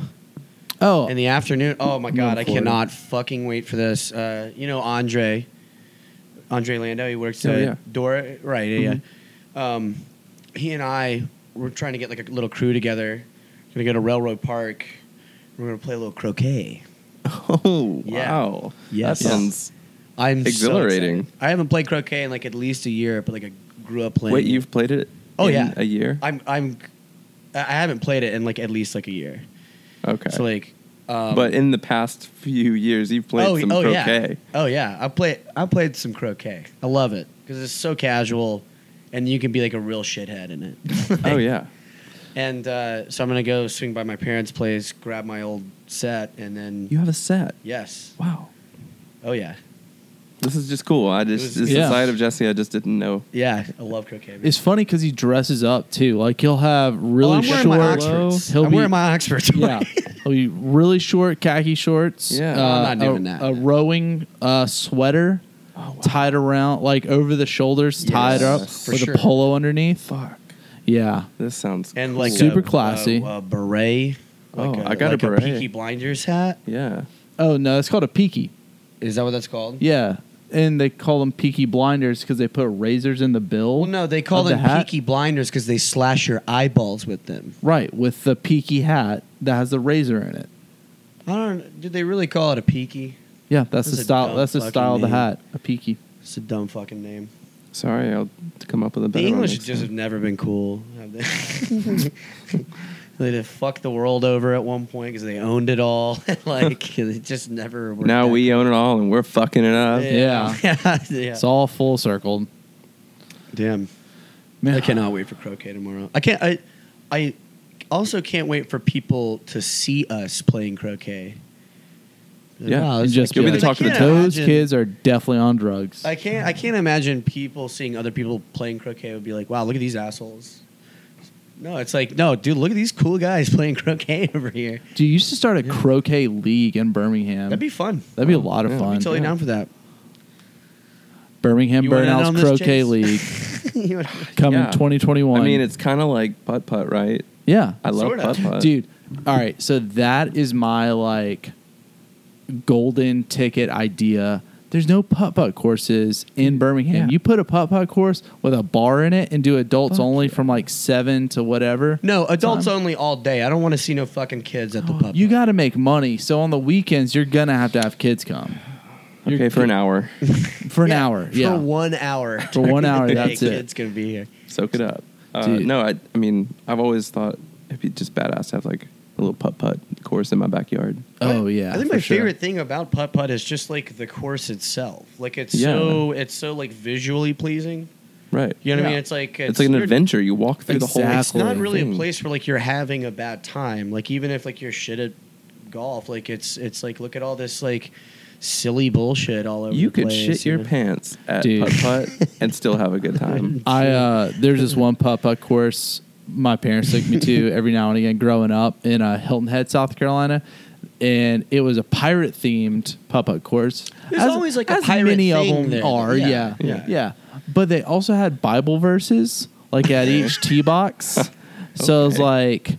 [SPEAKER 1] oh,
[SPEAKER 2] in the afternoon. Oh my
[SPEAKER 1] I'm
[SPEAKER 2] god,
[SPEAKER 1] in
[SPEAKER 2] I
[SPEAKER 1] Florida.
[SPEAKER 2] cannot fucking wait for this. Uh, you know Andre, Andre Lando. He works
[SPEAKER 3] Oh,
[SPEAKER 2] at
[SPEAKER 3] yeah. Mm-hmm.
[SPEAKER 2] Dora. Right. Yeah. yeah. Um, he and I were trying to get like a little crew together. Gonna go to Railroad Park. We're gonna play a little croquet.
[SPEAKER 3] Oh,
[SPEAKER 2] Yeah.
[SPEAKER 3] wow.
[SPEAKER 2] Yes.
[SPEAKER 3] That sounds.
[SPEAKER 2] I'm so
[SPEAKER 3] Exhilarating.
[SPEAKER 2] excited. I haven't played croquet in like at least a year, but like I grew up playing.
[SPEAKER 3] Wait,
[SPEAKER 2] it.
[SPEAKER 3] you've played it?
[SPEAKER 2] Oh,
[SPEAKER 3] in
[SPEAKER 2] yeah.
[SPEAKER 3] A year?
[SPEAKER 2] I'm I'm I haven't played it in like at least like a year.
[SPEAKER 3] okay.
[SPEAKER 2] So like. Um,
[SPEAKER 3] but in the past few years, you've played some croquet.
[SPEAKER 2] Oh, Yeah. Oh yeah, I play. I played some croquet. I love it because it's so casual, and you can be like a real shithead in it.
[SPEAKER 3] Oh, yeah.
[SPEAKER 2] And uh, so I'm gonna go swing by my parents' place, grab my old set, and then
[SPEAKER 3] You have a set.
[SPEAKER 2] yes,
[SPEAKER 3] Wow.
[SPEAKER 2] oh yeah,
[SPEAKER 3] This is just cool. I just,
[SPEAKER 2] was-
[SPEAKER 3] this is
[SPEAKER 1] Yeah.
[SPEAKER 3] the side of Jesse I just didn't know.
[SPEAKER 2] yeah, I love croquet. man.
[SPEAKER 1] it's funny because he dresses up too. Like he'll have really
[SPEAKER 2] Oh, I'm
[SPEAKER 1] short.
[SPEAKER 2] wearing my Oxfords.
[SPEAKER 1] He'll
[SPEAKER 2] I'm
[SPEAKER 1] be
[SPEAKER 2] wearing my Oxfords.
[SPEAKER 1] yeah. He'll be oh, really short khaki shorts.
[SPEAKER 3] Yeah.
[SPEAKER 1] uh,
[SPEAKER 3] No,
[SPEAKER 2] I'm not
[SPEAKER 1] a-
[SPEAKER 2] doing that.
[SPEAKER 1] A rowing uh, sweater. Tied around, like over the shoulders, tied up
[SPEAKER 3] Yes,
[SPEAKER 2] Oh, for
[SPEAKER 1] with
[SPEAKER 2] sure.
[SPEAKER 1] a polo underneath.
[SPEAKER 3] Fuck.
[SPEAKER 1] Yeah,
[SPEAKER 3] This sounds
[SPEAKER 2] and like
[SPEAKER 3] cool.
[SPEAKER 1] Super
[SPEAKER 2] a-
[SPEAKER 1] classy.
[SPEAKER 2] a, a beret.
[SPEAKER 3] Oh,
[SPEAKER 2] I
[SPEAKER 3] I got a
[SPEAKER 2] like
[SPEAKER 3] beret.
[SPEAKER 2] Peaky Blinders hat.
[SPEAKER 3] yeah.
[SPEAKER 1] Oh no, it's called a peaky.
[SPEAKER 2] Is that what that's called?
[SPEAKER 1] Yeah, and they call them peaky blinders because they put razors in the bill.
[SPEAKER 2] Well, no, they call
[SPEAKER 1] of the
[SPEAKER 2] them
[SPEAKER 1] hat.
[SPEAKER 2] Peaky Blinders because they slash your eyeballs with them.
[SPEAKER 1] Right, with the peaky hat that has the razor in it.
[SPEAKER 2] I don't. Did they really call it a peaky?
[SPEAKER 1] Yeah, that's
[SPEAKER 2] That's
[SPEAKER 1] the
[SPEAKER 2] a
[SPEAKER 1] style.
[SPEAKER 2] dumb
[SPEAKER 1] That's the
[SPEAKER 2] fucking
[SPEAKER 1] style of the
[SPEAKER 2] name.
[SPEAKER 1] hat. A peaky.
[SPEAKER 2] It's a dumb fucking name.
[SPEAKER 3] Sorry, I'll come up with a
[SPEAKER 2] The
[SPEAKER 3] better one
[SPEAKER 2] English
[SPEAKER 3] next
[SPEAKER 2] just have
[SPEAKER 3] time.
[SPEAKER 2] never been cool. have they? they did fuck the world over at one point because they owned it all. like it just never. Worked
[SPEAKER 3] now
[SPEAKER 2] out.
[SPEAKER 3] we own it all and we're fucking it up.
[SPEAKER 2] Yeah. yeah.
[SPEAKER 1] It's all full circled.
[SPEAKER 2] Damn.
[SPEAKER 1] Man,
[SPEAKER 2] I cannot wait for croquet tomorrow. I can't. I, I also can't wait for people to see us playing croquet.
[SPEAKER 3] Yeah,
[SPEAKER 1] Wow,
[SPEAKER 2] it's
[SPEAKER 1] just
[SPEAKER 3] you'll be
[SPEAKER 1] like-
[SPEAKER 3] the talk of the
[SPEAKER 2] I can't
[SPEAKER 3] town.
[SPEAKER 1] Those
[SPEAKER 2] imagine-
[SPEAKER 1] kids are definitely on drugs.
[SPEAKER 2] I can't. I can't imagine people seeing other people playing croquet would be like, "Wow, look at these assholes." No, it's like, no, dude, look at these cool guys playing croquet over here.
[SPEAKER 1] Dude, you should start a croquet league in Birmingham.
[SPEAKER 2] That'd be fun.
[SPEAKER 1] That'd be a lot of
[SPEAKER 3] Yeah.
[SPEAKER 1] fun.
[SPEAKER 2] I'm totally
[SPEAKER 3] yeah.
[SPEAKER 2] down for that.
[SPEAKER 1] Birmingham
[SPEAKER 2] You wanna end on
[SPEAKER 1] Burnouts
[SPEAKER 2] this,
[SPEAKER 1] Croquet
[SPEAKER 2] Chase?
[SPEAKER 1] League
[SPEAKER 2] You would-
[SPEAKER 1] coming
[SPEAKER 3] Yeah.
[SPEAKER 1] 2021.
[SPEAKER 3] I mean, it's kind of like putt putt, right?
[SPEAKER 1] yeah,
[SPEAKER 3] I love
[SPEAKER 2] Sorta.
[SPEAKER 3] putt putt,
[SPEAKER 1] dude. All right, so that is my like golden ticket idea. There's no putt putt courses in Birmingham.
[SPEAKER 3] Yeah.
[SPEAKER 1] You put a putt putt course with a bar in it and do adults
[SPEAKER 3] Fuck
[SPEAKER 1] only
[SPEAKER 3] yeah.
[SPEAKER 1] from like seven to whatever.
[SPEAKER 2] no, adults
[SPEAKER 1] Time.
[SPEAKER 2] only all day. I don't want to see no fucking kids at the pub.
[SPEAKER 1] Oh, You got to make money. So on the weekends, you're gonna have to have kids come
[SPEAKER 3] Okay,
[SPEAKER 1] You're-
[SPEAKER 3] for an hour,
[SPEAKER 1] for an hour.
[SPEAKER 2] For
[SPEAKER 1] Yeah,
[SPEAKER 2] one hour.
[SPEAKER 1] For one hour,
[SPEAKER 2] Hey,
[SPEAKER 1] that's it.
[SPEAKER 2] Kids gonna be here.
[SPEAKER 3] soak it up. Uh,
[SPEAKER 1] Dude.
[SPEAKER 3] no, I, I mean, I've always thought it'd be just badass to have like a little putt putt course in my backyard.
[SPEAKER 1] oh
[SPEAKER 2] I-
[SPEAKER 1] yeah.
[SPEAKER 2] I think
[SPEAKER 1] for
[SPEAKER 2] my
[SPEAKER 1] sure.
[SPEAKER 2] favorite thing about putt putt is just like the course itself. Like it's
[SPEAKER 3] Yeah.
[SPEAKER 2] so it's so like visually pleasing.
[SPEAKER 3] Right.
[SPEAKER 2] You know what I
[SPEAKER 1] Yeah.
[SPEAKER 2] mean? It's like
[SPEAKER 3] It's, like an
[SPEAKER 2] you're-
[SPEAKER 3] adventure. You walk through the whole.
[SPEAKER 2] It's not
[SPEAKER 1] Absolutely.
[SPEAKER 2] really a
[SPEAKER 3] thing.
[SPEAKER 2] place where like you're having a bad time. Like even if like you're shit at golf, like it's it's like look at all this like silly bullshit all over.
[SPEAKER 3] You
[SPEAKER 2] the
[SPEAKER 3] could
[SPEAKER 2] place,
[SPEAKER 3] shit
[SPEAKER 2] you
[SPEAKER 3] your
[SPEAKER 2] know?
[SPEAKER 3] pants at
[SPEAKER 1] Dude.
[SPEAKER 3] putt putt and still have a good time.
[SPEAKER 1] I uh, there's this one putt putt course my parents took me to every now and again growing up in uh, Hilton Head, South Carolina, and it was a pirate themed putt putt course.
[SPEAKER 2] There's always, like, a
[SPEAKER 1] as
[SPEAKER 2] pirate
[SPEAKER 1] many
[SPEAKER 2] thing
[SPEAKER 1] of them
[SPEAKER 2] there.
[SPEAKER 1] are.
[SPEAKER 2] Yeah.
[SPEAKER 1] Yeah.
[SPEAKER 3] Yeah.
[SPEAKER 1] yeah, But they also had Bible verses like at each tee box. So it was
[SPEAKER 3] Okay.
[SPEAKER 1] like,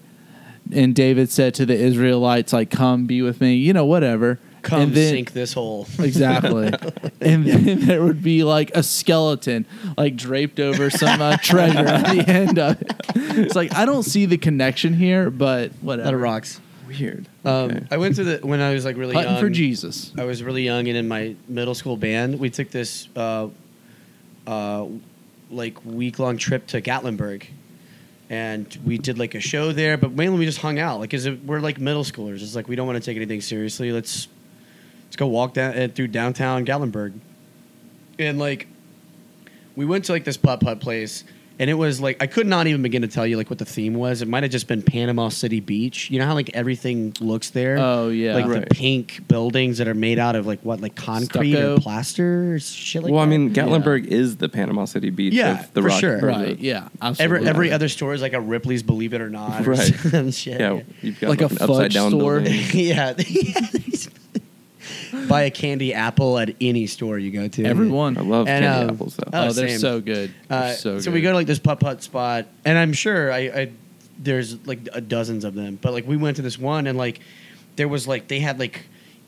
[SPEAKER 1] and David said to the Israelites, like, "Come be with me," you know, whatever.
[SPEAKER 2] Come
[SPEAKER 1] and then,
[SPEAKER 2] sink this hole.
[SPEAKER 1] Exactly. and then there would be like a skeleton, like draped over some uh, treasure at the end of it. It's like, I don't see the connection here, but whatever.
[SPEAKER 2] That rocks.
[SPEAKER 3] Weird.
[SPEAKER 2] Um,
[SPEAKER 3] Okay.
[SPEAKER 2] I went to the um, when I was like really
[SPEAKER 1] Putting
[SPEAKER 2] young.
[SPEAKER 1] for Jesus.
[SPEAKER 2] I was really young, and in my middle school band, we took this uh, uh, like week long trip to Gatlinburg, and we did like a show there. But mainly, we just hung out, like, cause it, we're like middle schoolers. It's like we don't want to take anything seriously. Let's let's go walk down uh, through downtown Gatlinburg, and like we went to like this putt putt place. And it was like I could not even begin to tell you like what the theme was. It might have just been Panama City Beach. You know how like everything looks there
[SPEAKER 1] Oh, yeah.
[SPEAKER 2] like
[SPEAKER 3] Right.
[SPEAKER 2] the pink buildings that are made out of like what, like concrete
[SPEAKER 1] Stucco.
[SPEAKER 2] or plaster, or shit like
[SPEAKER 3] well, I
[SPEAKER 2] that.
[SPEAKER 3] mean, Gatlinburg is the Panama City beach
[SPEAKER 2] Yeah,
[SPEAKER 3] of the
[SPEAKER 2] for
[SPEAKER 3] Rock.
[SPEAKER 2] sure.
[SPEAKER 3] River.
[SPEAKER 1] right. Yeah.
[SPEAKER 2] every
[SPEAKER 1] Absolutely.
[SPEAKER 2] every other store is like a Ripley's Believe It or Not, or
[SPEAKER 3] Right.
[SPEAKER 2] some shit.
[SPEAKER 3] Yeah, you've got
[SPEAKER 1] Like
[SPEAKER 3] like,
[SPEAKER 1] a
[SPEAKER 3] an upside
[SPEAKER 1] fudge
[SPEAKER 3] down
[SPEAKER 1] store.
[SPEAKER 3] building.
[SPEAKER 2] yeah. Buy a candy apple at any store you go to.
[SPEAKER 1] Everyone.
[SPEAKER 3] I love
[SPEAKER 2] And,
[SPEAKER 3] candy
[SPEAKER 2] um,
[SPEAKER 3] apples though.
[SPEAKER 2] uh,
[SPEAKER 1] Oh, they're
[SPEAKER 2] same.
[SPEAKER 1] so good. They're
[SPEAKER 2] Uh,
[SPEAKER 1] so
[SPEAKER 2] so,
[SPEAKER 1] good.
[SPEAKER 2] we go to like this putt putt spot, and I'm sure I, I there's like a dozens of them, but like we went to this one, and like there was like they had like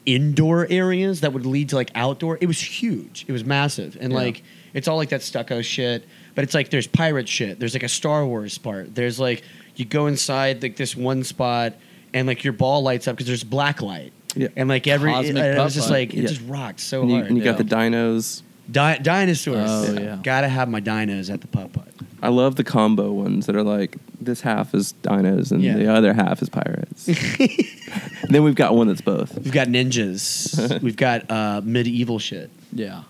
[SPEAKER 2] indoor areas that would lead to like outdoor. It was huge. It was massive, and
[SPEAKER 3] Yeah.
[SPEAKER 2] like it's all like that stucco shit. But it's like there's pirate shit. There's like a Star Wars part. There's like you go inside like this one spot, and like your ball lights up because there's black light.
[SPEAKER 3] Yeah.
[SPEAKER 2] And like every,
[SPEAKER 1] Cosmic
[SPEAKER 2] it, it was
[SPEAKER 1] putt-putt.
[SPEAKER 2] just like it
[SPEAKER 3] Yeah.
[SPEAKER 2] just rocked so
[SPEAKER 3] and you,
[SPEAKER 2] hard.
[SPEAKER 3] and you got
[SPEAKER 1] yeah.
[SPEAKER 3] the dinos.
[SPEAKER 2] Di- dinosaurs.
[SPEAKER 1] Oh, yeah.
[SPEAKER 2] Gotta have my dinos at the putt putt.
[SPEAKER 3] I love the combo ones that are like this half is dinos and
[SPEAKER 2] Yeah.
[SPEAKER 3] the other half is pirates. then we've got one that's both.
[SPEAKER 2] We've got ninjas. We've got uh, medieval shit.
[SPEAKER 1] Yeah.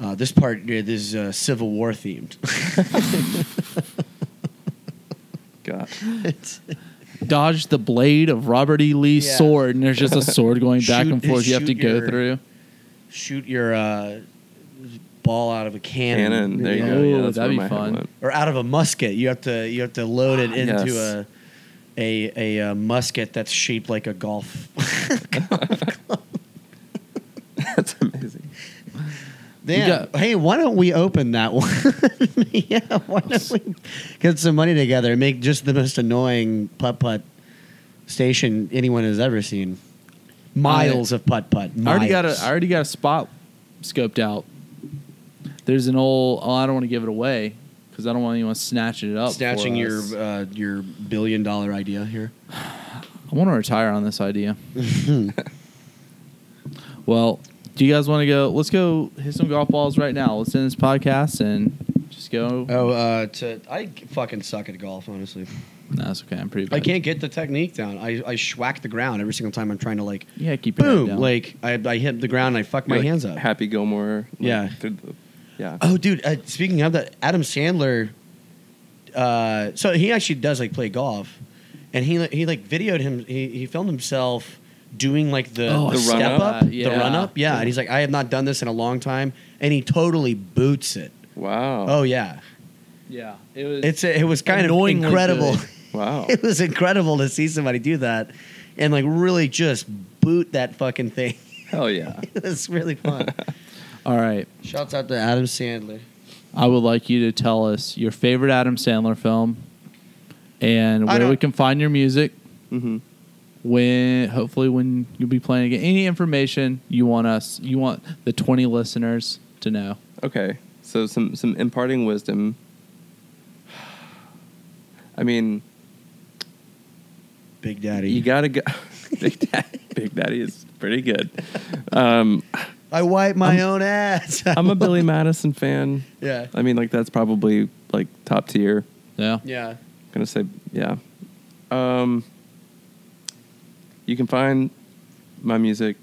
[SPEAKER 2] Uh, this part, yeah, this is uh, Civil War themed.
[SPEAKER 3] God.
[SPEAKER 1] Dodge the blade of Robert E. Lee's
[SPEAKER 2] Yeah.
[SPEAKER 1] sword, and there's just a sword going back
[SPEAKER 2] Shoot-
[SPEAKER 1] and forth you have to
[SPEAKER 2] shoot
[SPEAKER 1] go
[SPEAKER 2] your-
[SPEAKER 1] through.
[SPEAKER 2] Shoot your uh, ball out of a cannon.
[SPEAKER 3] Cannon. There you
[SPEAKER 1] Yeah.
[SPEAKER 3] go.
[SPEAKER 1] Ooh,
[SPEAKER 3] Yeah, that's
[SPEAKER 1] that'd
[SPEAKER 3] where
[SPEAKER 1] be
[SPEAKER 3] my head
[SPEAKER 1] fun.
[SPEAKER 3] went.
[SPEAKER 2] Or out of a musket. You have to you have to load it into
[SPEAKER 3] Yes.
[SPEAKER 2] a, a a uh, musket that's shaped like a golf.
[SPEAKER 3] That's amazing.
[SPEAKER 2] Damn.
[SPEAKER 1] got-
[SPEAKER 2] hey, why don't we open that one? yeah, why don't we get some money together and make just the most annoying putt putt station anyone has ever seen? Miles of putt putt.
[SPEAKER 1] I already got a
[SPEAKER 2] miles.
[SPEAKER 1] I already got a spot scoped out. There's an old. Oh, I don't want to give it away because I don't want anyone snatching it up. for
[SPEAKER 2] snatching your
[SPEAKER 1] us.
[SPEAKER 2] uh, your billion dollar idea here.
[SPEAKER 1] I want to retire on this idea. well, do you guys want to go? Let's go hit some golf balls right now. Let's end this podcast and just go.
[SPEAKER 2] Oh, uh, to I fucking suck at golf, honestly.
[SPEAKER 1] No, that's okay. I'm pretty.
[SPEAKER 2] I
[SPEAKER 1] Bad.
[SPEAKER 2] can't get the technique down. I, I schwack the ground every single time I'm trying to like
[SPEAKER 1] Yeah, keep your head
[SPEAKER 2] boom,
[SPEAKER 1] down.
[SPEAKER 2] like I, I hit the ground and I fuck my
[SPEAKER 3] You're like
[SPEAKER 2] hands up.
[SPEAKER 3] Happy Gilmore. like,
[SPEAKER 2] Yeah.
[SPEAKER 3] through the- yeah.
[SPEAKER 2] Oh, dude. Uh, speaking of that, Adam Sandler. Uh, so he actually does like play golf, and he he like videoed him. He, he filmed himself doing like the,
[SPEAKER 1] Oh,
[SPEAKER 3] I
[SPEAKER 2] the
[SPEAKER 3] saw
[SPEAKER 2] step
[SPEAKER 3] that,
[SPEAKER 2] up, the
[SPEAKER 1] yeah.
[SPEAKER 2] run up. Yeah, and he's like, I have not done this in a long time, and he totally boots it.
[SPEAKER 3] Wow.
[SPEAKER 2] Oh yeah,
[SPEAKER 1] yeah, it was.
[SPEAKER 2] it's it was kind of
[SPEAKER 1] Annoyingly
[SPEAKER 2] incredible.
[SPEAKER 1] good.
[SPEAKER 3] Wow.
[SPEAKER 2] it was incredible to see somebody do that, and like really just boot that fucking thing.
[SPEAKER 3] Hell yeah.
[SPEAKER 2] it was really fun.
[SPEAKER 1] all right.
[SPEAKER 2] Shouts out to Adam Sandler.
[SPEAKER 1] I would like you to tell us your favorite Adam Sandler film, and
[SPEAKER 2] I
[SPEAKER 1] where we
[SPEAKER 2] don't-
[SPEAKER 1] can find your music.
[SPEAKER 3] hmm
[SPEAKER 1] When hopefully when you'll be playing again, any information you want us, you want the twenty listeners to know.
[SPEAKER 3] Okay. So some some imparting wisdom. I mean,
[SPEAKER 2] Big Daddy.
[SPEAKER 3] you gotta go. Big Daddy. Big Daddy is pretty good. Um,
[SPEAKER 2] I wipe my own ass.
[SPEAKER 3] I'm a Billy Madison fan.
[SPEAKER 2] Yeah.
[SPEAKER 3] I mean, like that's probably like top tier.
[SPEAKER 1] Yeah.
[SPEAKER 2] Yeah.
[SPEAKER 3] gonna say yeah. Um, you can find my music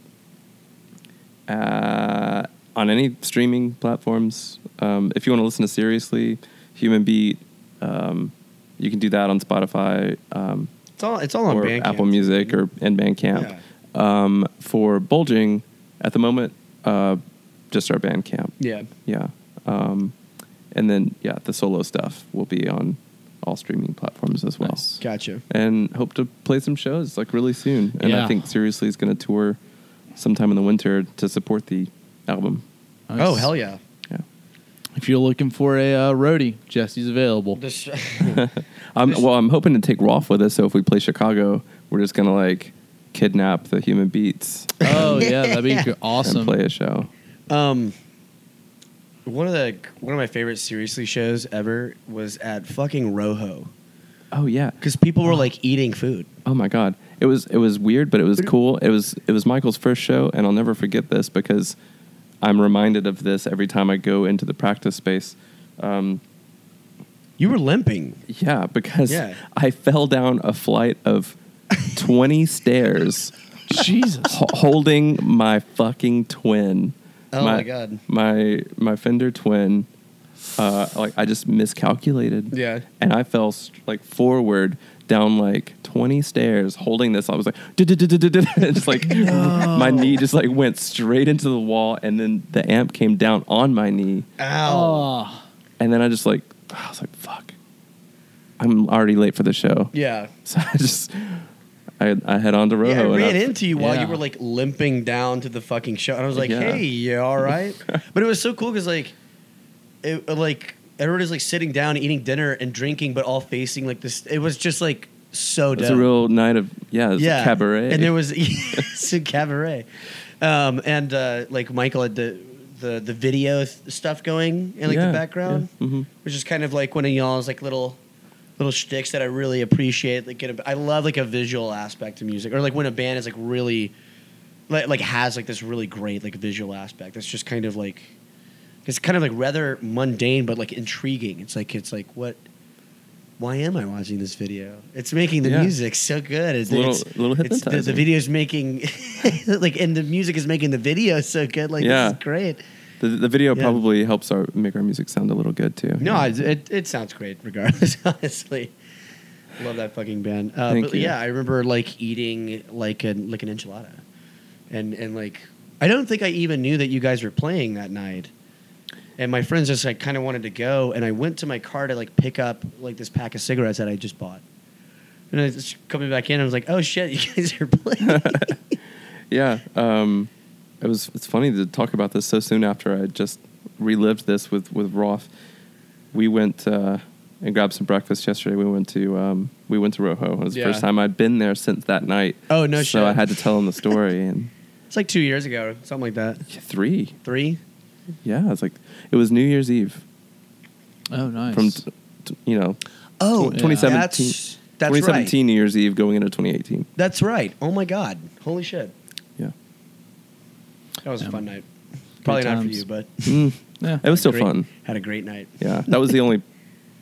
[SPEAKER 3] uh, on any streaming platforms. Um, if you want to listen to seriously, Human Beat, um, you can do that on Spotify um,
[SPEAKER 2] It's all it's all on
[SPEAKER 3] or
[SPEAKER 2] Bandcamp.
[SPEAKER 3] Apple Music or and Bandcamp. Um, for Bulging, at the moment, uh, just our Bandcamp.
[SPEAKER 2] Yeah.
[SPEAKER 3] Yeah. Um, and then, yeah, the solo stuff will be on all streaming platforms as well.
[SPEAKER 1] Nice.
[SPEAKER 2] Gotcha.
[SPEAKER 3] And hope to play some shows like really soon. And
[SPEAKER 1] Yeah.
[SPEAKER 3] I think Seriously is going to tour sometime in the winter to support the album.
[SPEAKER 2] Oh hell yeah.
[SPEAKER 3] Yeah.
[SPEAKER 1] If you're looking for a uh, roadie, Jesse's available.
[SPEAKER 2] This,
[SPEAKER 3] I'm,
[SPEAKER 2] This-
[SPEAKER 3] well, I'm hoping to take Rolf with us. So if we play Chicago, we're just going to like kidnap the human beats
[SPEAKER 1] Oh yeah, that'd be g- awesome.
[SPEAKER 3] and play a show.
[SPEAKER 2] um one of the one of my favorite seriously shows ever was at fucking Rojo
[SPEAKER 3] Oh, yeah.
[SPEAKER 2] cuz people were like eating food.
[SPEAKER 3] Oh my god. It was it was weird, but it was cool. It was it was Michael's first show and I'll never forget this because I'm reminded of this every time I go into the practice space. Um,
[SPEAKER 2] You were limping.
[SPEAKER 3] yeah, because
[SPEAKER 2] Yeah.
[SPEAKER 3] I fell down a flight of 20 stairs
[SPEAKER 1] Jesus.
[SPEAKER 3] ho- holding my fucking twin.
[SPEAKER 2] Oh my God.
[SPEAKER 3] My my Fender twin. Uh, like I just miscalculated.
[SPEAKER 2] Yeah.
[SPEAKER 3] And I fell st- like forward down like 20 stairs holding this. I was like, "Du-du-du-du-du-du," just like my knee just like went straight into the wall and then the amp came down on my knee.
[SPEAKER 2] Ow.
[SPEAKER 1] Oh.
[SPEAKER 3] And then I just like, I was like, fuck, I'm already late for the show.
[SPEAKER 2] Yeah.
[SPEAKER 3] So I just, I, I head on to Rojo.
[SPEAKER 2] Yeah, I
[SPEAKER 3] and
[SPEAKER 2] ran
[SPEAKER 3] I-
[SPEAKER 2] into you while
[SPEAKER 1] Yeah.
[SPEAKER 2] you were like limping down to the fucking show, and I was like,
[SPEAKER 3] Yeah.
[SPEAKER 2] "Hey, you all right?" but it was so cool because like, it uh, like everybody's like sitting down, eating dinner, and drinking, but all facing like this. It was just like so.
[SPEAKER 3] It was
[SPEAKER 2] dope.
[SPEAKER 3] a real night of yeah, it was
[SPEAKER 2] yeah
[SPEAKER 3] a cabaret.
[SPEAKER 2] and there was it's a cabaret, um, and uh, like Michael had the the the video th- stuff going in like
[SPEAKER 3] Yeah,
[SPEAKER 2] the background,
[SPEAKER 3] yeah, mhm.
[SPEAKER 2] which is kind of like one of y'all's like little. Little shticks that I really appreciate. Like, get a, I love like a visual aspect to music, or like when a band is like really, like, like has like this really great like visual aspect. That's just kind of like, it's kind of like rather mundane but like intriguing. It's like it's like what, why am I watching this video? It's making the
[SPEAKER 3] Yeah.
[SPEAKER 2] music so good.
[SPEAKER 3] It's
[SPEAKER 2] It's
[SPEAKER 3] a little-
[SPEAKER 2] it's,
[SPEAKER 3] little
[SPEAKER 2] it's the, the
[SPEAKER 3] hypnotizing.
[SPEAKER 2] video's making like and the music is making the video so good. Like
[SPEAKER 3] Yeah.
[SPEAKER 2] this is great.
[SPEAKER 3] the, the video
[SPEAKER 2] Yeah.
[SPEAKER 3] probably helps our make our music sound a little good too.
[SPEAKER 2] No, it, it, it sounds great regardless, honestly. Love that fucking band. Uh,
[SPEAKER 3] Thank
[SPEAKER 2] but
[SPEAKER 3] you.
[SPEAKER 2] yeah, I remember like eating like an like an enchilada. And and like I don't think I even knew that you guys were playing that night. And my friends just like kind of wanted to go and I went to my car to like pick up like this pack of cigarettes that I just bought. And I just coming back in, I was like, "Oh shit, you guys are playing!"
[SPEAKER 3] yeah. Um, it was it's funny to talk about this so soon after I just relived this with with Roth. We went uh, and grabbed some breakfast yesterday. We went to um, we went to Rojo. It was
[SPEAKER 2] Yeah.
[SPEAKER 3] the first time I'd been there since that night.
[SPEAKER 2] Oh, no
[SPEAKER 3] So
[SPEAKER 2] shit.
[SPEAKER 3] I had to tell him the story and
[SPEAKER 2] it's like two years ago, something like that.
[SPEAKER 3] three.
[SPEAKER 2] Three.
[SPEAKER 3] Yeah, it's like it was New Year's Eve
[SPEAKER 1] Oh nice.
[SPEAKER 3] from t- t- you know
[SPEAKER 2] Oh,
[SPEAKER 1] Yeah.
[SPEAKER 3] 2017.
[SPEAKER 2] That's, that's
[SPEAKER 3] 2017
[SPEAKER 2] right.
[SPEAKER 3] New Year's Eve going into 2018.
[SPEAKER 2] That's right. Oh my god! Holy shit!
[SPEAKER 3] Yeah.
[SPEAKER 2] That was a
[SPEAKER 1] Yeah.
[SPEAKER 2] fun night. Probably not for
[SPEAKER 1] times.
[SPEAKER 2] you, but
[SPEAKER 3] Mm,
[SPEAKER 1] Yeah.
[SPEAKER 3] it was still
[SPEAKER 2] great-
[SPEAKER 3] fun.
[SPEAKER 2] Had a great night.
[SPEAKER 3] Yeah, that was the only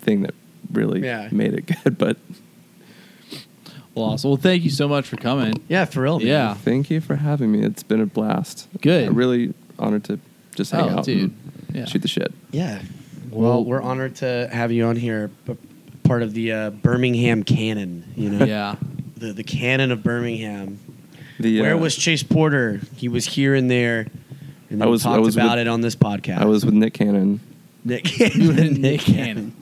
[SPEAKER 3] thing that really
[SPEAKER 2] Yeah.
[SPEAKER 3] made it good. But
[SPEAKER 1] Well, awesome. Well, thank you so much for coming.
[SPEAKER 2] Yeah, for real. man.
[SPEAKER 1] Yeah.
[SPEAKER 3] thank you for having me. It's been a blast.
[SPEAKER 1] Good.
[SPEAKER 3] I'm really honored to just hang
[SPEAKER 1] Oh,
[SPEAKER 3] out,
[SPEAKER 1] dude.
[SPEAKER 3] and
[SPEAKER 1] Yeah.
[SPEAKER 3] Shoot the shit.
[SPEAKER 2] Yeah. Well, we're honored to have you on here, p- part of the uh, Birmingham canon. You know,
[SPEAKER 1] Yeah.
[SPEAKER 2] the the canon of Birmingham.
[SPEAKER 3] The,
[SPEAKER 2] Where
[SPEAKER 3] uh,
[SPEAKER 2] was Chase Porter? He was here and there, and
[SPEAKER 3] I
[SPEAKER 2] I
[SPEAKER 3] was- I
[SPEAKER 2] talked
[SPEAKER 3] was
[SPEAKER 2] about
[SPEAKER 3] with-
[SPEAKER 2] it on this podcast.
[SPEAKER 3] I was with Nick Cannon,
[SPEAKER 2] Nick.
[SPEAKER 1] You were Nick Cannon.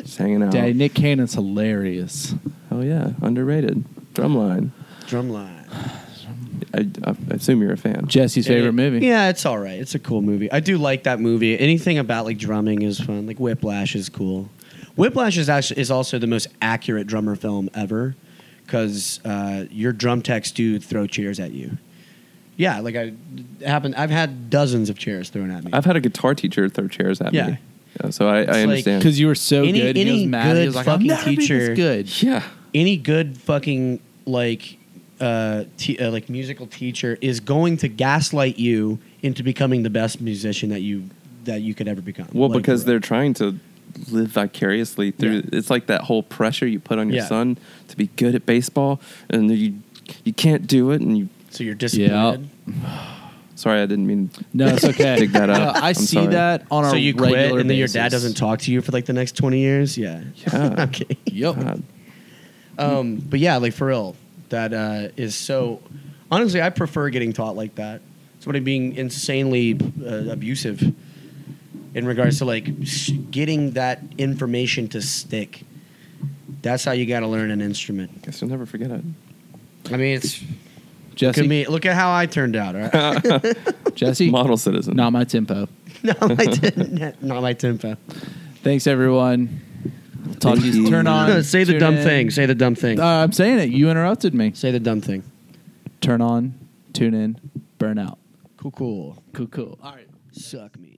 [SPEAKER 3] just hanging out.
[SPEAKER 1] Daddy, Nick Cannon's hilarious.
[SPEAKER 3] Oh yeah, underrated drumline.
[SPEAKER 2] Drumline.
[SPEAKER 3] I, I assume you're a fan.
[SPEAKER 1] Jesse's favorite movie.
[SPEAKER 2] Yeah, it's all right. It's a cool movie. I do like that movie. Anything about like drumming is fun. Like Whiplash is cool. Whiplash is actually is also the most accurate drummer film ever, because uh, your drum techs do throw chairs at you. Yeah, like I happened. I've had dozens of chairs thrown at me.
[SPEAKER 3] I've had a guitar teacher throw chairs at
[SPEAKER 2] Yeah.
[SPEAKER 3] me. Yeah, so I, I understand.
[SPEAKER 1] Because you were so
[SPEAKER 2] Any-
[SPEAKER 1] good. and he
[SPEAKER 2] any
[SPEAKER 1] was mad.
[SPEAKER 2] good
[SPEAKER 1] he was like, I'm
[SPEAKER 2] fucking
[SPEAKER 1] never be
[SPEAKER 2] teacher-
[SPEAKER 1] this good.
[SPEAKER 3] yeah,
[SPEAKER 2] any good fucking like uh, te- uh like musical teacher is going to gaslight you into becoming the best musician that you that you could ever become.
[SPEAKER 3] well,
[SPEAKER 2] Like,
[SPEAKER 3] because they're trying to live vicariously through.
[SPEAKER 2] Yeah.
[SPEAKER 3] It's like that whole pressure you put on your
[SPEAKER 2] Yeah.
[SPEAKER 3] son to be good at baseball, and you you can't do it, and you.
[SPEAKER 2] so you're disappointed.
[SPEAKER 3] Sorry, I didn't mean.
[SPEAKER 1] No, it's okay.
[SPEAKER 3] Dig that up.
[SPEAKER 1] No, I
[SPEAKER 3] I'm
[SPEAKER 1] see
[SPEAKER 3] sorry.
[SPEAKER 1] that on our
[SPEAKER 2] So you quit,
[SPEAKER 1] regular
[SPEAKER 2] and then your
[SPEAKER 1] basis.
[SPEAKER 2] dad doesn't talk to you for like the next twenty years. Yeah.
[SPEAKER 3] Yeah.
[SPEAKER 2] okay.
[SPEAKER 1] Yep.
[SPEAKER 3] God.
[SPEAKER 2] Um, but yeah, like for real, that uh, is so. Honestly, I prefer getting taught like that. Somebody being insanely uh, abusive in regards to like s- getting that information to stick. That's how you got to learn an instrument.
[SPEAKER 3] Guess you'll never forget it.
[SPEAKER 2] I mean, it's look
[SPEAKER 1] Jesse,
[SPEAKER 2] at me. Look at how I turned out. All right?
[SPEAKER 1] Jesse,
[SPEAKER 3] Model citizen.
[SPEAKER 1] not my tempo.
[SPEAKER 2] not, my t- not my tempo.
[SPEAKER 1] Thanks, everyone. Talk to
[SPEAKER 3] Thank
[SPEAKER 1] you.
[SPEAKER 3] you.
[SPEAKER 1] Turn on.
[SPEAKER 2] Say the
[SPEAKER 1] tune
[SPEAKER 2] dumb
[SPEAKER 1] in.
[SPEAKER 2] thing. Say the dumb thing.
[SPEAKER 1] Uh, I'm saying it. You interrupted me.
[SPEAKER 2] Say the dumb thing.
[SPEAKER 1] Turn on, tune in, burn out.
[SPEAKER 2] Cool, cool.
[SPEAKER 1] Cool, cool. All right.
[SPEAKER 2] Suck me.